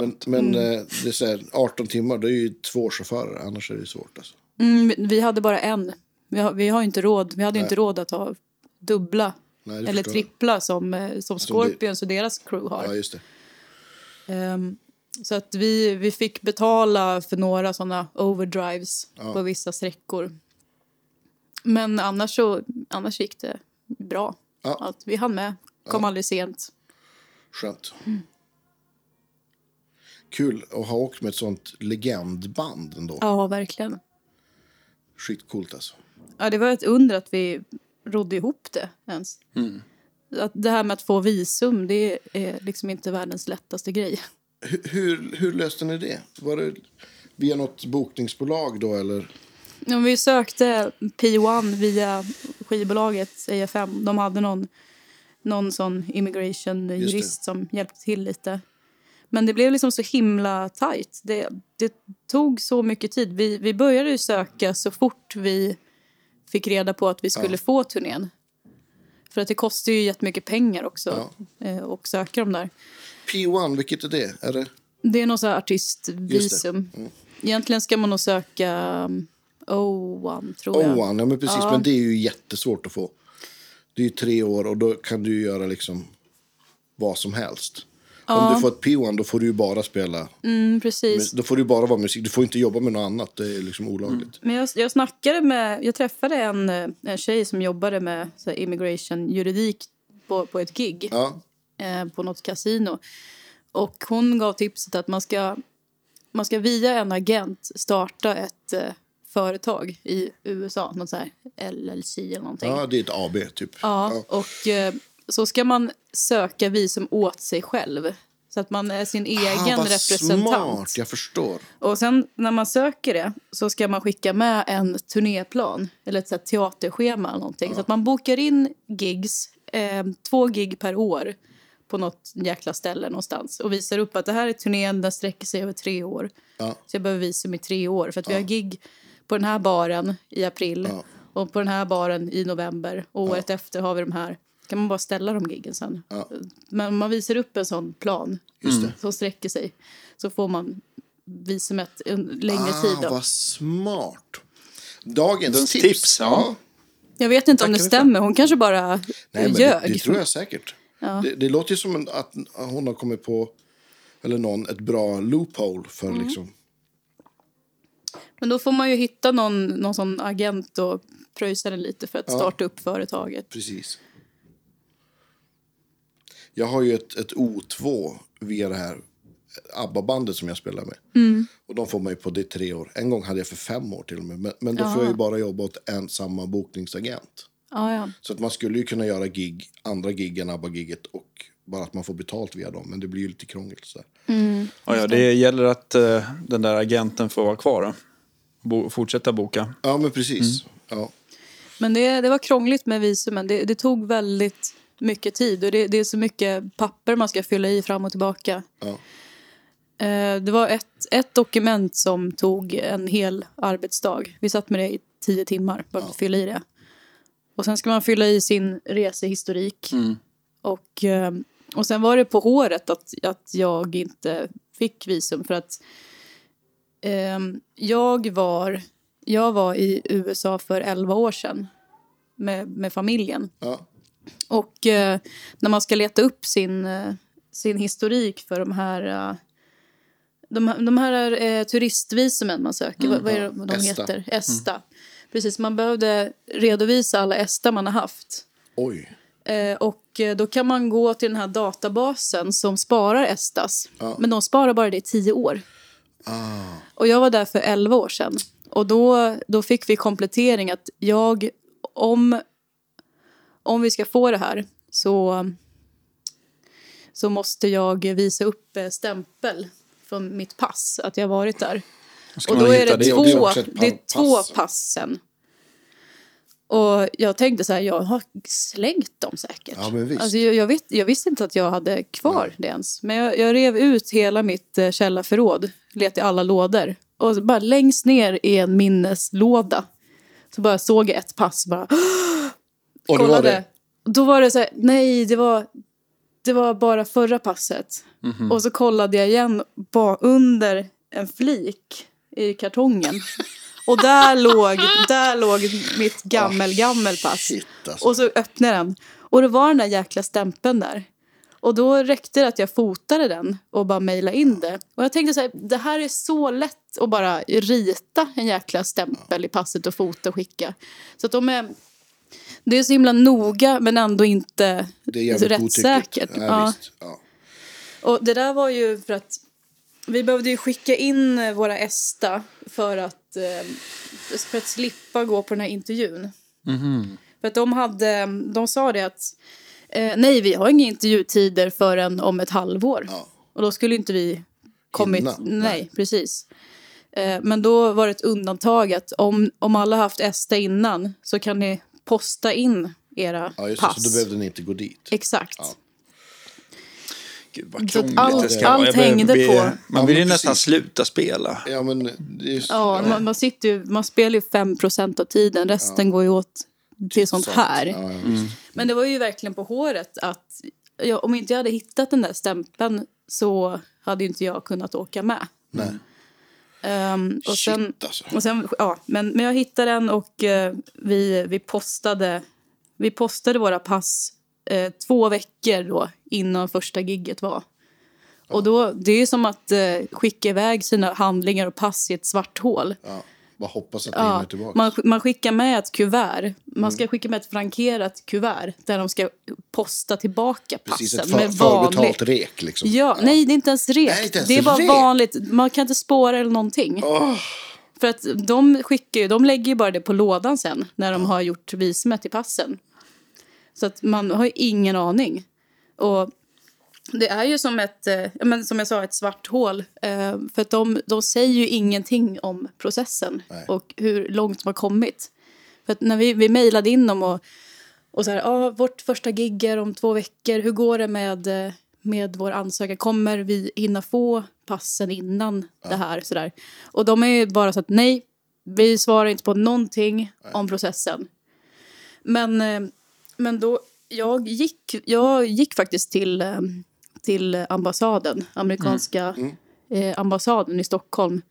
A: Men, men
C: Mm.
A: eh, det är så här, 18 timmar, då är ju två chaufförer. Annars är det svårt. Alltså.
C: Mm, vi hade bara en. Vi har, vi har ju inte råd. Vi hade ju inte råd att ha dubbla
A: Nej, det
C: eller
A: förstår jag.
C: trippla som, eh, som Scorpions och deras crew har.
A: Ja, just det.
C: Ehm, så att vi, vi fick betala för några såna overdrives på vissa sträckor. Men annars, så, annars gick det bra.
A: Ja.
C: Att vi hann med, kom aldrig sent.
A: Skönt.
C: Mm.
A: Kul att ha åkt med ett sånt legendband ändå.
C: Ja, verkligen.
A: Skitcoolt alltså.
C: Ja, det var ett under att vi rodde ihop det ens. Att det här med att få visum, det är liksom inte världens lättaste grej.
A: Hur, hur, hur löste ni det? Var det via något bokningsbolag då eller?
C: Ja, vi sökte P1 via skivbolaget AFM. De hade någon, någon sån
A: Just
C: immigration-jurist som hjälpte till lite. Men det blev liksom så himla tajt. Det, det tog så mycket tid. Vi, vi började ju söka så fort vi fick reda på att vi skulle få turnén. För att det kostar ju jättemycket pengar också eh, och söka de där.
A: P1, vilket är det? Är det?
C: Det är någon sån här artistvisum. Egentligen ska man nog söka um, O1, tror jag.
A: O1, ja men precis. Men det är ju jättesvårt att få. Det är ju tre år och då kan du ju göra liksom vad som helst. Om du får ett P1 då får du ju bara spela.
C: Mm, precis.
A: Då får du ju bara vara musik. Du får ju inte jobba med något annat. Det är liksom olagligt.
C: Men jag, jag snackade med, jag träffade en, eh, en tjej som jobbade med så här, immigration juridik på, på ett gig
A: Ja,
C: eh, på något kasino. Och hon gav tipset att man ska, man ska via en agent starta ett eh, företag i USA, något så här LLC eller någonting.
A: ja det är ett AB typ.
C: Ja, och eh, så ska man söka visum åt sig själv. Så att man är sin egen
A: Ah, vad
C: representant.
A: smart, jag förstår.
C: Och sen när man söker det så ska man skicka med en turnéplan eller ett så här teaterschema eller någonting. Så att man bokar in gigs, eh, två gig per år på något jäkla ställe någonstans och visar upp att det här är turnén, den sträcker sig över tre år.
A: Ja.
C: Så jag behöver visum i tre år för att vi har gig på den här baren i april
A: Ja.
C: och på den här baren i november och året efter har vi de här. kan man bara ställa de giggen sen.
A: Ja.
C: Men man visar upp en sån plan
A: Just det.
C: som sträcker sig så får man visumet en längre tid.
A: Ah,
C: Då.
A: vad smart. Dagens
B: Dagens
A: tips.
B: tips, ja.
C: Jag vet inte om det
B: Tackar vi för.
C: stämmer. Hon kanske bara
A: Nej, men det,
C: ljög.
A: det tror jag säkert. Det, det låter ju som en, att hon har kommit på, eller någon, ett bra loophole för liksom.
C: Men då får man ju hitta någon, någon sån agent och pröjsa den lite för att starta upp företaget.
A: Precis. Jag har ju ett, ett O2 via det här ABBA-bandet som jag spelar med. Och de får mig på det i tre år. En gång hade jag för fem år till och med. Men, men då får jag ju bara jobba åt en samma bokningsagent.
C: Ja, ja.
A: Så att man skulle ju kunna göra gig, andra gig än ABBA-giget och bara att man får betalt via dem. Men det blir ju lite krångel. Så där.
B: Ja, ja, det gäller att eh, den där agenten får vara kvar. Då. Bo, fortsätta boka.
A: Ja, men precis. Ja.
C: Men det, det var krångligt med visumen. Det, det tog väldigt mycket tid och det, det är så mycket papper man ska fylla i fram och tillbaka.
A: Ja.
C: Eh, Det var ett, ett dokument som tog en hel arbetsdag. Vi satt med det i tio timmar, bara för att fylla i det. Och sen ska man fylla i sin resehistorik. Och, eh, och sen var det på håret att, att jag inte fick visum för att ehm, jag, var, jag var i USA för 11 år sedan med, med familjen.
A: Ja.
C: Och eh, när man ska leta upp sin, eh, sin historik för de här... Eh, de, här- de här eh, turistvisumen man söker, vad, vad är det de
A: ESTA.
C: heter? ESTA. Precis, man behövde redovisa alla ESTA man har haft.
A: Oj.
C: Eh, och eh, då kan man gå till den här databasen som sparar Estas. Men de sparar bara det i tio år. Och jag var där för elva år sedan. Och då, då fick vi komplettering att jag, om, om vi ska få det här så, så måste jag visa upp eh, stämpel från mitt pass, att jag varit där.
B: Ska
C: Och
B: man
C: då är
B: hitta
C: det, två,
A: också? Det är
C: det,
A: också ett
C: är
A: pass.
C: två passen. Och jag tänkte så här, jag har slängt dem säkert.
A: Ja, men visst.
C: Alltså, jag, jag, vet, jag visste inte att jag hade kvar det ens. Men jag, jag rev ut hela mitt eh, källarförråd, letade i alla lådor. Och så bara längst ner i en minneslåda så bara såg jag ett pass bara
A: Och det
C: kollade.
A: var det.
C: Då var det så här, nej, det var, det var bara förra passet.
A: Mhm.
C: Och så kollade jag igen bara under en flik
A: (laughs)
C: i kartongen. Och där låg, där låg mitt gammel, gammel pass.
A: shit, alltså.
C: Och så öppnade jag den. Och det var den där jäkla stämpeln där. Och då räckte det att jag fotade den och bara mejlade in det. Och jag tänkte så här, det här är så lätt att bara rita en jäkla stämpel i passet och fota och skicka. Så att de är, det är så himla noga men ändå inte
A: Det är jävligt
C: rättssäkert.
A: godtyckligt. Ja,
C: Ja.
A: visst. Ja.
C: Och det där var ju för att vi behövde ju skicka in eh, våra ESTA för att, eh, för att slippa gå på den här intervjun.
A: Mhm.
C: För att de, hade, de sa det att eh, nej, vi har inga intervjutider förrän om ett halvår.
A: Ja.
C: Och då skulle inte vi kommit...
A: Hinna.
C: Nej, precis. Eh, men då var det ett undantag att om, om alla haft ESTA innan så kan ni posta in era
A: Ja, just det,
C: pass.
A: så då behövde ni inte gå dit.
C: Exakt.
B: Gud vad
C: Så att
B: krångligt
C: allt-
B: det ska vara.
C: allt
B: Jag börjar
C: hängde
B: bli-
C: på-
B: Man vill ju
A: Ja, men
B: nästan
A: precis.
B: sluta spela.
A: Ja, men det är ju...
C: Ja, man, man, sitter ju, man spelar ju 5 av tiden. Resten går ju åt till sånt här. Mm.
A: Ja, ja.
C: Men det var ju verkligen på håret att ja, om inte jag hade hittat den där stämpeln så hade ju inte jag kunnat åka med.
A: Nej.
C: Ehm,
A: Shit,
C: och sen,
A: alltså.
C: och sen, ja, men, men jag hittade den och eh, vi, vi, postade, vi postade våra pass eh, två veckor då, innan första gigget var. Och då, det är ju som att eh, skicka iväg sina handlingar och pass i ett svart hål.
A: Ja. Bara hoppas att ni
C: Ja,
A: hinner tillbaka.
C: man, sk- man skickar med ett kuvert. Man
A: Mm.
C: ska skicka med ett frankerat kuvert där de ska posta tillbaka
A: Precis, ett
C: passen
A: för,
C: med vanligt.
A: förbetalt rek liksom.
C: Ja, nej, det är inte ens rek.
A: Nej, inte ens
C: det är bara
A: rek.
C: vanligt. Man kan inte spåra eller någonting. För att de skickar ju, de lägger ju bara det på lådan sen när de har gjort visumet i passen. Så att man har ju ingen aning. Och det är ju som ett, eh, ja, men som jag sa, ett svart hål. Eh, för att de, de säger ju ingenting om processen
A: Nej.
C: och hur långt de har kommit. För att när vi, vi mejlade in dem och, och så här, ah, vårt första gig är om två veckor. Hur går det med, eh, med vår ansökan? Kommer vi hinna få passen innan det här? Så där. Och de är ju bara så att nej, vi svarar inte på någonting om processen. Men, eh, men då, jag gick, jag gick faktiskt till, eh, till ambassaden, amerikanska Eh, ambassaden i Stockholm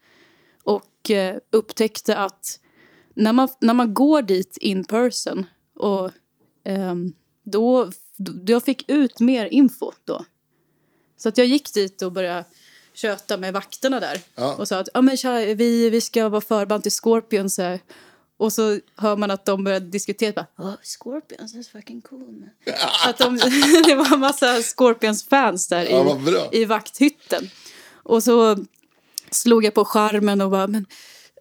C: och eh, upptäckte att när man, när man går dit in person och ehm, då, då jag fick ut mer info då. Så att jag gick dit och började köta med vakterna där
A: Ja.
C: och sa att ja, men, tja, vi, vi ska vara förband till Scorpions här. Och så hör man att de börjar diskutera. Bara, oh, Scorpions is fucking cool. man." Så att de, (laughs) det var en massa Scorpions-fans där
A: Ja, vad
C: i,
A: bra.
C: i vakthytten. Och så slog jag på skärmen och bara... Men,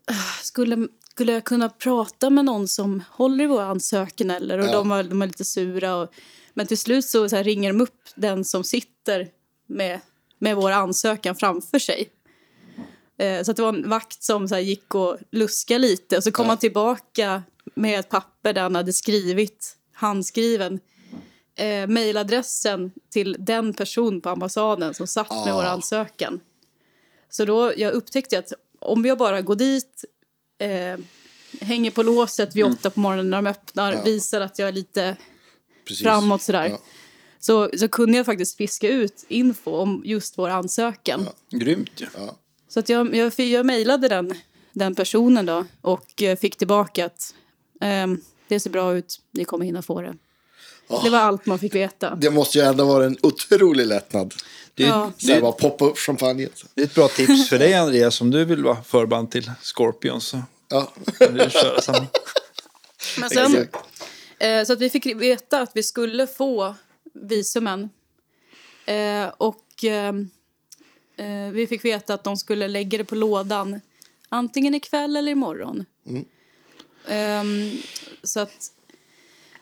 C: ah, skulle, skulle jag kunna prata med någon som håller i vår ansökan? Eller? Och
A: Ja.
C: de, var, de var lite sura. Och, men till slut så, så här, ringer de upp den som sitter med, med vår ansökan framför sig. Eh, Så att det var en vakt som så här gick och luskade lite. Och så kom han tillbaka med ett papper där han hade skrivit, handskriven eh, mejladressen till den person på ambassaden som satt med vår ansökan. Så då jag upptäckte att om jag bara går dit, eh, hänger på låset vid åtta på morgonen när de öppnar,
A: Mm. Ja.
C: visar att jag är lite
A: Precis.
C: framåt sådär.
A: Ja.
C: Så, så kunde jag faktiskt fiska ut info om just vår ansökan.
B: Grymt ju.
C: Så att jag, jag, fi- jag mejlade den, den personen då och eh, fick tillbaka att ehm, det ser bra ut, ni kommer hinna få det.
A: Ah.
C: Det var allt man
A: (laughs)
C: fick veta.
A: Det måste ju ändå vara en otrolig lättnad.
B: Det, är-
C: Ja.
A: Så här bara poppa upp champagnen.
B: det är ett bra tips för dig Andreas om du vill vara förband till Scorpions. Så
A: Ja.
B: kan du köra samma.
C: Men sen,
A: Exakt.
C: eh, så att vi fick veta att vi skulle få visumen. Eh, och ehm, eh, vi fick veta att de skulle lägga det på lådan antingen ikväll eller imorgon. Ehm, så att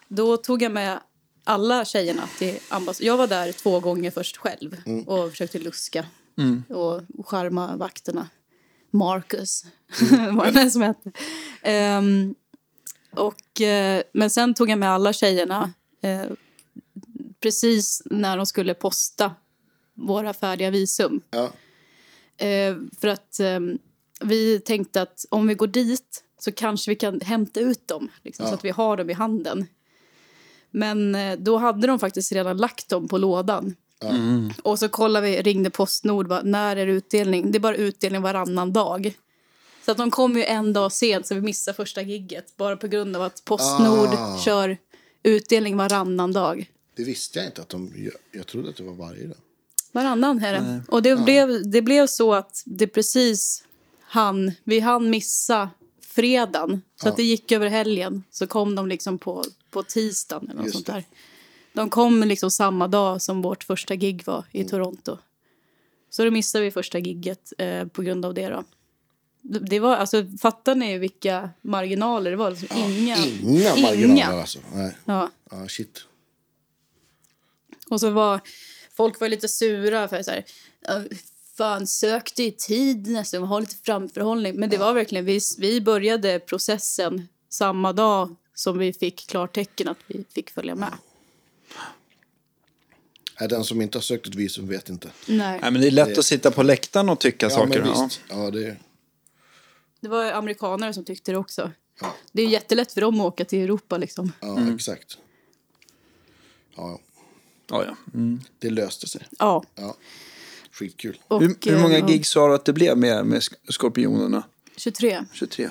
C: då tog jag med alla tjejerna till ambassaden. Jag var där två gånger först själv och försökte luska och charma vakterna. Marcus (laughs) var den som hette. Ehm, och, eh, men sen tog jag med alla tjejerna eh, precis när de skulle posta våra färdiga visum.
A: Ja.
C: Eh, för att eh, vi tänkte att om vi går dit så kanske vi kan hämta ut dem liksom, så att vi har dem i handen. Men eh, då hade de faktiskt redan lagt dem på lådan. Och så kollade vi, ringde Postnord. Bara, när är det utdelning? Det är bara utdelning varannan dag. Så att de kom ju en dag sent, så vi missade första gigget. Bara på grund av att Postnord
A: Ah.
C: kör utdelning varannan dag.
A: Det visste jag inte att de gör. Jag trodde att det var varje dag.
C: Varannan är det. Och det, blev, det blev så att det precis han, vi hann missa fredagen. Så att det gick över helgen. Så kom de liksom på, på tisdagen eller något
A: Just
C: sånt
A: det.
C: där. De kom liksom samma dag som vårt första gig var i
A: Mm.
C: Toronto. Så då missade vi första gigget eh, på grund av det då. Det- Det var, alltså, fattar ni vilka marginaler det var? Liksom inga.
A: Inga marginaler alltså. Nej.
C: Ja.
A: Ja, shit.
C: Och så var folk var lite sura för så här, "Ja, fan sök dig i tid nästan, ha lite framförhållning. Men det var verkligen, vi, vi började processen samma dag som vi fick klartecken att vi fick följa med.
A: Nej, Den som inte har sökt ett visum vet inte.
C: Nej.
B: Nej, men det är lätt att sitta på läktaren och tycka
A: Ja,
B: saker.
A: men
B: Ja.
A: visst. Ja, det
C: Det var ju amerikanare som tyckte det också. Det är ju jättelätt för dem att åka till Europa liksom.
A: ja
B: Mm.
A: exakt. Ja,
B: Ja, ja. Mm.
A: det löste sig.
C: Ja.
A: Ja. Skitkul.
C: Och,
B: Hur, hur många
C: eh,
B: gig sa du att det blev med, med sk- Skorpionerna?
C: 23.
B: 23.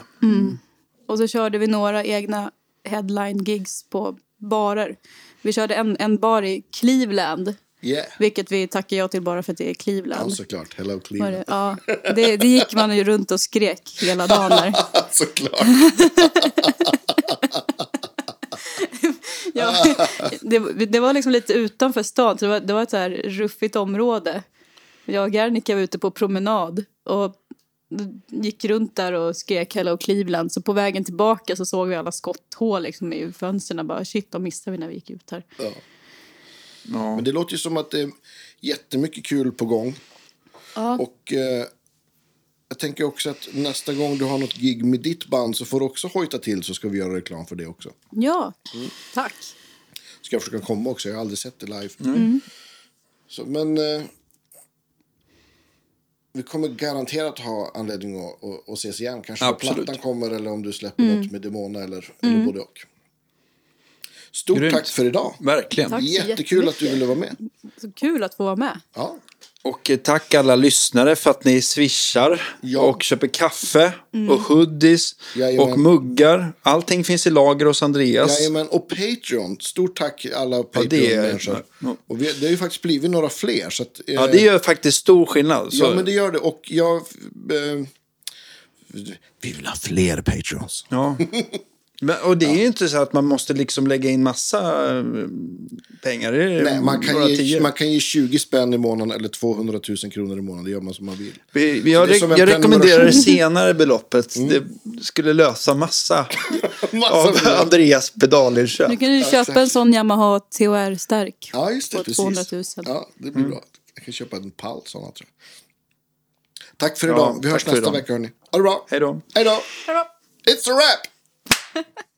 C: Och så körde vi några egna headline-gigs på barer. Vi körde en, en bar i Cleveland
A: Yeah.
C: Vilket vi tackar ja till bara för att det är
A: Ja,
C: Cleveland.
A: såklart. Hello (laughs)
C: Var
A: Cleveland.
C: det? Ja, det, det gick man ju runt och skrek hela dagen där.
A: såklart.
C: (laughs) Ja, det, det var liksom lite utanför stan, så det var, det var ett så här ruffigt område. Jag och Gernika var ute på promenad och gick runt där och skrek Hello Cleveland. Så på vägen tillbaka så såg vi alla skotthål liksom i fönstren. Bara, Shit, de missade vi när vi gick ut här.
A: Ja.
B: Ja.
C: Mm.
A: Men det låter ju som att det är jättemycket kul på gång.
C: Ja.
A: Och eh, jag tänker också att nästa gång du har något gig med ditt band så får du också hojta till så ska vi göra reklam för det också.
C: Ja, tack.
A: Ska jag försöka komma också, jag har aldrig sett det live.
C: Mm.
A: Så, men eh, vi kommer garanterat ha anledning att, att, att ses igen. Kanske när
B: Absolut.
A: plattan kommer eller om du släpper
C: Mm.
A: något med Demona eller, eller både och. Stort
B: Grymt.
A: tack för idag.
B: Verkligen.
C: Tack så
A: Jättekul att du
C: jättemycket.
A: ville vara med.
C: Så kul att få vara med.
A: Ja,
B: Och eh, tack alla lyssnare för att ni swishar
A: Ja. Mm.
B: och köper kaffe och hoodies
A: Jajamän.
B: och muggar. Allting finns i lager hos Andreas.
A: Jajamän, och Patreon. Stort tack alla
B: det är-
A: Patreon-människor.
B: ja.
A: Och vi, det har ju faktiskt blivit några fler. Så att, eh,
B: Ja, det gör faktiskt stor skillnad. Så.
A: ja, men det gör det. Och jag... Eh, vi vill ha fler Patreons. (laughs)
B: Ja. Men, och det är ju inte så att man måste liksom lägga in massa eh, pengar. Det är
A: Nej, man,
B: några
A: kan ge,
B: tior.
A: man kan ge 20 spänn i månaden eller 200 000 kronor i månaden. Det gör man som man vill.
B: Vi, vi,
A: Så
B: jag
A: det är som en
B: jag rekommenderar det
A: prenumeration. Mm.
B: senare beloppet. Det skulle
A: (laughs)
B: lösa massa av
A: (laughs) Massa bra.
B: Andreas pedalinköp.
C: Nu kan du köpa en sån Yamaha THR-stärk.
A: Ja, just det.
C: på
A: precis.
C: 200 000.
A: Ja, det blir bra. Jag kan köpa en pall sådana, tror jag. Tack för
B: Ja,
A: idag. Vi hörs
B: tack för
A: nästa
B: idag.
A: vecka, hörni. Ha det bra.
B: Hej då.
A: Hej då.
C: Hej då.
A: It's a wrap!